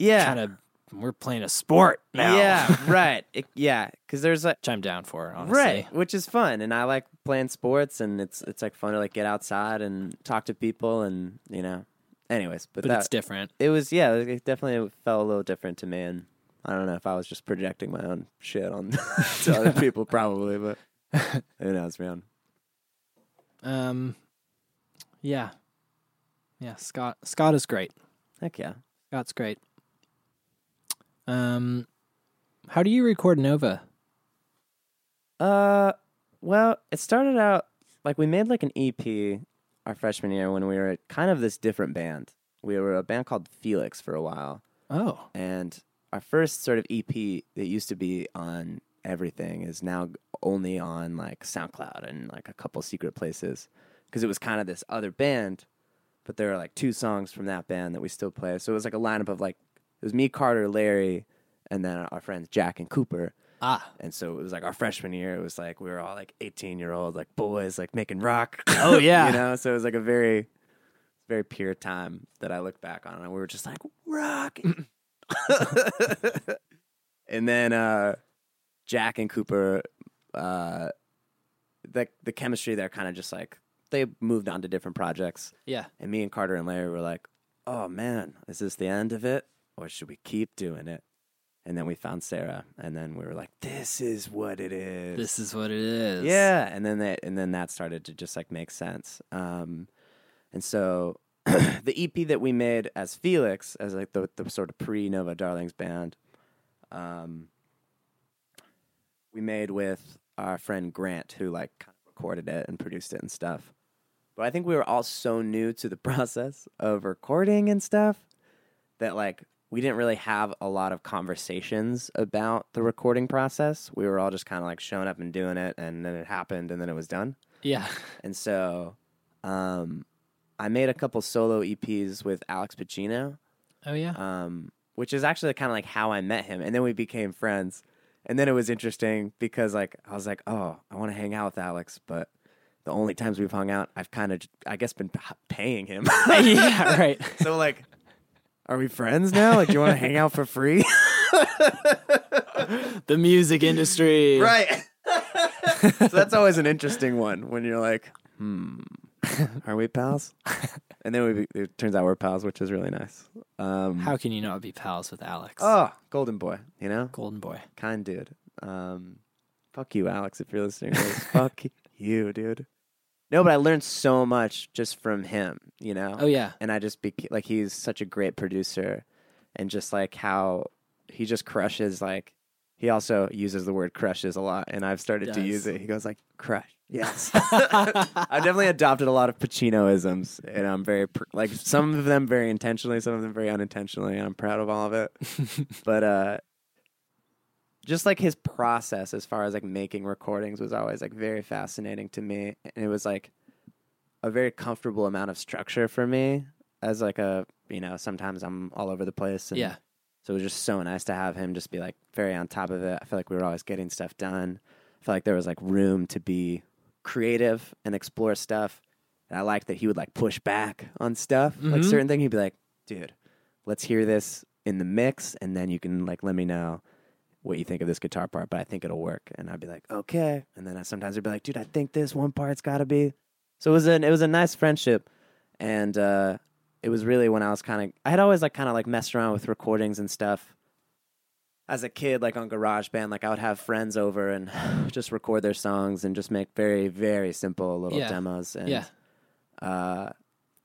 S1: yeah,
S3: kind of we're playing a sport now.
S1: yeah, right. It, yeah, because there's like
S3: Which I'm down for, honestly.
S1: Right, which is fun, and I like playing sports, and it's it's like fun to like get outside and talk to people, and you know, anyways. But,
S3: But
S1: that,
S3: it's different.
S1: it was yeah, it definitely felt a little different to me, and I don't know if I was just projecting my own shit on to other people, probably, but who knows, man.
S3: Um Yeah. Yeah, Scott Scott is great.
S1: Heck yeah.
S3: Scott's great. Um how do you record Nova?
S1: Uh, well, it started out like we made like an EP our freshman year when we were kind of this different band. We were a band called Felix for a while.
S3: Oh.
S1: and our first sort of EP that used to be on everything is now only on like SoundCloud and like a couple secret places because it was kind of this other band, but there were like two songs from that band that we still play. So it was like a lineup of like it was me, Carter, Larry, and then our friends Jack and Cooper.
S3: Ah,
S1: And so it was like our freshman year. It was like we were all like eighteen year old like boys like making rock.
S3: Oh, yeah.
S1: you know. So it was like a very, very pure time that I look back on, and we were just like rock. and then uh, Jack and Cooper, uh, the the chemistry there kind of just like they moved on to different projects.
S3: yeah.
S1: And me and Carter and Larry were like, oh man, is this the end of it? Or should we keep doing it? And then we found Sarah. And then we were like, this is what it is.
S3: This is what it is.
S1: yeah. And then that and then that started to just like make sense. Um and so the EP that we made as Felix, as like the, the sort of pre Nova Darlings band, um we made with our friend Grant who like kind of recorded it and produced it and stuff. But I think we were all so new to the process of recording and stuff that like we didn't really have a lot of conversations about the recording process. We were all just kind of like showing up and doing it and then it happened and then it was done.
S3: Yeah.
S1: And so um I made a couple solo EPs with Alex Pacino
S3: Oh yeah.
S1: um, which is actually kind of like how I met him. And then we became friends. And then it was interesting because like I was like, oh, I want to hang out with Alex, but the only times we've hung out, I've kind of I guess been p- paying him.
S3: yeah. Right.
S1: so like, are we friends now? Like, do you want to hang out for free?
S3: The music industry.
S1: right. so that's always an interesting one when you're like, hmm, are we pals? And then we be, it turns out we're pals, which is really nice. Um,
S3: How can you not be pals with Alex?
S1: oh, golden boy, you know.
S3: Golden boy.
S1: kind dude. Um, fuck you, Alex, if you're listening. to this. fuck you, dude. No, but I learned so much just from him, you know.
S3: Oh yeah.
S1: And I just beca- like he's such a great producer, and just like how he just crushes. Like he also uses the word crushes a lot, and I've started to
S3: Does.
S1: use it. He goes like crush. Yes, I've definitely adopted a lot of Pacinoisms, and I'm very pr- like some of them very intentionally, some of them very unintentionally, and I'm proud of all of it but uh just like his process as far as like making recordings was always like very fascinating to me and it was like a very comfortable amount of structure for me as like a you know sometimes i'm all over the place and
S3: Yeah.
S1: so it was just so nice to have him just be like very on top of it i feel like we were always getting stuff done i feel like there was like room to be creative and explore stuff and i liked that he would like push back on stuff like
S3: Mhm.
S1: certain thing he'd be like dude let's hear this in the mix and then you can like let me know what you think of this guitar part but i think it'll work and i'd be like okay and then i sometimes would be like dude i think this one part's gotta be so it was an it was a nice friendship and uh it was really when i was kind of i had always like kind of like messed around with recordings and stuff as a kid like on garageband like i would have friends over and just record their songs and just make very very simple little
S3: Yeah.
S1: demos and
S3: Yeah.
S1: uh,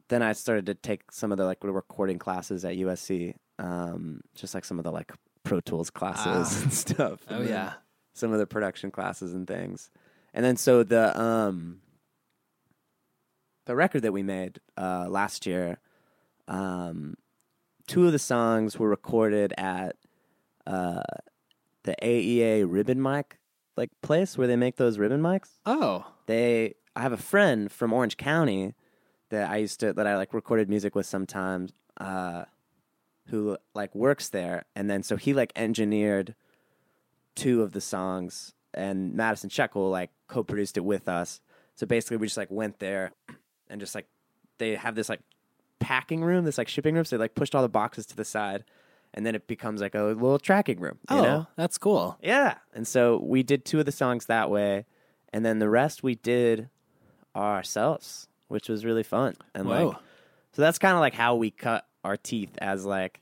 S1: then I started to take some of the like recording classes at USC, um, just like some of the like Pro Tools classes
S3: Ah.
S1: and stuff.
S3: Oh
S1: and then
S3: yeah.
S1: some of the production classes and things. And then so the um, the record that we made uh, last year, um, two of the songs were recorded at uh, the AEA ribbon mic like place where they make those ribbon mics
S3: Oh.
S1: they I have a friend from Orange County that I used to that I like recorded music with sometimes uh who like works there and then so he like engineered two of the songs and Madison Shekel like co-produced it with us. So basically we just like went there and just like they have this like packing room, this like shipping room, so they like pushed all the boxes to the side and then it becomes like a little tracking room, you
S3: oh,
S1: know?
S3: that's cool.
S1: Yeah. And so we did two of the songs that way, and then the rest we did ourselves, which was really fun. And
S3: Whoa.
S1: like so that's kind of like how we cut our teeth as like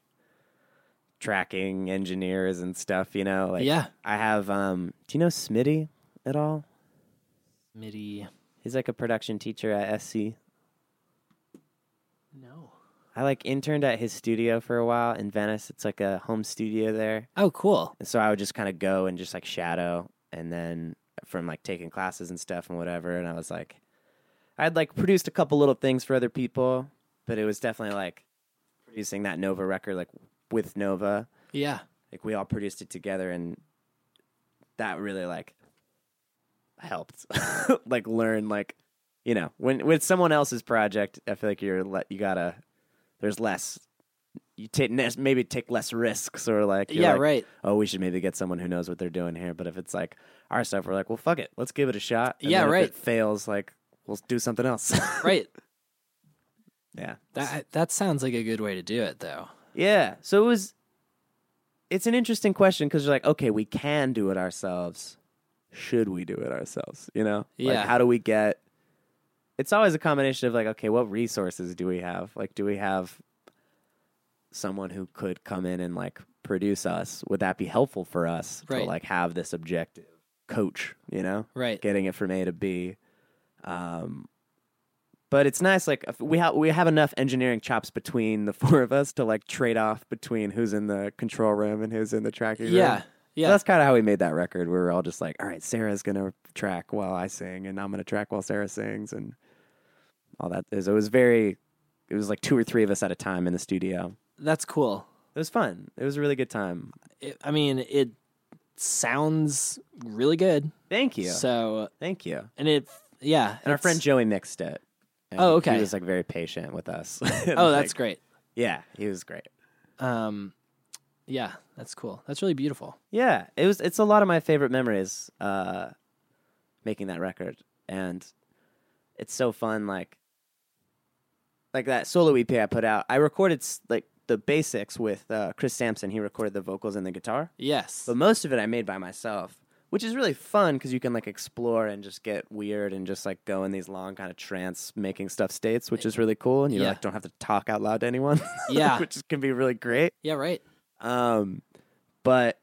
S1: tracking engineers and stuff, you know? Like
S3: Yeah.
S1: I have um do you know Smitty at all?
S3: Midi.
S1: He's like a production teacher at SC.
S3: No.
S1: I like interned at his studio for a while in Venice. It's like a home studio there.
S3: Oh, cool.
S1: And so I would just kind of go and just like shadow and then from like taking classes and stuff and whatever. And I was like, I'd like produced a couple little things for other people, but it was definitely like producing that Nova record, like with Nova.
S3: Yeah.
S1: Like we all produced it together and that really like helped like learn like you know when with someone else's project i feel like you're le- you gotta there's less you take nes- maybe take less risks or like you're
S3: Yeah,
S1: like,
S3: right.
S1: Oh, we should maybe get someone who knows what they're doing here. But if it's like our stuff, we're like, well, fuck it, let's give it a shot. And
S3: Yeah,
S1: then if
S3: right.
S1: it fails, like we'll do something else.
S3: right.
S1: yeah,
S3: That that sounds like a good way to do it, though.
S1: yeah. So it was. It's an interesting question because you're like, okay, we can do it ourselves. Should we do it ourselves? You know,
S3: Yeah.
S1: Like, how do we get? It's always a combination of like, okay, what resources do we have? Like, do we have someone who could come in and like produce us? Would that be helpful for us to
S3: Right.
S1: like have this objective coach? You know,
S3: Right.
S1: getting it from A to B. Um, but it's nice. Like if we have we have enough engineering chops between the four of us to like trade off between who's in the control room and who's in the tracking room.
S3: Yeah.
S1: So
S3: Yeah.
S1: that's kind of how we made that record. We were all just like, all right, Sarah's gonna track while I sing, and I'm gonna track while Sarah sings, and all that. It was very. It was like two or three of us at a time in the studio.
S3: That's cool.
S1: It was fun. It was a really good time.
S3: It, I mean, it sounds really good.
S1: Thank you.
S3: So,
S1: Thank you. And
S3: and it, yeah.
S1: our
S3: it's-
S1: friend Joey mixed it. And
S3: Oh,
S1: He
S3: okay.
S1: was like very patient with us.
S3: Oh, that's great.
S1: Yeah, he was great.
S3: Um, yeah, that's cool. That's really beautiful.
S1: Yeah, it was. It's a lot of my favorite memories uh, making that record, and it's so fun. Like, like that solo EP I put out. I recorded s- like the basics with uh, Chris Sampson. He recorded the vocals and the guitar,
S3: Yes.
S1: but most of it I made by myself, which is really fun because you can like explore and just get weird and just like go in these long kind of trance making stuff states, which is really cool. And you
S3: Yeah.
S1: like don't have to talk out loud to anyone.
S3: Yeah.
S1: which can be really great.
S3: Yeah, right.
S1: Um, but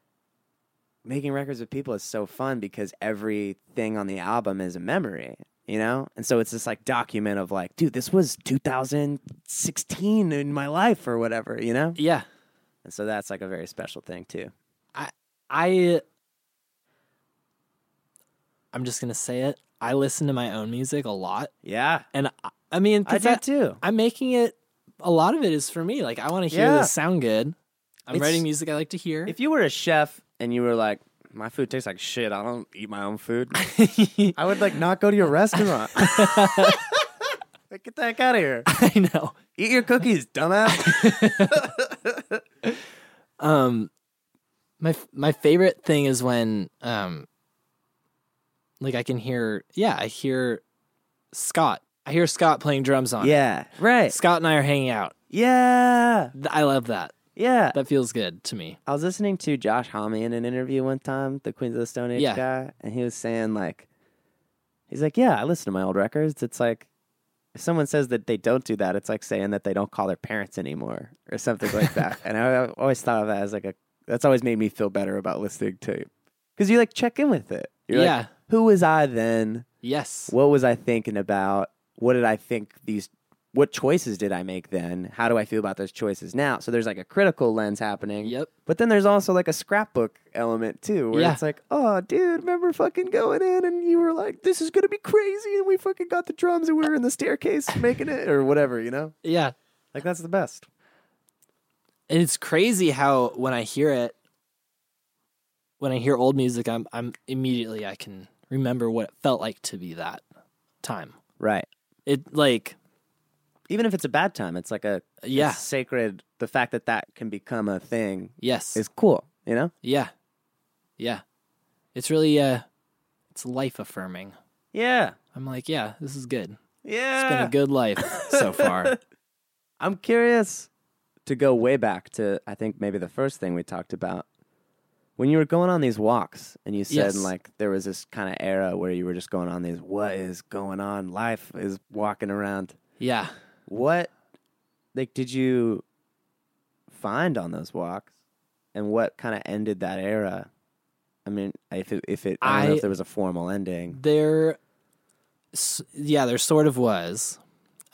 S1: making records with people is so fun because everything on the album is a memory, you know? And so it's this like document of like, dude, this was 2016 in my life or whatever, you know?
S3: Yeah.
S1: And so that's like a very special thing too.
S3: I I'm just gonna say it. I listen to my own music a lot,
S1: Yeah.
S3: and I, I mean,
S1: I
S3: 'cause
S1: do
S3: I,
S1: too.
S3: am making it. A lot of it is for me. Like I want to hear
S1: Yeah.
S3: this sound good. I'm
S1: It's-
S3: writing music I like to hear.
S1: If you were a chef and you were like, my food tastes like shit, I don't eat my own food, I would like not go to your restaurant. Like, Get the heck out of here.
S3: I know.
S1: Eat your cookies, dumbass.
S3: Um, my f- my favorite thing is when um, like I can hear. Yeah, I hear Scott. I hear Scott playing drums on. it.
S1: yeah. Right.
S3: Scott and I are hanging out.
S1: Yeah.
S3: Th- I love that.
S1: Yeah.
S3: That feels good to me.
S1: I was listening to Josh Homme in an interview one time, the Queens of the Stone Age
S3: Yeah.
S1: guy, and he was saying like, he's like, yeah, I listen to my old records. It's like, if someone says that they don't do that, it's like saying that they don't call their parents anymore or something like that. and I I always thought of that as like a that's always made me feel better about listening to, because you like check in with it. You're like,
S3: Yeah.
S1: who was I then?
S3: Yes.
S1: What was I thinking about? What did I think these? What choices did I make then? How do I feel about those choices now? So there's like a critical lens happening.
S3: Yep.
S1: But then there's also like a scrapbook element too, where
S3: Yeah.
S1: it's like, oh, dude, remember fucking going in and you were like, this is gonna be crazy, and we fucking got the drums and we were in the staircase making it or whatever, you know?
S3: Yeah.
S1: Like that's the best.
S3: And it's crazy how when I hear it, when I hear old music, I'm I'm immediately I can remember what it felt like to be that time.
S1: Right.
S3: It like
S1: Even if it's a bad time, it's like a it's
S3: Yeah.
S1: sacred. The fact that that can become a thing
S3: yes,
S1: is cool, you know?
S3: yeah, yeah. It's really uh, it's life affirming.
S1: Yeah.
S3: I'm like, yeah, this is good.
S1: Yeah.
S3: It's been a good life so far.
S1: I'm curious to go way back to I think maybe the first thing we talked about when you were going on these walks and you said
S3: Yes.
S1: like there was this kind of era where you were just going on these what is going on life is walking around
S3: yeah.
S1: what like did you find on those walks and what kind of ended that era I mean if it, if it I don't know
S3: I-
S1: if there was a formal ending
S3: There, s- yeah, there sort of was.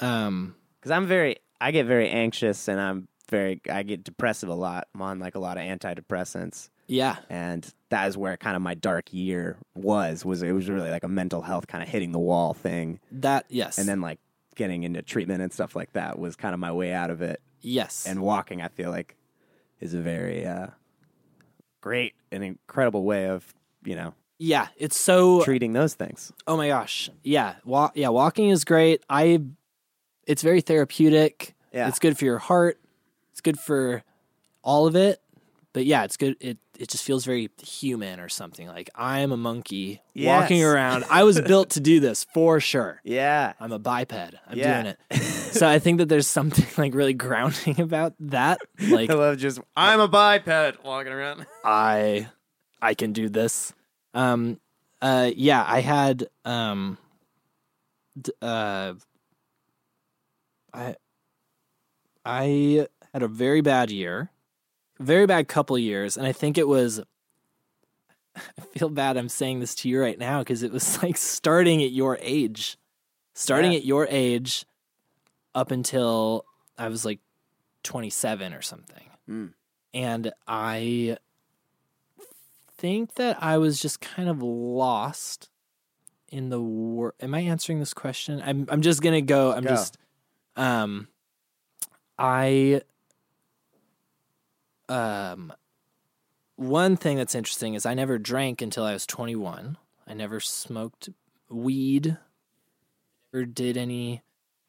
S3: Um,
S1: because I'm very, I get very anxious and I'm very, I get depressive a lot. I'm on like a lot of antidepressants,
S3: yeah,
S1: and that is where kind of my dark year was. Was it was really like a mental health kind of hitting the wall thing,
S3: that yes,
S1: and then like getting into treatment and stuff like that was kind of my way out of it.
S3: yes,
S1: And walking, I feel like, is a very uh, great and incredible way of you know
S3: yeah. It's so
S1: treating those things.
S3: Oh my gosh. Yeah. Wa- yeah, walking is great. I it's very therapeutic.
S1: Yeah.
S3: It's good for your heart. It's good for all of it, but yeah, it's good. It it just feels very human or something. Like I am a monkey walking
S4: Yes.
S3: around. I was built to do this for sure.
S4: Yeah.
S3: I'm a biped. I'm
S4: Yeah.
S3: doing it. So I think that there's something like really grounding about that. Like
S4: I love just
S1: I'm a biped walking around.
S3: I I can do this. Um uh yeah, I had um d- uh I I had a very bad year. Very bad couple years and I think it was I feel bad I'm saying this to you right now cuz it was like starting at your age. Starting
S4: Yeah.
S3: at your age up until I was like 27 or something.
S1: Mm.
S3: And I think that I was just kind of lost in the world. Am I answering this question? I'm I'm just gonna go. I'm
S4: Go.
S3: just um I um one thing that's interesting is I never drank until I was 21. I never smoked weed or did any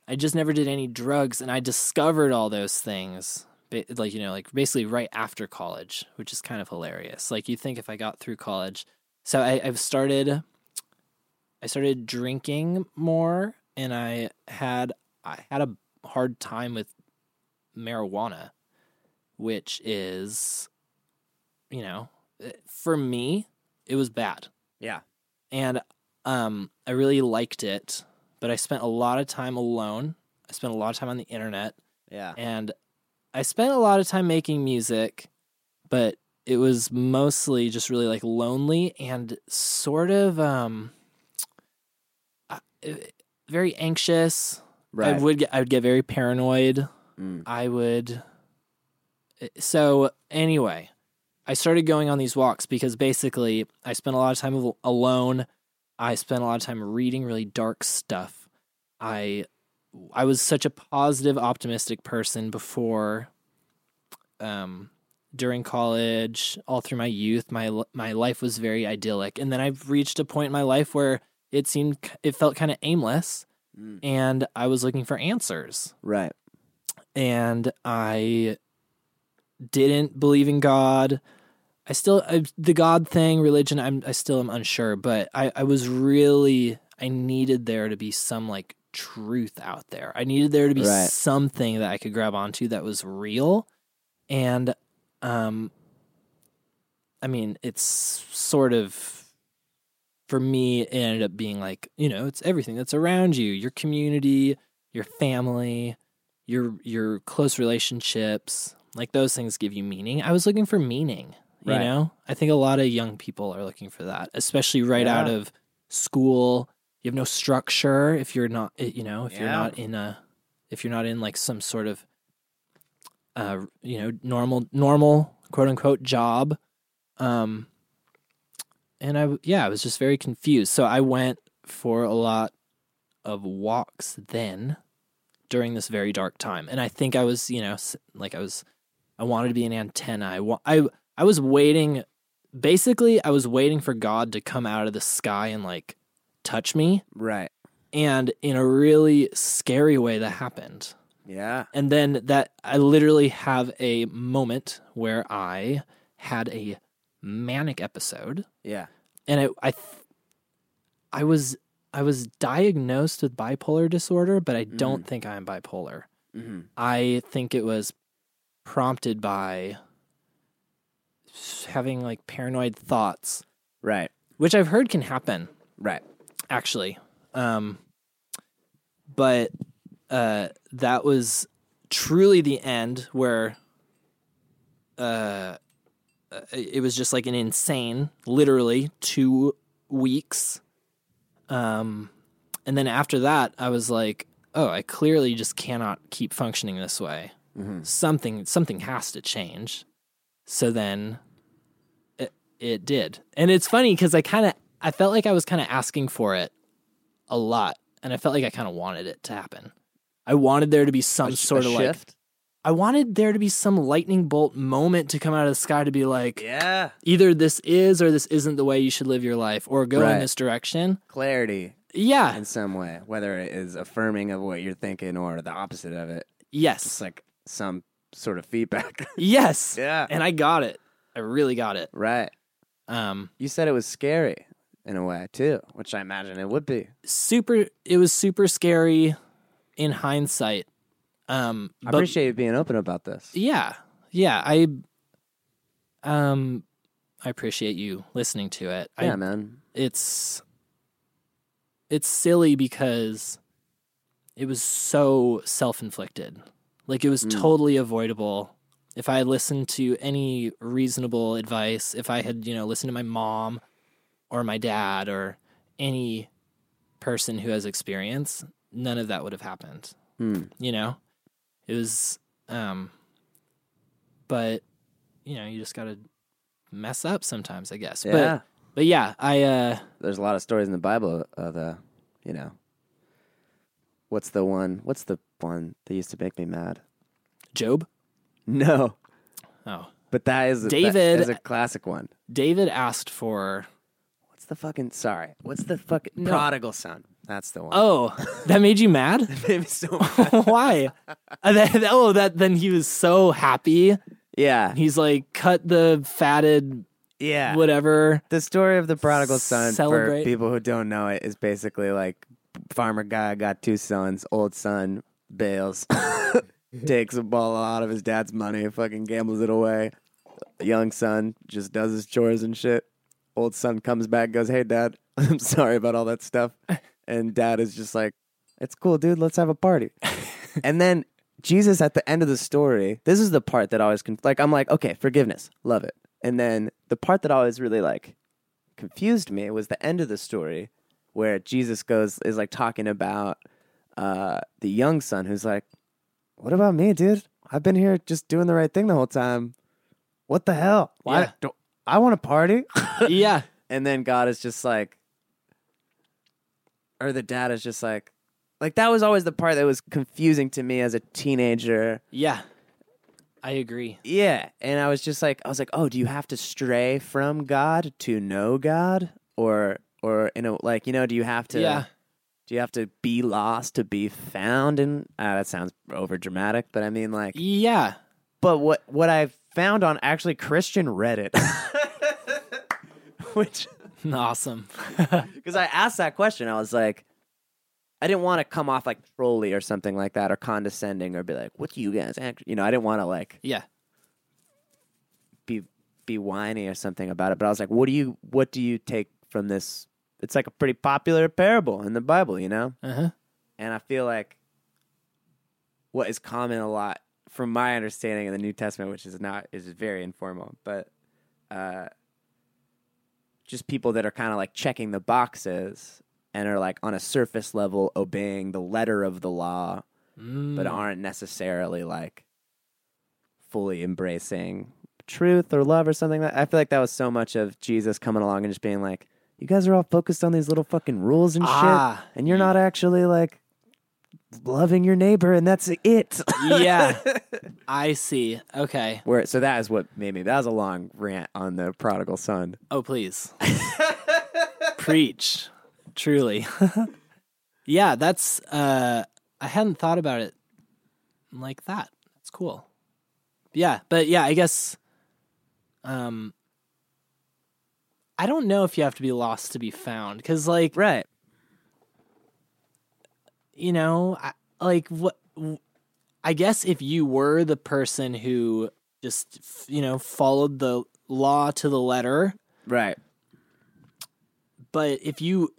S3: I just never did any drugs and I discovered all those things ba- like you know like basically right after college, which is kind of hilarious. Like you think if I got through college. So I I've started I started drinking more and I had I had a hard time with marijuana, which is you know, eh, for me it was bad
S4: Yeah.
S3: and um, I really liked it, but I spent a lot of time alone. I spent a lot of time on the internet,
S4: Yeah.
S3: and I spent a lot of time making music, but it was mostly just really like lonely and sort of um, I- very anxious. I would get, I would get very paranoid.
S1: Mm.
S3: I would. eh, So anyway, I started going on these walks because basically I spent a lot of time al- alone. I spent a lot of time reading really dark stuff. I I was such a positive, optimistic person before, um, during college, all through my youth. My l- my life was very idyllic, and then I've reached a point in my life where it seemed k- it felt kind of aimless,
S1: Mm.
S3: and I was looking for answers
S1: Right.
S3: and I didn't believe in God. I still I, the God thing, religion. I'm I still am unsure, but I I was really I needed there to be some like truth out there. I needed there to be
S1: Right.
S3: something that I could grab onto that was real, and um, I mean it's sort of for me it ended up being like you know it's everything that's around you, your community, your family, your your close relationships like those things give you meaning i was looking for meaning you
S1: Right.
S3: know i think a lot of young people are looking for that especially right
S4: Yeah.
S3: out of school you have no structure if you're not eh, you know if you're
S4: Yeah.
S3: not in a if you're not in like some sort of uh you know normal normal quote unquote job um and i w- yeah i was just very confused so i went for a lot of walks then during this very dark time and i think i was you know s- like i was i wanted to be an antenna i wa- i i was waiting basically i was waiting for god to come out of the sky and like touch me
S1: Right.
S3: and in a really scary way that happened
S1: Yeah.
S3: and then that I literally have a moment where I had a manic episode,
S1: Yeah.
S3: and I I, th- I was I was diagnosed with bipolar disorder, but I don't think I'm bipolar.
S1: hmm
S3: I think it was prompted by having like paranoid thoughts,
S1: Right.
S3: which I've heard can happen
S1: Right.
S3: actually. Um, but uh, that was truly the end where uh, uh, it was just like an insane, literally two weeks. Um, and then after that, I was like, oh, I clearly just cannot keep functioning this way. Something something has to change. So then it, it did. And it's funny because I kind of I felt like I was kind of asking for it a lot, and I felt like I kind of wanted it to happen. I wanted there to be some sort of like I wanted there to be some lightning bolt moment to come out of the sky to be like,
S4: Yeah.
S3: either this is or this isn't the way you should live your life or go in
S1: Right.
S3: this direction.
S1: clarity
S3: Yeah.
S1: in some way, whether it is affirming of what you're thinking or the opposite of it.
S3: yes.
S1: It's like some sort of feedback.
S3: Yes.
S1: Yeah.
S3: And I got it. I really got it.
S1: right.
S3: Um,
S1: You said it was scary in a way too, which I imagine it would be.
S3: super. It was super scary in hindsight. Um,
S1: I
S3: but-
S1: appreciate you being open about this.
S3: Yeah, yeah. I, um, I appreciate you listening to it. I,
S1: yeah, man.
S3: it's it's silly because it was so self-inflicted like it was totally avoidable if i had listened to any reasonable advice if i had you know listened to my mom or my dad or any person who has experience none of that would have happened
S1: Mm.
S3: you know it was um but you know you just gotta mess up sometimes i guess
S1: Yeah.
S3: but but yeah i uh
S1: There's a lot of stories in the Bible of the, you know. What's the one? What's the one that used to make me mad?
S3: Job.
S1: No,
S3: Oh,
S1: but that is
S3: David-
S1: That is a classic one.
S3: David asked for.
S1: What's the fucking? Sorry. What's the fucking? Prodigal son. That's the one.
S3: Oh, that made you mad?
S1: Maybe so.
S3: Why? And then- oh, that then he was so happy.
S1: yeah.
S3: He's like, cut the fatted
S1: Yeah.
S3: whatever.
S1: The story of the prodigal son
S3: Celebrate.
S1: for people who don't know it is basically like farmer guy got two sons, old son bails, takes a ball out of his dad's money, fucking gambles it away. Young son just does his chores and shit. Old son comes back, goes, "Hey dad, I'm sorry about all that stuff," and dad is just like, "It's cool, dude. Let's have a party." and then Jesus at the end of the story, this is the part that always conf- like I'm like, okay, forgiveness, love it. And then the part that always really like confused me was the end of the story where Jesus goes is like talking about uh the young son who's like, "What about me, dude? I've been here just doing the right thing the whole time. What the hell? Why
S3: Yeah.
S1: do I want to party?"
S3: yeah.
S1: and then God is just like, or the dad is just like, like that was always the part that was confusing to me as a teenager.
S3: Yeah. I agree.
S1: Yeah, and I was just like, I was like, oh, do you have to stray from God to know God, or or you know, like you know, do you have to?
S3: Yeah.
S1: Do you have to be lost to be found? And uh, that sounds over dramatic, but I mean, like,
S3: Yeah.
S1: but what what I found on actually Christian Reddit, which
S3: Awesome.
S1: because I asked that question. I was like, I didn't want to come off like trolly or something like that, or condescending, or be like, "What do you guys actually?" You know, I didn't want to like
S3: yeah.
S1: be be whiny or something about it. But I was like, "What do you What do you take from this?" It's like a pretty popular parable in the Bible, you know.
S3: Uh huh.
S1: And I feel like what is common a lot from my understanding of the New Testament, which is not is very informal, but uh, just people that are kind of like checking the boxes and are like on a surface level obeying the letter of the law, but
S3: Mm.
S1: aren't necessarily like fully embracing truth or love or something like that. I feel like that was so much of Jesus coming along and just being like, "You guys are all focused on these little fucking rules and
S3: Ah,
S1: shit, and you're not actually like." Loving your neighbor, and that's it.
S3: yeah. I see. Okay.
S1: Where so that is what made me. That was a long rant on the prodigal son.
S3: Oh, please. Preach. Truly. yeah, that's uh I hadn't thought about it like that. That's cool. Yeah, but yeah, I guess um I don't know if you have to be lost to be found cuz like
S1: Right.
S3: you know, I, like what w- I guess if you were the person who just f- you know followed the law to the letter,
S1: Right.
S3: but if you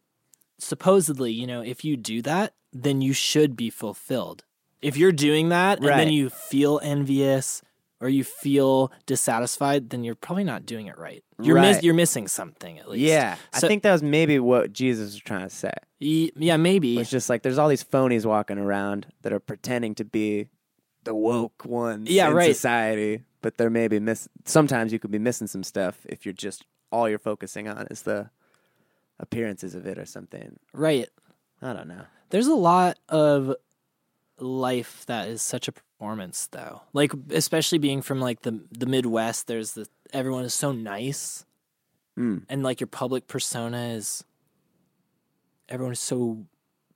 S3: supposedly, you know, if you do that, then you should be fulfilled. If you're doing that and then
S1: Right.
S3: you feel envious or you feel dissatisfied, then you're probably not doing it right. You're
S1: Right.
S3: miss- you're missing something at least.
S1: Yeah.
S3: So-
S1: I think that was maybe what Jesus was trying to say.
S3: Y- yeah, maybe.
S1: It's just like there's all these phonies walking around that are pretending to be the woke ones
S3: Yeah,
S1: in
S3: right.
S1: society, but they're maybe miss sometimes you could be missing some stuff if you're just all you're focusing on is the appearances of it or something.
S3: right.
S1: I don't know.
S3: There's a lot of life that is such a performance though. Like especially being from like the the Midwest, there's the everyone is so nice.
S1: Mm.
S3: And like your public persona is everyone is so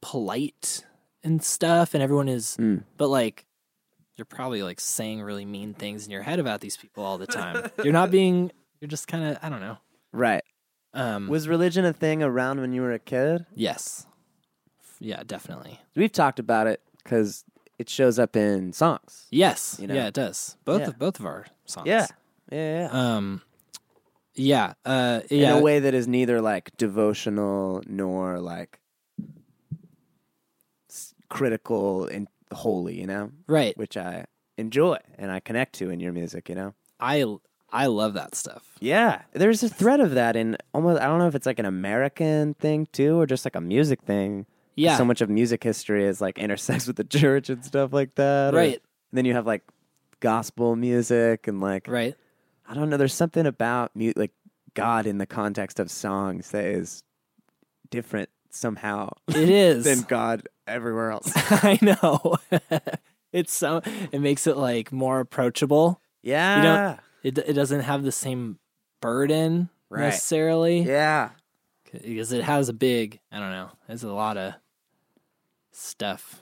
S3: polite and stuff and everyone is
S1: Mm.
S3: but like you're probably like saying really mean things in your head about these people all the time. you're not being. You're just kind of. I don't know.
S1: Right.
S3: Um.
S1: Was religion a thing around when you were a kid?
S3: yes. Yeah. Definitely.
S1: We've talked about it because it shows up in songs.
S3: Yes.
S1: You know?
S3: Yeah. It does. Both
S1: Yeah.
S3: of both of our songs.
S1: Yeah, yeah. yeah.
S3: Um. Yeah. Uh.
S1: In
S3: Yeah.
S1: a way that is neither like devotional nor like s- critical and holy, you know,
S3: right.
S1: which I enjoy and I connect to in your music, you know.
S3: I I love that stuff.
S1: Yeah, there's a thread of that in almost. I don't know if it's like an American thing too, or just like a music thing.
S3: Yeah.
S1: so much of music history is like intersects with the church and stuff like that. or-
S3: Right.
S1: and then you have like gospel music and like
S3: Right.
S1: I don't know. There's something about mu- like God in the context of songs that is different somehow
S3: It is.
S1: than God everywhere else.
S3: I know. it's so it makes it like more approachable.
S1: yeah.
S3: It it doesn't have the same burden
S1: Right.
S3: necessarily
S1: yeah.
S3: because it has a big, I don't know. There's a lot of stuff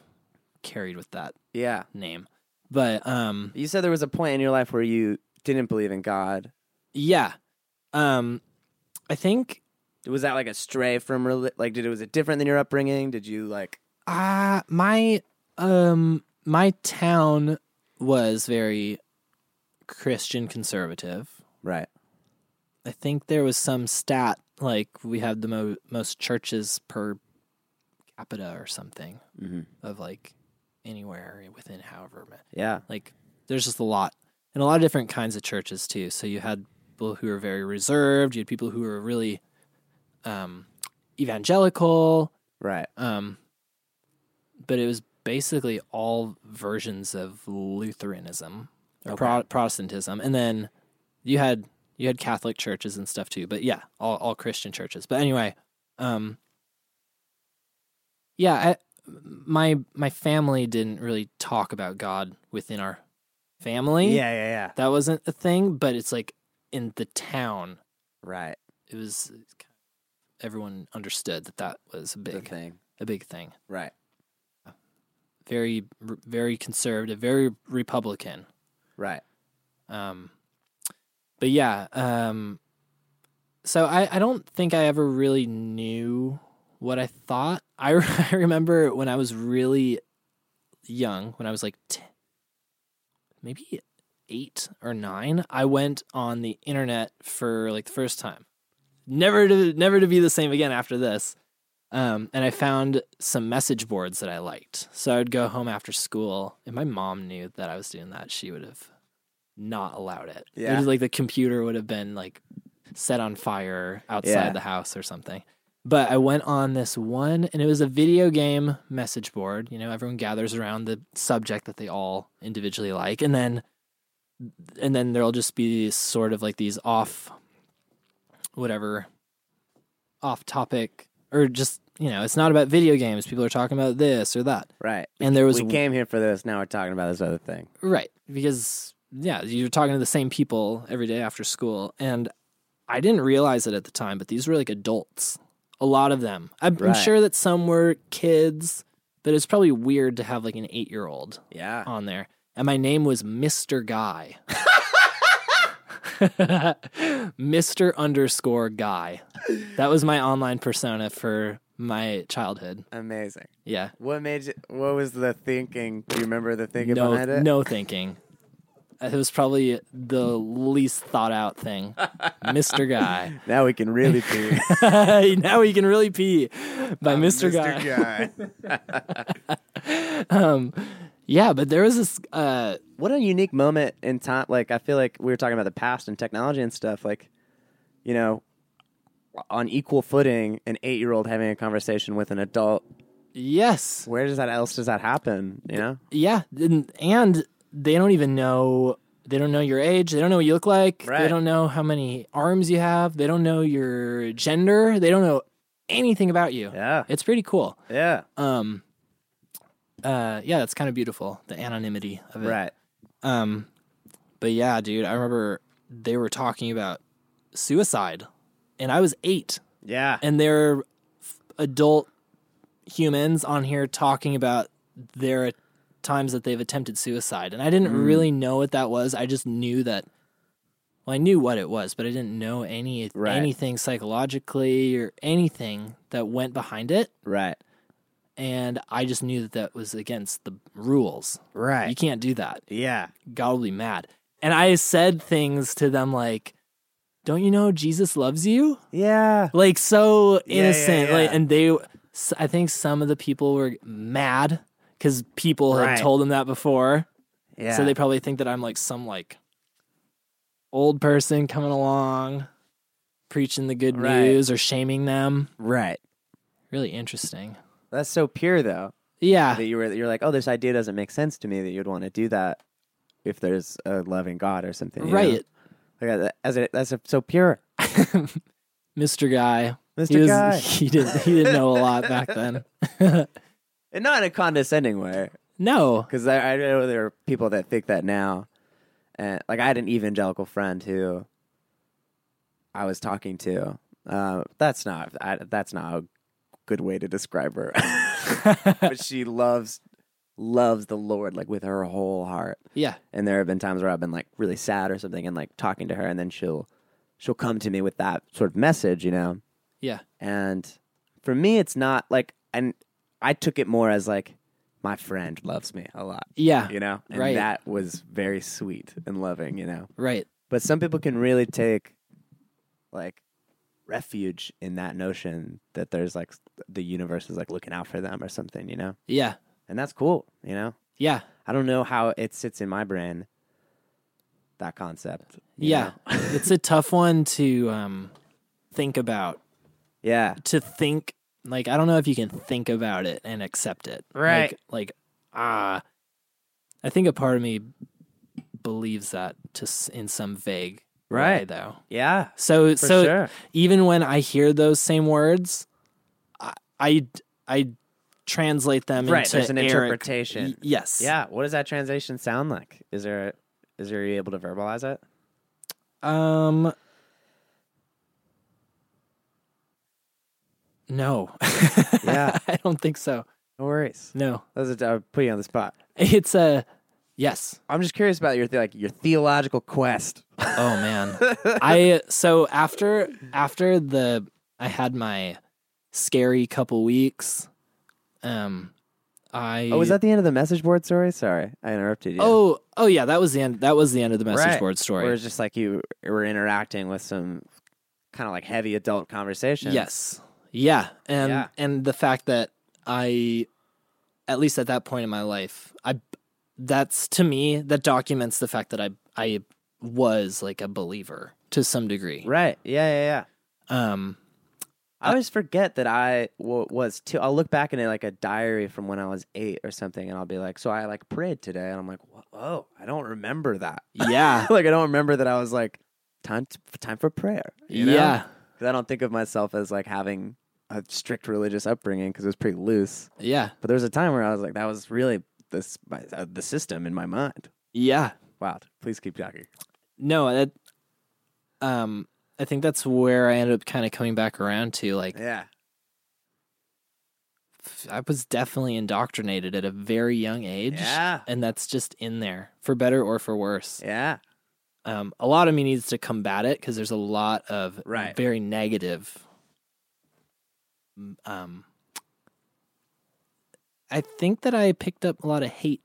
S3: carried with that
S1: Yeah.
S3: name. But um
S1: You said there was a point in your life where you didn't believe in God.
S3: yeah. Um I think
S1: Was that like a stray from reli- like did it was it different than your upbringing? Did you like
S3: Uh my um my town was very Christian conservative.
S1: right?
S3: I think there was some stat like we had the mo- most churches per capita or something
S1: Mhm.
S3: of like anywhere within however ma-
S1: Yeah.
S3: like there's just a lot and a lot of different kinds of churches too. So you had people who were very reserved, you had people who were really um evangelical,
S1: Right.
S3: um, but it was basically all versions of Lutheranism or Pro- Protestantism, and then you had you had Catholic churches and stuff too. But yeah, all all Christian churches. But anyway, um, yeah, I, my my family didn't really talk about God within our family.
S1: Yeah, yeah, yeah.
S3: that wasn't a thing. But it's like in the town,
S1: Right.
S3: it was everyone understood that that was a
S1: The
S3: big
S1: thing.
S3: a big thing
S1: Right.
S3: very r- very conservative, very Republican.
S1: Right.
S3: Um, but yeah, um, so I, I don't think I ever really knew what I thought. I, re- I remember when I was really young, when I was like t- maybe eight or nine, I went on the internet for like the first time. Never to never to be the same again after this. Um, and I found some message boards that I liked. So I would go home after school, and my mom knew that I was doing that. She would have not allowed it. It
S1: Yeah.
S3: was like the computer would have been like set on fire outside
S1: Yeah.
S3: the house or something. But I went on this one, and it was a video game message board. You know, everyone gathers around the subject that they all individually like, and then and then there'll just be sort of like these off, whatever, off topic or just you know, it's not about video games. People are talking about this or that,
S1: Right.
S3: and there was
S1: we came here for this. Now we're talking about this other thing.
S3: Right. Because, yeah, you're talking to the same people every day after school. And I didn't realize it at the time, but these were like adults, a lot of them. I'm, I'm
S1: Right.
S3: sure that some were kids, but it's probably weird to have like an eight year old
S1: Yeah.
S3: on there. And my name was Mr. Guy. Mr. underscore guy. That was my online persona for my childhood.
S1: Amazing.
S3: Yeah.
S1: What made you, what was the thinking? Do you remember the thinking
S3: no,
S1: behind it?
S3: No thinking. It was probably the least thought out thing. Mr. Guy.
S1: Now we can really be
S3: now you can really pee by
S1: Uh,
S3: Mr. Guy. Um, Yeah, but there was this uh
S1: what a unique moment in time. Like I feel like we were talking about the past and technology and stuff. Like, you know, on equal footing, an eight-year-old having a conversation with an adult.
S3: yes.
S1: Where does that else does that happen? You know.
S3: Yeah, and, and they don't even know they don't know your age, they don't know what you look like, they
S1: Right.
S3: don't know how many arms you have, they don't know your gender, they don't know anything about you.
S1: Yeah.
S3: It's pretty cool.
S1: Yeah.
S3: Um uh yeah, that's kind of beautiful, the anonymity of it.
S1: Right.
S3: Um, but yeah, dude, I remember they were talking about suicide, and I was eight,
S1: Yeah.
S3: and there are f- adult humans on here talking about their times that they've attempted suicide. And I didn't
S1: Mm.
S3: really know what that was. I just knew that well, I knew what it was, but I didn't know any
S1: Right.
S3: anything psychologically or anything that went behind it.
S1: Right.
S3: And I just knew that that was against the rules.
S1: Right.
S3: You can't do that.
S1: yeah.
S3: God will be mad. And I said things to them like, "Don't you know Jesus loves you?"
S1: Yeah.
S3: Like so
S1: yeah,
S3: innocent. Like,
S1: yeah.
S3: and they, s- I think some of the people were mad because people had
S1: Right.
S3: told them that before.
S1: Yeah.
S3: So they probably think that I'm like some like old person coming along, preaching the good
S1: Right.
S3: news or shaming them.
S1: right.
S3: Really interesting.
S1: That's so pure though.
S3: Yeah.
S1: That you were you're like, "Oh, this idea doesn't make sense to me that you'd want to do that if there's a loving God or something." you know?
S3: right.
S1: Like uh, that- as a, that's a, so pure.
S3: Mr. Guy.
S1: Mr.
S3: He, was,
S1: Guy.
S3: he didn't he didn't know a lot back then.
S1: And not in a condescending way,
S3: no.
S1: because I, I know there are people that think that now. And like I had an evangelical friend who I was talking to. Uh, that's not I, that's not a good way to describe her, but she loves loves the Lord like with her whole heart.
S3: Yeah.
S1: And there have been times where I've been like really sad or something, and like talking to her, and then she'll she'll come to me with that sort of message, you know.
S3: Yeah.
S1: And for me, it's not like, and I took it more as like, my friend loves me a lot,
S3: Yeah.
S1: you know? And
S3: Right.
S1: that was very sweet and loving, you know?
S3: Right.
S1: But some people can really take like refuge in that notion that there's like the universe is like looking out for them or something, you know?
S3: Yeah.
S1: And that's cool, you know?
S3: Yeah.
S1: I don't know how it sits in my brain, that concept. you
S3: Yeah.
S1: know?
S3: it's a tough one to um think about.
S1: Yeah.
S3: To think like I don't know if you can think about it and accept it.
S1: Right.
S3: Like like ah I think a part of me believes that to s- in some vague way
S1: Right.
S3: though.
S1: Yeah.
S3: So
S1: For
S3: so
S1: sure.
S3: even when I hear those same words, I I, I translate them
S1: Right,
S3: into
S1: there's an
S3: Eric-
S1: interpretation.
S3: Y- yes.
S1: Yeah. What does that translation sound like? Is there, is there, are you able to verbalize it?
S3: Um. No.
S1: Yeah.
S3: I don't think so.
S1: No worries.
S3: No.
S1: That's a, I'll put you on the spot.
S3: It's a yes.
S1: I'm just curious about your the, like your theological quest.
S3: Oh man. I so after after the I had my scary couple weeks. Um, I
S1: Oh, was that the end of the message board story? Sorry, I interrupted you.
S3: Oh, oh yeah, that was the end. That was the end of the message
S1: Right.
S3: board story.
S1: where it's just like you were interacting with some kind of like heavy adult conversation.
S3: Yes. Yeah. And
S1: Yeah.
S3: and the fact that I at least at that point in my life, I that's to me that documents the fact that I I was like a believer to some degree.
S1: Right. Yeah. Yeah. Yeah.
S3: Um
S1: I always forget that I w- was too. I'll look back in it like a diary from when I was eight or something, and I'll be like, "So I like prayed today," and I'm like, "Whoa, whoa I don't remember that."
S3: yeah.
S1: like I don't remember that I was like time t- time for prayer. you know?
S3: Yeah.
S1: 'Cause I don't think of myself as like having a strict religious upbringing because it was pretty loose.
S3: Yeah.
S1: But there was a time where I was like, that was really this my, uh, the system in my mind.
S3: Yeah.
S1: Wow. Please keep talking.
S3: No, that um I think that's where I ended up kind of coming back around to like
S1: Yeah.
S3: I was definitely indoctrinated at a very young age.
S1: Yeah.
S3: And that's just in there for better or for worse.
S1: Yeah.
S3: um, a lot of me needs to combat it because there's a lot of
S1: Right.
S3: very negative. m- Um, I think that I picked up a lot of hate.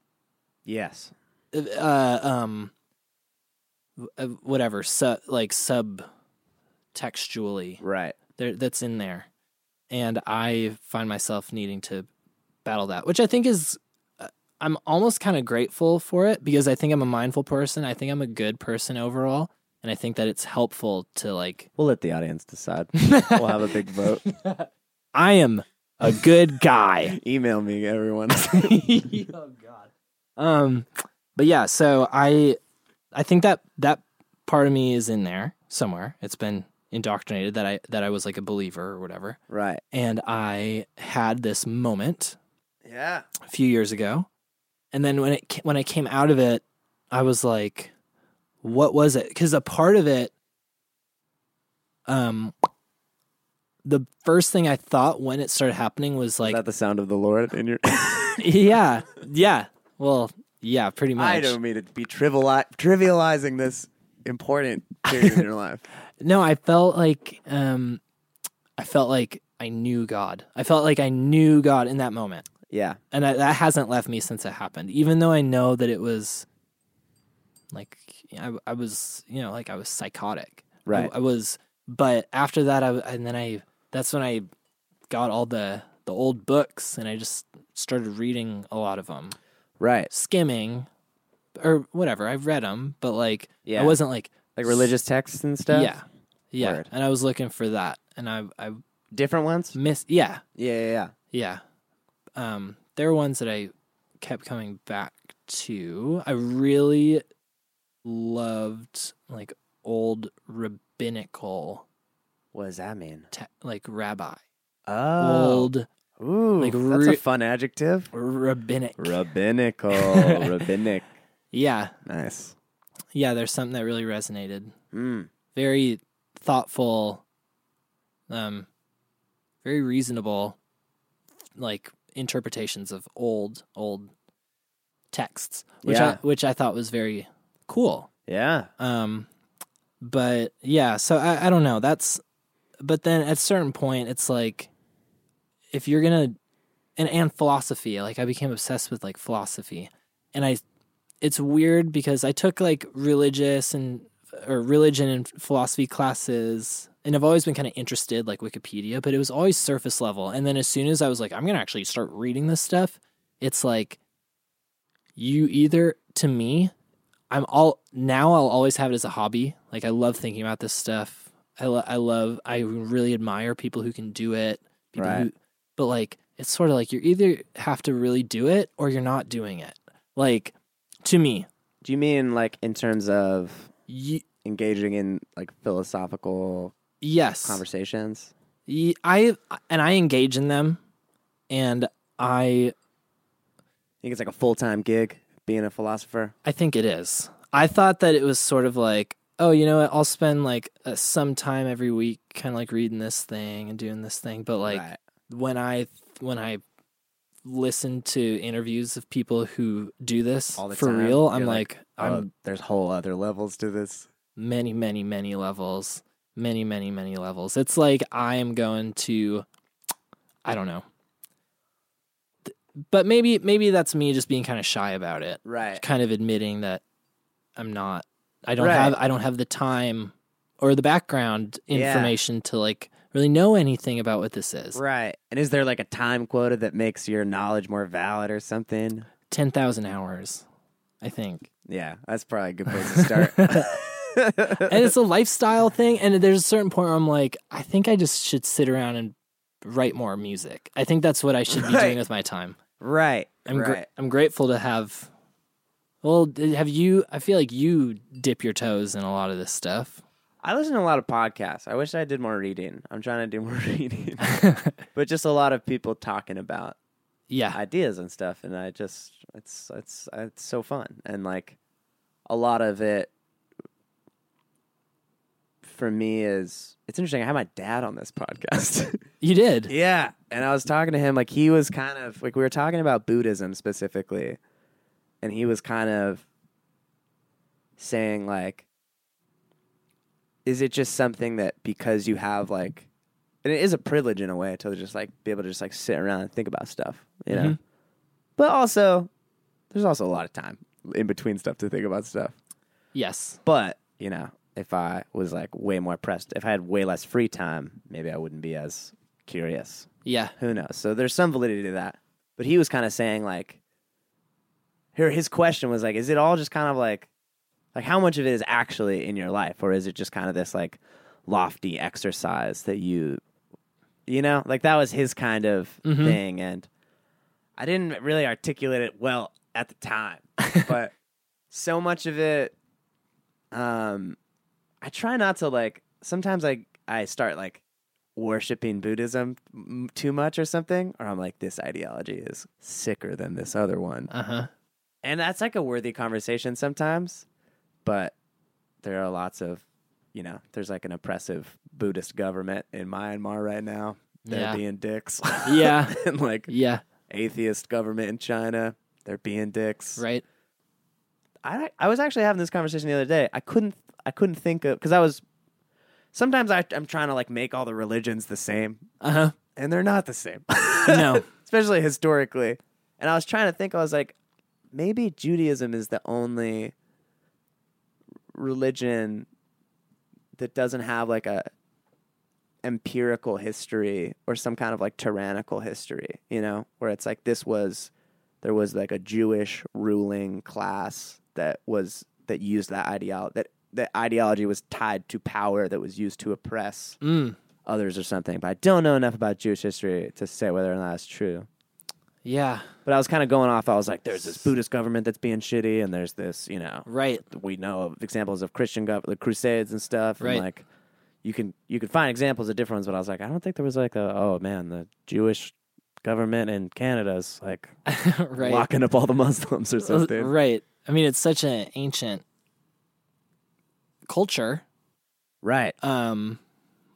S1: Yes.
S3: Uh, um, w- uh, whatever, su- like sub textually
S1: Right.
S3: there that's in there, and I find myself needing to battle that, which I think is. uh, I'm almost kind of grateful for it because I think I'm a mindful person. I think I'm a good person overall, and I think that it's helpful to like.
S1: We'll let the audience decide. we'll have a big vote.
S3: I am a good guy.
S1: Email me, everyone.
S3: oh God. Um, but yeah, so I, I think that that part of me is in there somewhere. It's been indoctrinated that I that I was like a believer or whatever.
S1: right.
S3: and I had this moment
S1: Yeah.
S3: a few years ago, and then when it ca- when I came out of it, I was like, "What was it?" Because a part of it, um, the first thing I thought when it started happening was
S1: Is
S3: like,
S1: that the sound of the Lord in your?
S3: "Yeah, yeah." Well, yeah, pretty much.
S1: I don't mean to be triviali- trivializing this important period in your life.
S3: No, I felt like um I felt like I knew God. I felt like I knew God in that moment.
S1: Yeah.
S3: And I, that hasn't left me since it happened. Even though I know that it was like I, I was, you know, like I was psychotic. I-
S1: Right.
S3: I, was but after that I w- and then I that's when I got all the the old books and I just started reading a lot of them.
S1: Right.
S3: Skimming or whatever. I read them, but like
S1: Yeah.
S3: I wasn't like
S1: Like religious texts and stuff.
S3: yeah. Yeah.
S1: Word.
S3: And I was looking for that. And I I
S1: Different ones.
S3: miss yeah.
S1: Yeah. Yeah. yeah.
S3: Yeah. Um there are ones that I kept coming back to. I really loved like old rabbinical
S1: What does that mean?
S3: te- like rabbi.
S1: Oh,
S3: Old
S1: ooh,
S3: like
S1: that's
S3: re-
S1: a fun adjective.
S3: rabbinic.
S1: Rabbinical, rabbinic.
S3: yeah.
S1: Nice.
S3: Yeah, there's something that really resonated.
S1: Mm.
S3: Very thoughtful um very reasonable like interpretations of old old texts, which
S1: Yeah.
S3: I which I thought was very cool.
S1: Yeah.
S3: Um, but yeah, so I, I don't know. That's, but then at a certain point, it's like, if you're gonna, and and philosophy. Like I became obsessed with like philosophy, and I, it's weird because I took like religious and or religion and philosophy classes. And I've always been kind of interested, like Wikipedia, but it was always surface level. And then as soon as I was like, I'm going to actually start reading this stuff, it's like, you either, to me, I'm all now. I'll always have it as a hobby. Like I love thinking about this stuff. I lo- I love. I really admire people who can do it. People who,
S1: Right.
S3: but like it's sort of like you either have to really do it or you're not doing it. Like to me,
S1: Do you mean like in terms of
S3: y-
S1: engaging in like philosophical
S3: yes,
S1: conversations?
S3: Ye- I and I engage in them, and I
S1: I think it's like a full time gig being a philosopher.
S3: I think it is. I thought that it was sort of like, oh, you know what? I'll spend like uh, some time every week, kind of like reading this thing and doing this thing. But like
S1: Right.
S3: when I when I listen to interviews of people who do this
S1: All the
S3: for
S1: time,
S3: real, I'm
S1: you're
S3: like,
S1: like,
S3: I'm
S1: oh, there's whole other levels to this.
S3: many, many, many levels, many, many, many levels. It's like I am going to, I don't know. Th- But maybe maybe that's me just being kind of shy about it
S1: Right.
S3: kind of admitting that I'm not I don't
S1: Right.
S3: have I don't have the time or the background
S1: Yeah.
S3: information to like really know anything about what this is.
S1: Right. And is there like a time quota that makes your knowledge more valid or something?
S3: 10,000 hours, I think.
S1: Yeah, that's probably a good place to start.
S3: And it's a lifestyle thing and there's a certain point where I'm like I think I just should sit around and write more music. I think that's what I should be doing
S1: Right.
S3: with my time.
S1: right.
S3: I'm
S1: right.
S3: gr- I'm grateful to have well, d- have you I feel like you dip your toes in a lot of this stuff.
S1: I listen to a lot of podcasts. I wish I did more reading. I'm trying to do more reading, but just a lot of people talking about
S3: yeah.
S1: ideas and stuff, and I just it's it's uh, it's so fun, and like a lot of it for me is it's interesting. I had my dad on this podcast.
S3: you did.
S1: Yeah. And I was talking to him, like, he was kind of, like, we were talking about Buddhism specifically. And he was kind of saying, like, is it just something that because you have, like, and it is a privilege in a way to just, like, be able to just, like, sit around and think about stuff, you know?
S3: Mhm.
S1: But also, there's also a lot of time in between stuff to think about stuff.
S3: Yes.
S1: But, you know, if I was, like, way more pressed, if I had way less free time, maybe I wouldn't be as curious
S3: Yeah.
S1: who knows? So there's some validity to that. But he was kind of saying like, here his question was like, is it all just kind of like, like how much of it is actually in your life, or is it just kind of this like lofty exercise that you, you know, like that was his kind of
S3: Mhm.
S1: thing, and I didn't really articulate it well at the time, but so much of it, um, I try not to like. Sometimes I I start like worshiping Buddhism m- too much or something, or I'm like, this ideology is sicker than this other one.
S3: Uh huh.
S1: And that's like a worthy conversation sometimes, but there are lots of, you know, there's like an oppressive Buddhist government in Myanmar right now. They're
S3: Yeah.
S1: being dicks.
S3: Yeah.
S1: and like
S3: Yeah.
S1: atheist government in China. They're being dicks.
S3: right?
S1: I I was actually having this conversation the other day. I couldn't I couldn't think of because I was sometimes I, I'm trying to like make all the religions the same,
S3: Uh
S1: and they're not the same,
S3: huh. No.
S1: especially historically. And I was trying to think. I was like, maybe Judaism is the only religion that doesn't have like a empirical history or some kind of like tyrannical history, you know, where it's like this was there was like a Jewish ruling class that was that used that ideology that that ideology was tied to power that was used to oppress
S3: Mm.
S1: others or something. But I don't know enough about Jewish history to say whether or not it's true.
S3: Yeah.
S1: But I was kind of going off. I was like, there's this Buddhist government that's being shitty, and there's this, you know,
S3: Right.
S1: we know of examples of Christian gov- the Crusades and stuff,
S3: Right.
S1: and like you can you can find examples of different ones. But I was like, I don't think there was like a oh man, the Jewish government in Canada's like
S3: right.
S1: locking up all the Muslims or
S3: Uh,
S1: something.
S3: Right. I mean, it's such an ancient culture.
S1: Right?
S3: Um,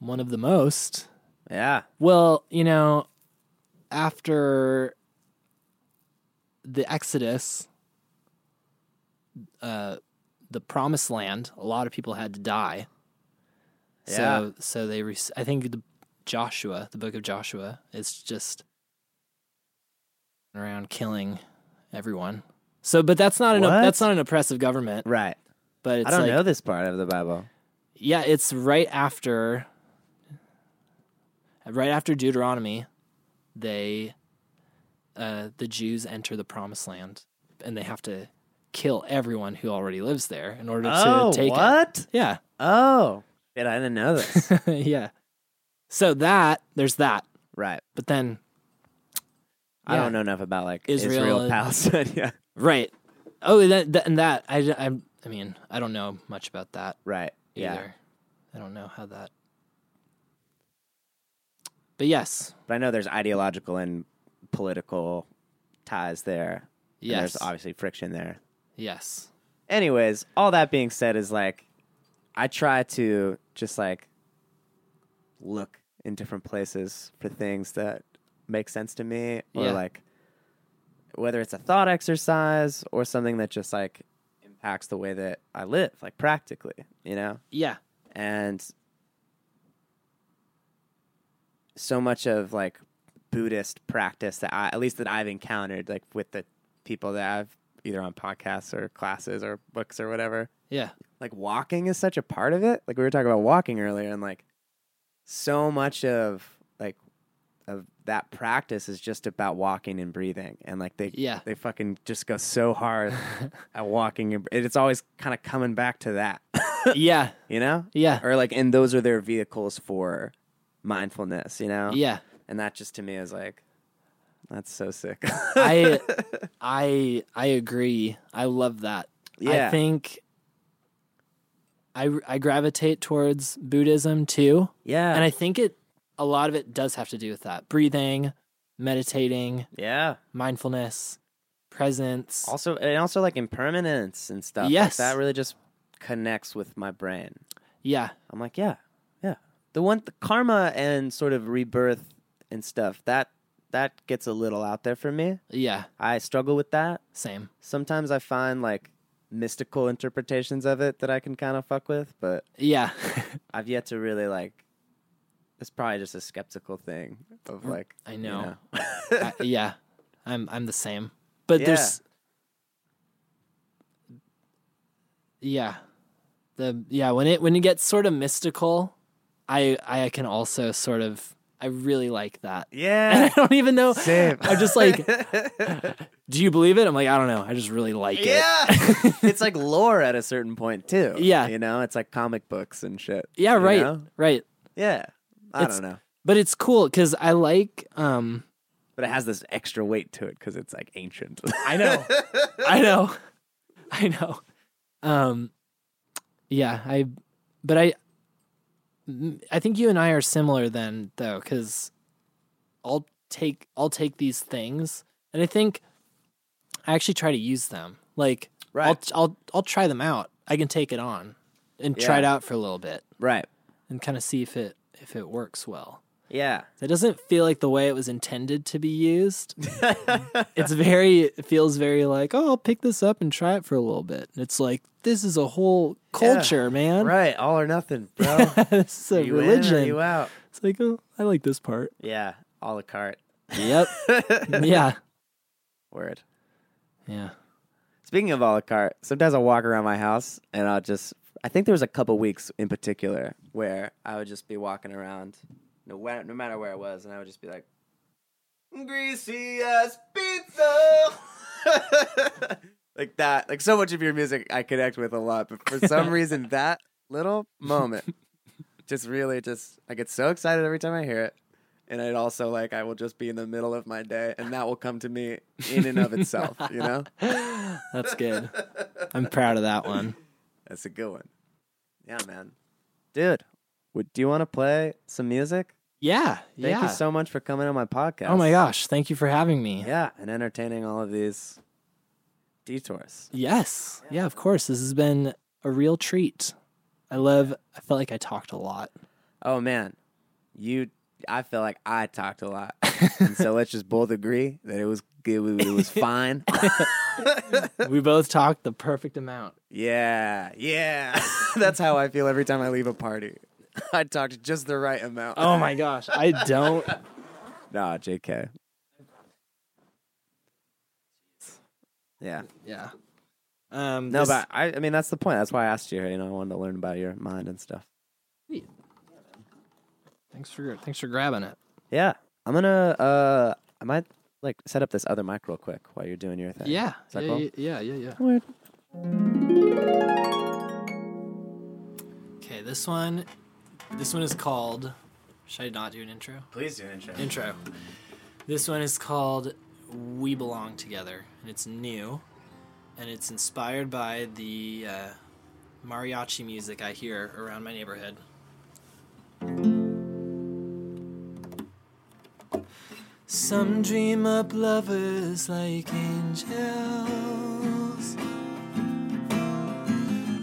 S3: one of the most.
S1: Yeah.
S3: Well, you know, after the Exodus, uh, the Promised Land, a lot of people had to die.
S1: Yeah.
S3: So, so they, rec- I think the Joshua, the book of Joshua, is just around killing everyone. So, but that's not an
S1: What?
S3: that's not an oppressive government,
S1: Right.
S3: but it's
S1: I don't
S3: like,
S1: know this part of the Bible.
S3: yeah, it's right after right after Deuteronomy, they uh the Jews enter the promised land and they have to kill everyone who already lives there in order to take it. Yeah.
S1: Oh, Shit, I didn't know this.
S3: yeah. So that there's that.
S1: right.
S3: But then
S1: I
S3: Yeah.
S1: don't know enough about like
S3: Israel
S1: Israel,
S3: and-
S1: Palestine. yeah.
S3: right. Oh, and that, that and that I I I mean, I don't know much about that
S1: Right. Yeah.
S3: either. I don't know how that But yes.
S1: But I know there's ideological and political ties there. and
S3: Yes.
S1: there's obviously friction there.
S3: Yes.
S1: Anyways, all that being said is like I try to just like look in different places for things that make sense to me or
S3: Yeah.
S1: like whether it's a thought exercise or something that just like impacts the way that I live, like practically, you know?
S3: Yeah.
S1: and so much of like Buddhist practice that I, at least that I've encountered, like with the people that I've either on podcasts or classes or books or whatever,
S3: Yeah.
S1: like walking is such a part of it. Like we were talking about walking earlier, and like so much of like of that practice is just about walking and breathing, and like they
S3: Yeah.
S1: they fucking just go so hard at walking, and and it's always kind of coming back to that,
S3: yeah.
S1: you know?
S3: Yeah.
S1: or like and those are their vehicles for mindfulness you know
S3: Yeah.
S1: and that just to me is like that's so sick
S3: I I I agree. I love that. I
S1: Yeah.
S3: think I I gravitate towards Buddhism too.
S1: yeah
S3: And I think it a lot of it does have to do with that. Breathing, meditating,
S1: yeah
S3: mindfulness, presence.
S1: also and also like impermanence and stuff like,
S3: Yes.
S1: that really just connects with my brain
S3: Yeah.
S1: i'm like yeah yeah the one the karma and sort of rebirth and stuff that that gets a little out there for me
S3: Yeah.
S1: i struggle with that
S3: Same.
S1: sometimes i find like mystical interpretations of it that i can kind of fuck with but
S3: Yeah.
S1: I've yet to really like. It's probably just a skeptical thing of like.
S3: Mm. I
S1: you
S3: know. I, yeah. I'm I'm the same. But
S1: Yeah.
S3: there's Yeah. The yeah, when it when it gets sort of mystical, I I can also sort of I really like that. And I
S1: Yeah.
S3: don't even know.
S1: Same.
S3: I'm just like Do you believe it? I'm like, I don't know. I just really like it.
S1: yeah. it's like lore at a certain point too.
S3: Yeah.
S1: You know, it's like comic books and shit.
S3: Yeah,
S1: you
S3: right.
S1: know?
S3: Right.
S1: Yeah. I
S3: It's-
S1: don't know,
S3: But it's cool cuz I like um
S1: but it has this extra weight to it because it's like ancient.
S3: I know. I know. I know. Um yeah, I but I m- I think you and I are similar then though cuz I'll take I'll take these things and I think I actually try to use them. Like
S1: Right.
S3: I'll I'll I'll try them out. I can take it on and try
S1: Yeah.
S3: it out for a little bit
S1: right.
S3: and kind of see if it if it works well.
S1: Yeah.
S3: That doesn't feel like the way it was intended to be used. it's very, it feels very like, oh, I'll pick this up and try it for a little bit. And it's like, this is a whole culture, man.
S1: Right. All or nothing, bro.
S3: this is a
S1: you
S3: religion.
S1: in or you out.
S3: It's like, oh, I like this part.
S1: Yeah. A la carte.
S3: Yep. yeah.
S1: Word.
S3: Yeah.
S1: Speaking of a la carte, sometimes I'll walk around my house and I'll just, I think there was a couple weeks in particular where I would just be walking around, no, wa- no matter where I was, and I would just be like, greasy ass pizza. like that. Like so much of your music I connect with a lot, but for some reason, that little moment just really just, I get so excited every time I hear it. And it also like I will just be in the middle of my day, and that will come to me in and of itself, you know.
S3: That's good. I'm proud of that one.
S1: That's a good one. Yeah, man. Dude, would, do you want to play some music?
S3: Yeah.
S1: Thank
S3: yeah.
S1: you so much for coming on my podcast.
S3: oh my gosh. Thank you for having me.
S1: Yeah, and entertaining all of these detours.
S3: Yes. Yeah, of course. This has been a real treat. I love, I felt like I talked a lot.
S1: Oh man, you. I feel like I talked a lot, and so let's just both agree that it was good. It was fine.
S3: we both talked the perfect amount.
S1: yeah, yeah. That's how I feel every time I leave a party. I talked just the right amount.
S3: Oh my gosh. I don't.
S1: Nah, Jk. Yeah.
S3: Yeah. Um,
S1: No,
S3: this-
S1: but I, I mean that's the point. That's why I asked you. You know, I wanted to learn about your mind and stuff.
S3: thanks for thanks for grabbing it.
S1: Yeah, I'm gonna. uh I might like set up this other mic real quick while you're doing your thing.
S3: Yeah.
S1: Is
S3: Yeah,
S1: that cool?
S3: yeah. Yeah. Yeah. Yeah.
S1: Weird.
S3: Okay. This one. This one is called. Should I not do an intro?
S1: Please do intro.
S3: Intro. This one is called "We Belong Together" and it's new, and it's inspired by the uh, mariachi music I hear around my neighborhood. Some dream up lovers like angels.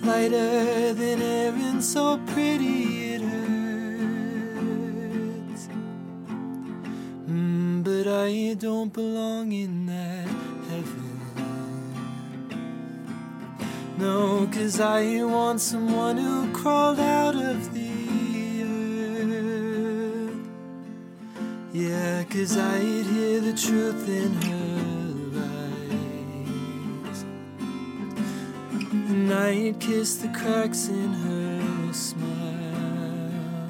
S3: Lighter than air and so pretty it hurts. Mm, but I don't belong in that heaven. No, cause I want someone who crawled out of the earth. Yeah, cause I'd hear the truth in her lies. And I'd kiss the cracks in her smile.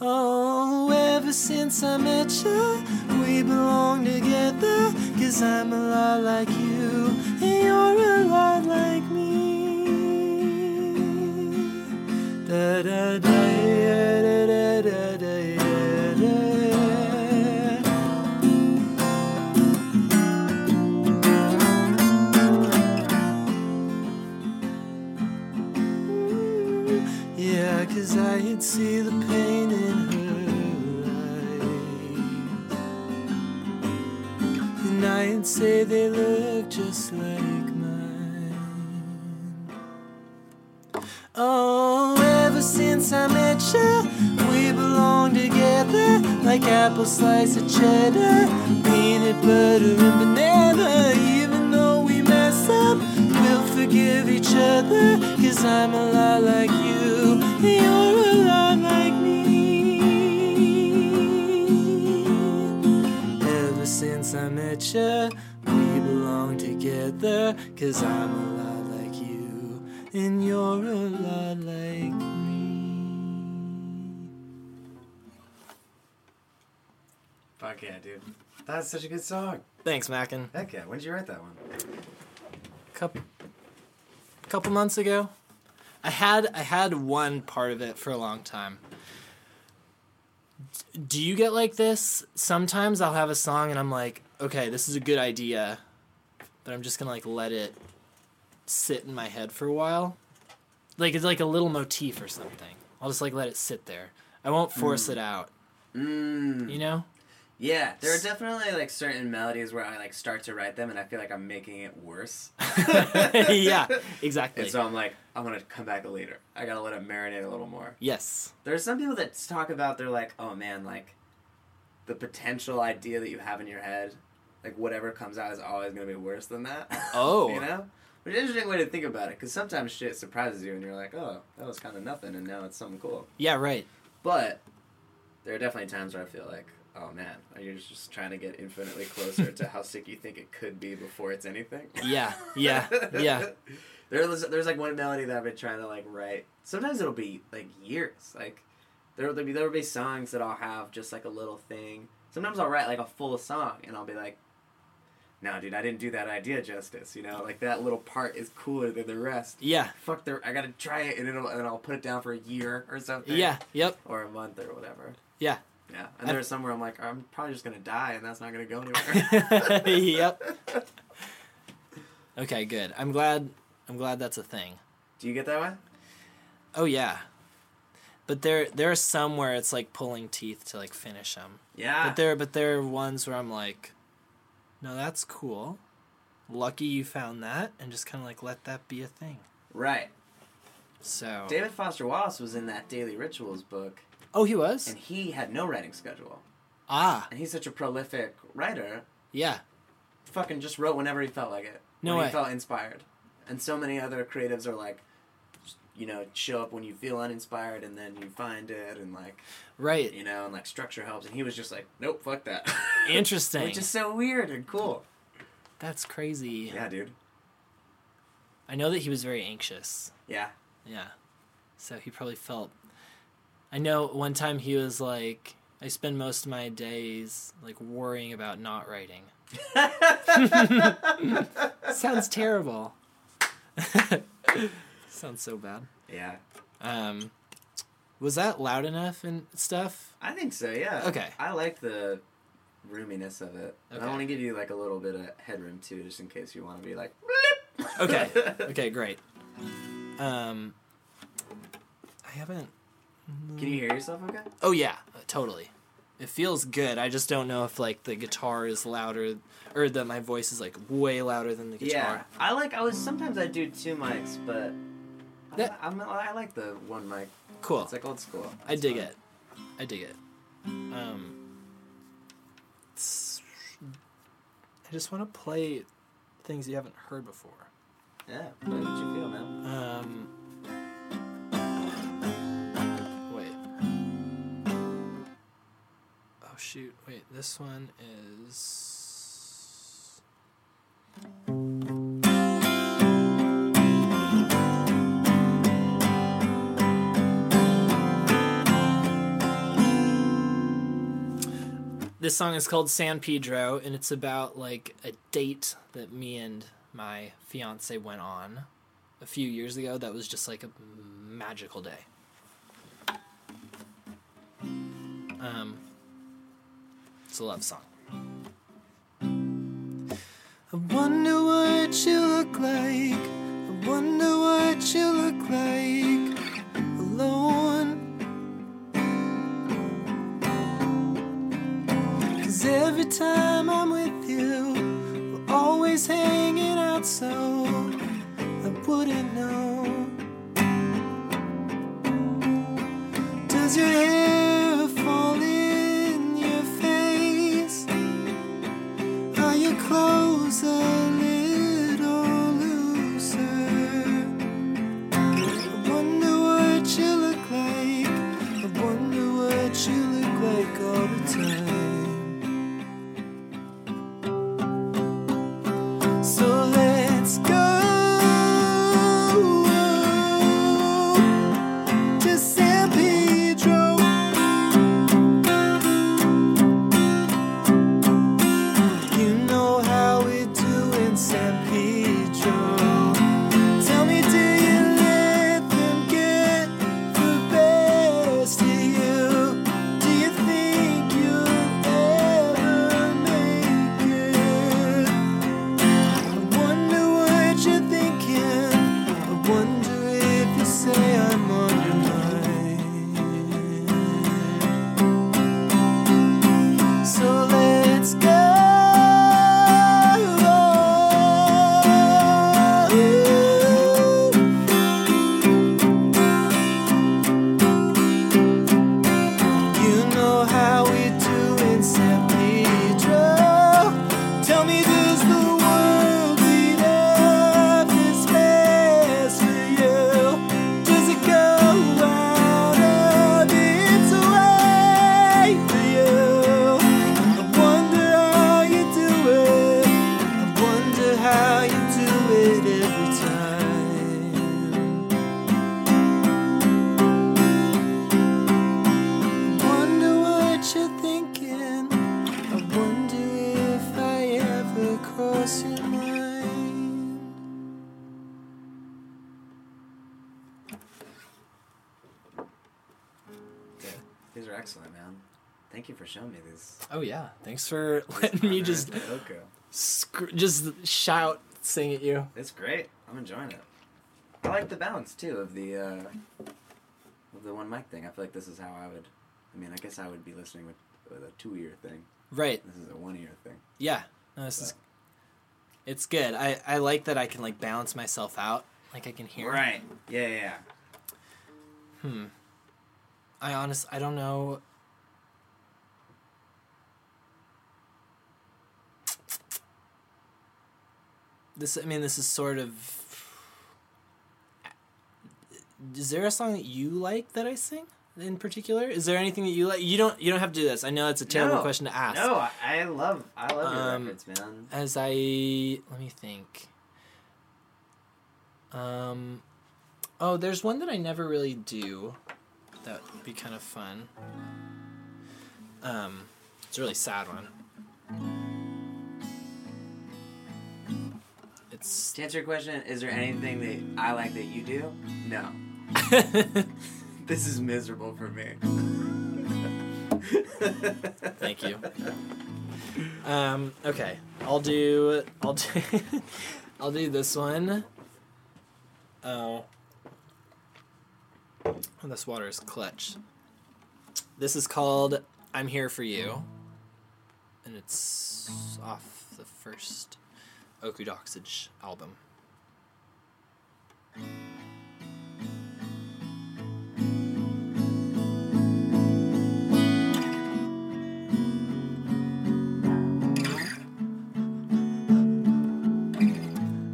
S3: Oh, ever since I met you, we belong together. Cause I'm a lot like you, and you're a lot like me. Da da da da da da da da. Yeah, cause I could see the pain in her eyes. And I'd say they look just like mine. Oh, ever since I met you, we belong together like apple slice of cheddar, peanut butter and banana. Even though we mess up, we'll forgive each other. Cause I'm a lot like you, and you're a lot like me. Ever since I met you, we belong together. Cause I'm a lot like you, and you're a lot like me.
S5: Fuck yeah, dude. That's such a good song.
S3: Thanks, Mackin.
S5: Heck yeah. When did you write that one?
S3: couple couple months ago. I had I had one part of it for a long time. D- Do you get like this? Sometimes I'll have a song and I'm like, okay, this is a good idea, but I'm just gonna like let it sit in my head for a while. Like it's like a little motif or something. I'll just like let it sit there. I won't force it out. You know?
S1: Mm, Yeah, there are definitely like certain melodies where I like start to write them, and I feel like I'm making it worse.
S3: yeah, exactly.
S1: And so I'm like, I want to come back later. I gotta let it marinate a little more.
S3: yes.
S1: There's some people that talk about they're like, oh man, like the potential idea that you have in your head, like whatever comes out is always gonna be worse than that.
S3: Oh.
S1: you know, which is an interesting way to think about it because sometimes shit surprises you and you're like, oh, that was kind of nothing, and now it's something cool.
S3: Yeah, right.
S1: But there are definitely times where I feel like, oh man, you're just trying to get infinitely closer to how sick you think it could be before it's anything.
S3: Yeah, yeah, yeah.
S1: There's there's like one melody that I've been trying to like write. Sometimes it'll be like years. Like there will be there will be songs that I'll have just like a little thing. Sometimes I'll write like a full song and I'll be like, no, dude, I didn't do that idea justice. You know, like that little part is cooler than the rest.
S3: Yeah,
S1: Fuck the, I gotta try it and it'll and I'll put it down for a year or something.
S3: yeah, yep,
S1: Or a month or whatever.
S3: yeah.
S1: Yeah, and there's some where I'm like, I'm probably just gonna die, and that's not gonna go anywhere.
S3: yep. Okay, good. I'm glad I'm glad that's a thing.
S1: Do you get that way?
S3: Oh yeah. But there there are some where it's like pulling teeth to like finish them.
S1: Yeah.
S3: But there but there are ones where I'm like no, that's cool. Lucky you found that and just kind of like let that be a thing.
S1: right.
S3: So
S1: David Foster Wallace was in that Daily Rituals book,
S3: Oh, he was?
S1: and he had no writing schedule.
S3: Ah,
S1: And he's such a prolific writer,
S3: yeah.
S1: fucking just wrote whenever he felt like it.
S3: No
S1: when
S3: way.
S1: he felt inspired. And so many other creatives are like, you know, show up when you feel uninspired, and then you find it, and like,
S3: Right.
S1: you know, and like structure helps. And he was just like, nope, fuck that.
S3: Interesting.
S1: Which is so weird and cool.
S3: That's crazy.
S1: Yeah, dude.
S3: I know that he was very anxious.
S1: Yeah.
S3: Yeah. So he probably felt. I know one time he was like, I spend most of my days like worrying about not writing. Sounds terrible. Sounds so bad.
S1: Yeah.
S3: Um, was that loud enough and stuff?
S1: I think so, yeah.
S3: Okay.
S1: I like the roominess of it. And I
S3: Okay.
S1: want to give you like a little bit of headroom too, just in case you want to be like. "Bleep."
S3: Okay. Okay, great. Um, I haven't.
S1: Can you hear yourself okay?
S3: Oh yeah, totally. It feels good. I just don't know if like the guitar is louder or that my voice is like way louder than the
S1: Yeah.
S3: guitar.
S1: I like, I was, sometimes I do two mics, but I
S3: That-
S1: li- I'm, I like the one mic.
S3: Cool.
S1: It's like old school.
S3: I dig it. I dig it. Um s- I just want to play things you haven't heard before.
S1: Yeah. What did you feel, man?
S3: Um Wait. Oh shoot. Wait, this one is This song is called San Pedro, and it's about like a date that me and my fiance went on a few years ago. That was just like a magical day. Um, it's a love song. I wonder what you look like. I wonder what you look like alone. Cause every time I'm with you, we're always hanging out, so I wouldn't know. Does your hair fall in your face? Are your clothes a little looser? I wonder what you look like. I wonder what you look like all the time. So let's go to San Pedro. You know how we do in San Pedro. Tell me, do you let them get the best of you? Do you think you'll ever make it? I
S1: excellent, man. Thank you for showing me this.
S3: Oh yeah, thanks for letting me just
S1: Loco.
S3: sc- just shout sing at you.
S1: It's great. I'm enjoying it. I like the balance too of the uh, of the one mic thing. I feel like this is how I would. I mean, I guess I would be listening with, with a two ear thing.
S3: Right.
S1: This is a one ear thing.
S3: Yeah. No, this is it's good. I I like that I can like balance myself out. Like I can hear.
S1: Right. Yeah, yeah. yeah.
S3: I honest I don't know. This I mean this is sort of Is there a song that you like that I sing in particular? Is there anything that you like? You don't you don't have to do this. I know it's a terrible
S1: No.
S3: question to ask.
S1: No, I, I love I love your
S3: Um,
S1: records, man.
S3: As I let me think. Um oh, there's one that I never really do. That would be kind of fun. Um it's a really sad one. It's
S1: To answer your question, is there anything that I like that you do? No. This is miserable for me.
S3: Thank you. Um, okay, I'll do. I'll do. I'll do this one. Oh. Oh, this water is clutch. This is called "I'm Here for You," and it's off the first Okudoxage album.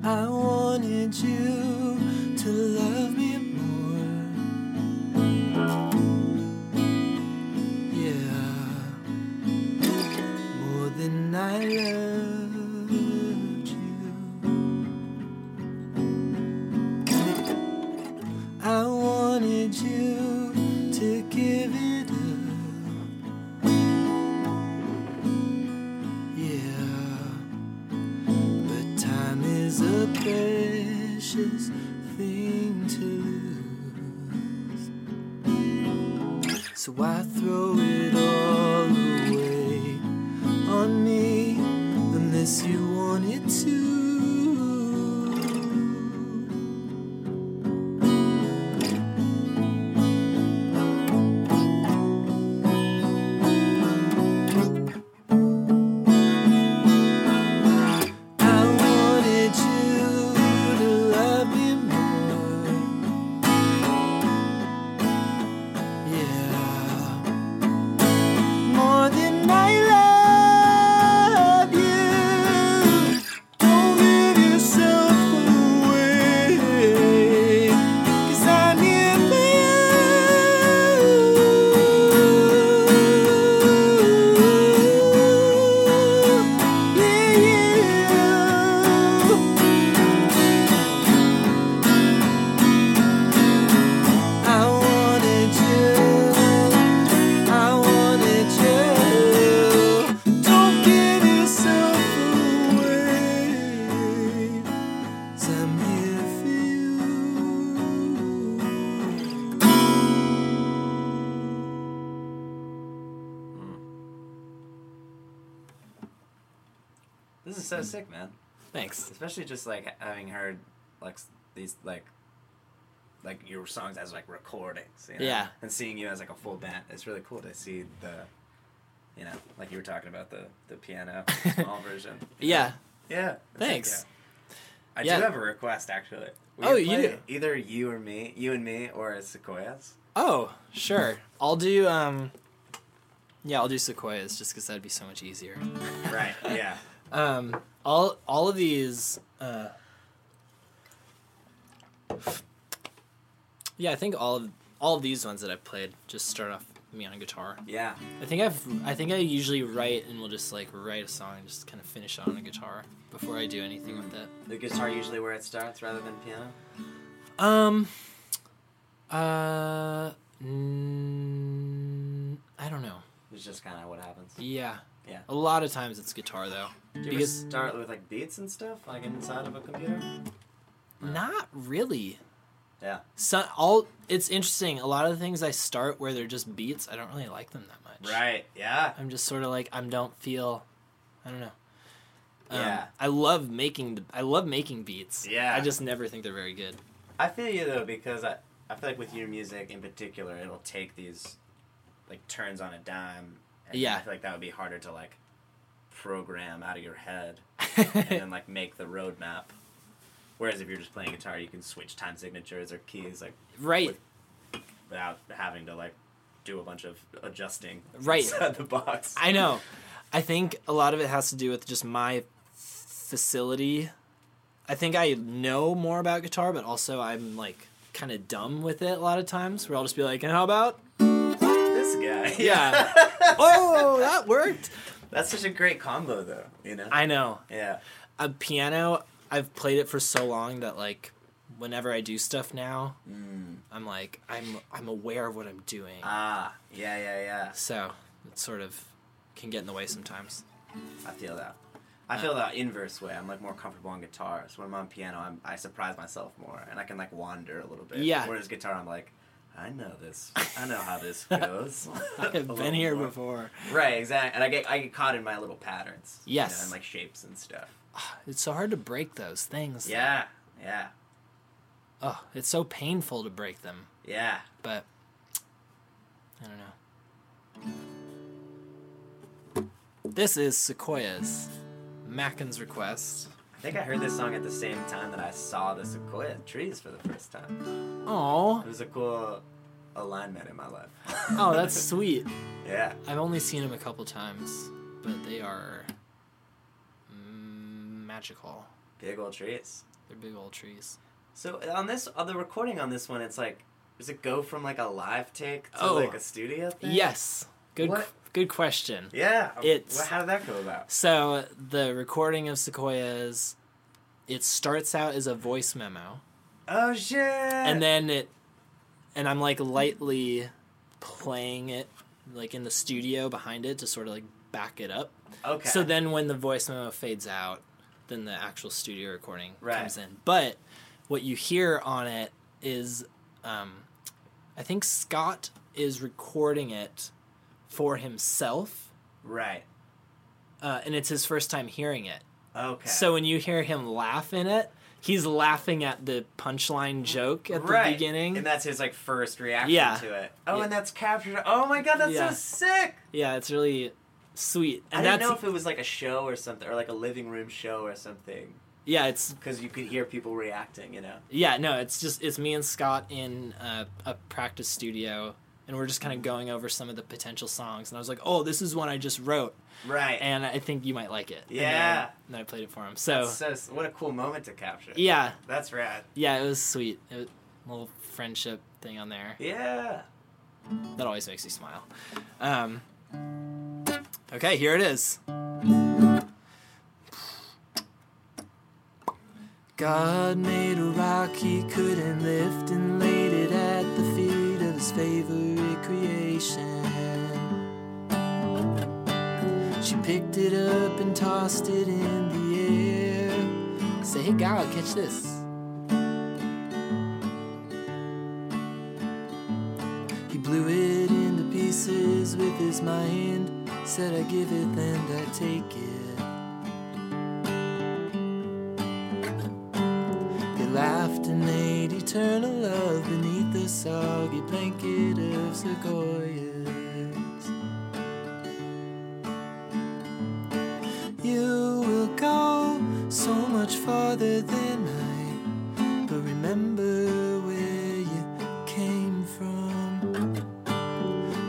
S3: I wanted you to love me more. Yeah, more than I loved you. I wanted you to give it up. Yeah. But time is a precious thing to lose. So I throw it all away on me unless you want it to. I wanted you to love me more. Yeah, more than I love you. Don't give yourself away, 'cause I'm here for you. Yeah, I wanted you. I wanted you. Don't give yourself away. 'Cause I'm here for you.
S1: This is so sick, man.
S3: Thanks.
S1: Especially just like ha- having heard like s- these like like your songs as like recordings. You know?
S3: Yeah.
S1: And seeing you as like a full band, it's really cool to see the you know like you were talking about the the piano small version.
S3: Yeah.
S1: Yeah. it's like,
S3: Thanks.
S1: yeah. I
S3: Yeah.
S1: do have a request actually. We
S3: Oh,
S1: could
S3: you
S1: play
S3: do?
S1: Either you or me, you and me, or Sequoias.
S3: Oh, sure. I'll do um Yeah, I'll do sequoias just cuz that'd be so much easier.
S1: Right. Yeah.
S3: Um all all of these uh Yeah, I think all of all of these ones that I've played just start off me on guitar.
S1: Yeah.
S3: I think I've I think I usually write and will just like write a song and just kind of finish it on a guitar before I do anything with it.
S1: The guitar usually where it starts rather than piano.
S3: Um. Uh. Mm, I don't know.
S1: It's just kind of what happens.
S3: Yeah.
S1: Yeah.
S3: A lot of times it's guitar though.
S1: Do you ever
S3: Because
S1: uh, start with like beats and stuff, like inside of a computer?
S3: not really.
S1: Yeah.
S3: So, all it's interesting. A lot of the things I start where they're just beats, I don't really like them that much.
S1: Right. Yeah.
S3: I'm just sort of like I don't feel, I don't know. Um,
S1: Yeah.
S3: I love making the I love making beats.
S1: Yeah.
S3: I just never think they're very good.
S1: I feel you though because I, I feel like with your music in particular, it'll take these like turns on a dime. And
S3: Yeah.
S1: I feel like that would be harder to like program out of your head and
S3: yeah,
S1: then like make the roadmap. Whereas if you're just playing guitar, you can switch time signatures or keys like
S3: right.
S1: without having to like do a bunch of adjusting
S3: Right.
S1: inside the box.
S3: I know. I think a lot of it has to do with just my facility. I think I know more about guitar, but also I'm like kind of dumb with it a lot of times. Where I'll just be like, "And how about?"
S1: this guy.
S3: Yeah. oh, that worked.
S1: That's such a great combo though, you know?
S3: I know.
S1: yeah.
S3: a piano i've played it for so long that like whenever i do stuff now i'm like i'm i'm aware of what i'm doing
S1: Mm. Ah, yeah, yeah, yeah.
S3: so it sort of can get in the way sometimes
S1: I feel that. I feel the inverse way. I'm like more comfortable on guitar. So when I'm on piano, I'm, I surprise myself more, and I can like wander a little bit.
S3: Yeah.
S1: Whereas guitar, I'm like, I know this. I know how this goes.
S3: i've
S1: A
S3: been
S1: little
S3: here
S1: more.
S3: before
S1: Right, exactly. And I get I get caught in my little patterns. you know,
S3: Yes.
S1: and like shapes and stuff.
S3: it's so hard to break those things
S1: Yeah, yeah,
S3: oh it's so painful to break them
S1: yeah.
S3: but i don't know this is sequoias mackin's request
S1: I think I heard this song at the same time that I saw the sequoia trees for the first time.
S3: oh
S1: It was a cool alignment in my life.
S3: oh that's sweet
S1: yeah.
S3: I've only seen them a couple times, but they are mm, magical.
S1: Big old trees.
S3: They're big old trees.
S1: So on this, on the recording on this one, it's like, does it go from like a live take to
S3: Oh.
S1: like a studio thing?
S3: Yes. Good.
S1: What?
S3: Good question.
S1: Yeah.
S3: It's-
S1: Well, how did that go about?
S3: So the recording of Sequoias, it starts out as a voice memo,
S1: Oh shit.
S3: and then it, and I'm like lightly playing it, like in the studio behind it to sort of like back it up.
S1: okay.
S3: So then when the voice memo fades out, then the actual studio recording
S1: Right.
S3: comes in. But what you hear on it is um, I think Scott is recording it for himself,
S1: right.
S3: uh, and it's his first time hearing it.
S1: Okay.
S3: So when you hear him laugh in it, he's laughing at the punchline joke at
S1: right.
S3: the beginning.
S1: and that's his like first reaction
S3: Yeah.
S1: to it. Oh,
S3: Yeah.
S1: and that's captured. Oh my god, that's
S3: Yeah.
S1: so sick.
S3: yeah, it's really sweet.
S1: I
S3: And that's
S1: didn't know if it was like a show or something, or like a living room show or something,
S3: yeah, it's
S1: because you could hear people reacting. You know.
S3: Yeah, no, it's just it's me and Scott in uh, a practice studio, and we're just kind of going over some of the potential songs. And I was like, "Oh, this is one I just wrote,
S1: Right.
S3: and I think you might like it." And then-
S1: Yeah.
S3: And then, I played it for him. So
S1: so s- what a cool moment to capture.
S3: yeah,
S1: That's rad.
S3: yeah, it was sweet. It was a little friendship thing on there
S1: Yeah.
S3: that always makes me smile. Um, okay, here it is. God made a rock he couldn't lift and laid it at the feet of his favorite creation. She picked it up and tossed it in the air. Say, hey, God, catch this. He blew it into pieces with his mind. Said, I give it, then I take it. They laughed and made eternal love beneath the soggy blanket of sequoias. You will go so much farther than I but remember where you came from.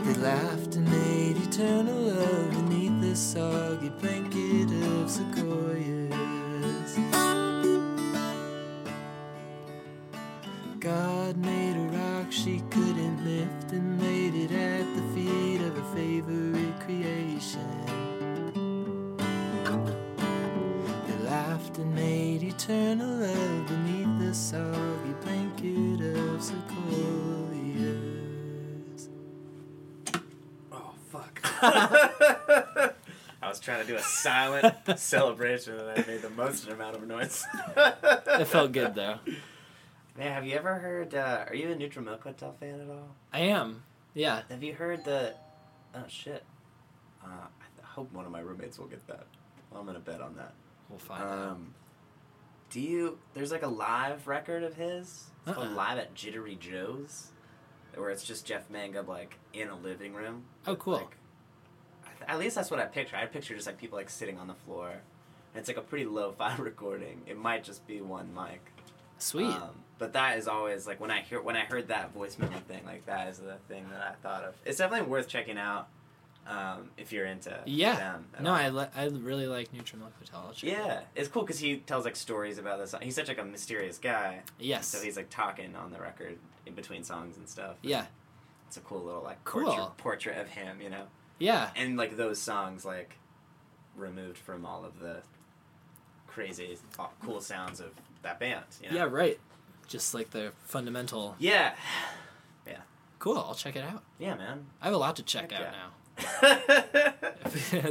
S3: They laughed and made eternal love beneath the soggy blanket of sequoias. God made a rock she couldn't lift and laid it at the feet of her favorite creation. They laughed and made eternal love beneath the soggy blanket of sequoias.
S1: Oh fuck. I was trying to do a silent celebration and I made the most amount of noise.
S3: It felt good though.
S1: Man, have you ever heard? Uh, are you a Neutral Milk Hotel fan at all?
S3: I am. Yeah.
S1: Have you heard the? Oh shit. Uh, I th- hope one of my roommates will get that. I'm gonna bet on that.
S3: We'll find out.
S1: Um, do you? There's like a live record of his. It's called
S3: Uh-uh.
S1: Live at Jittery Joe's, where it's just Jeff Mangum like in a living room.
S3: Oh,
S1: with,
S3: cool.
S1: like- I th- at least that's what I picture. I picture just like people like sitting on the floor. And it's like a pretty low-fi recording. It might just be one mic.
S3: Sweet.
S1: Um, but that is always like when I hear when I heard that voice memo thing, like that is the thing that I thought of. It's definitely worth checking out um, if you're into
S3: yeah.
S1: them at
S3: no,
S1: all.
S3: I, li- I really like Neutral Milk Hotel. I'll check it out.
S1: Yeah, it's cool because he tells like stories about this. He's such like a mysterious guy,
S3: Yes.
S1: so he's like talking on the record in between songs and stuff.
S3: yeah.
S1: it's a cool little like
S3: Cool.
S1: portrait, portrait of him, you know.
S3: Yeah.
S1: And like those songs, like removed from all of the crazy, aw- cool sounds of that band. You know?
S3: Yeah, right. Just like the fundamental.
S1: yeah,
S3: Cool. I'll check it out.
S1: yeah, man.
S3: I have a lot to check
S1: Heck
S3: out
S1: yeah.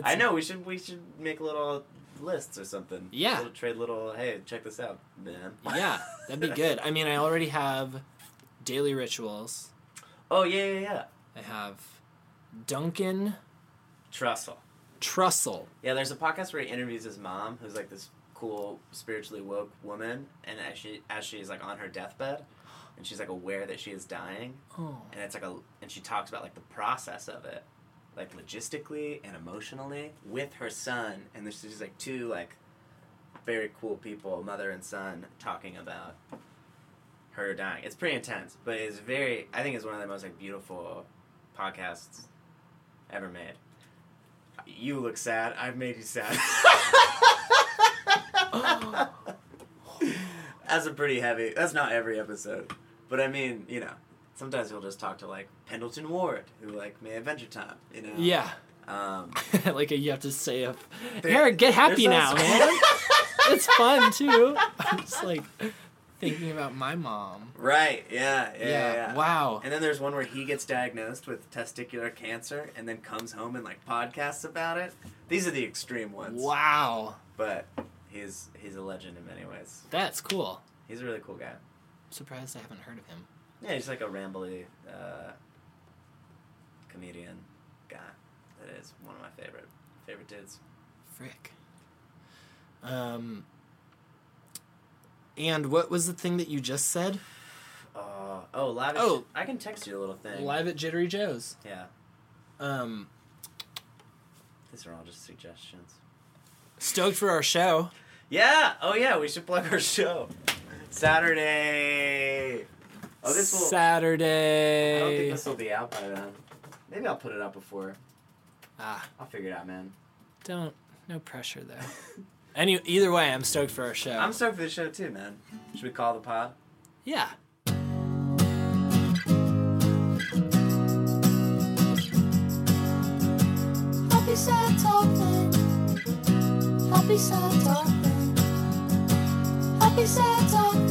S1: I know we should we should make little lists or something.
S3: Yeah.
S1: little, trade little. Hey, check this out, man.
S3: now. yeah, that'd be good. I mean, I already have Daily Rituals.
S1: oh yeah, yeah, yeah.
S3: I have Duncan
S1: Trussell.
S3: Trussell.
S1: Yeah, there's a podcast where he interviews his mom, who's like this cool, spiritually woke woman, and as she as she's like on her deathbed, and she's like aware that she is dying,
S3: Oh.
S1: and it's like a and she talks about like the process of it, like logistically and emotionally with her son, and there's just like two like very cool people, mother and son, talking about her dying. It's pretty intense, but it's very I think it's one of the most like beautiful podcasts ever made. You look sad. I've made you sad. that's a pretty heavy. That's not every episode, but I mean, you know, sometimes he'll just talk to like Pendleton Ward, who like made Adventure Time. You know.
S3: Yeah.
S1: Um,
S3: like you have to say, a,
S1: There-
S3: Eric, get happy
S1: there's
S3: now,
S1: those-
S3: man. it's fun too. I'm just like thinking about my mom.
S1: right. Yeah. Yeah.
S3: Yeah.
S1: Yeah. yeah.
S3: Wow.
S1: And then there's one where he gets diagnosed with testicular cancer and then comes home and like podcasts about it. These are the extreme ones.
S3: Wow.
S1: But he's he's a legend in many ways.
S3: That's cool.
S1: He's a really cool guy.
S3: surprised I haven't heard of him.
S1: Yeah, he's like a rambly uh, comedian guy. That is one of my favorite favorite dudes.
S3: Frick. Um. And what was the thing that you just said?
S1: Uh, oh, live. At,
S3: Oh.
S1: I can text you a little thing.
S3: Live at Jittery Joe's.
S1: Yeah,
S3: Um,
S1: these are all just suggestions.
S3: stoked for our show.
S1: Yeah. Oh yeah, we should plug our show. Saturday. Oh, this will. I don't think
S3: Saturday.
S1: this will be out by then. Maybe I'll put it up before.
S3: ah,
S1: I'll figure it out, man.
S3: don't. No pressure there. Any either way, I'm stoked for our show.
S1: I'm stoked for the show too, man. Should we call the pod?
S3: yeah.
S2: Happy sad talking. Happy sad talking. Happy sad talking.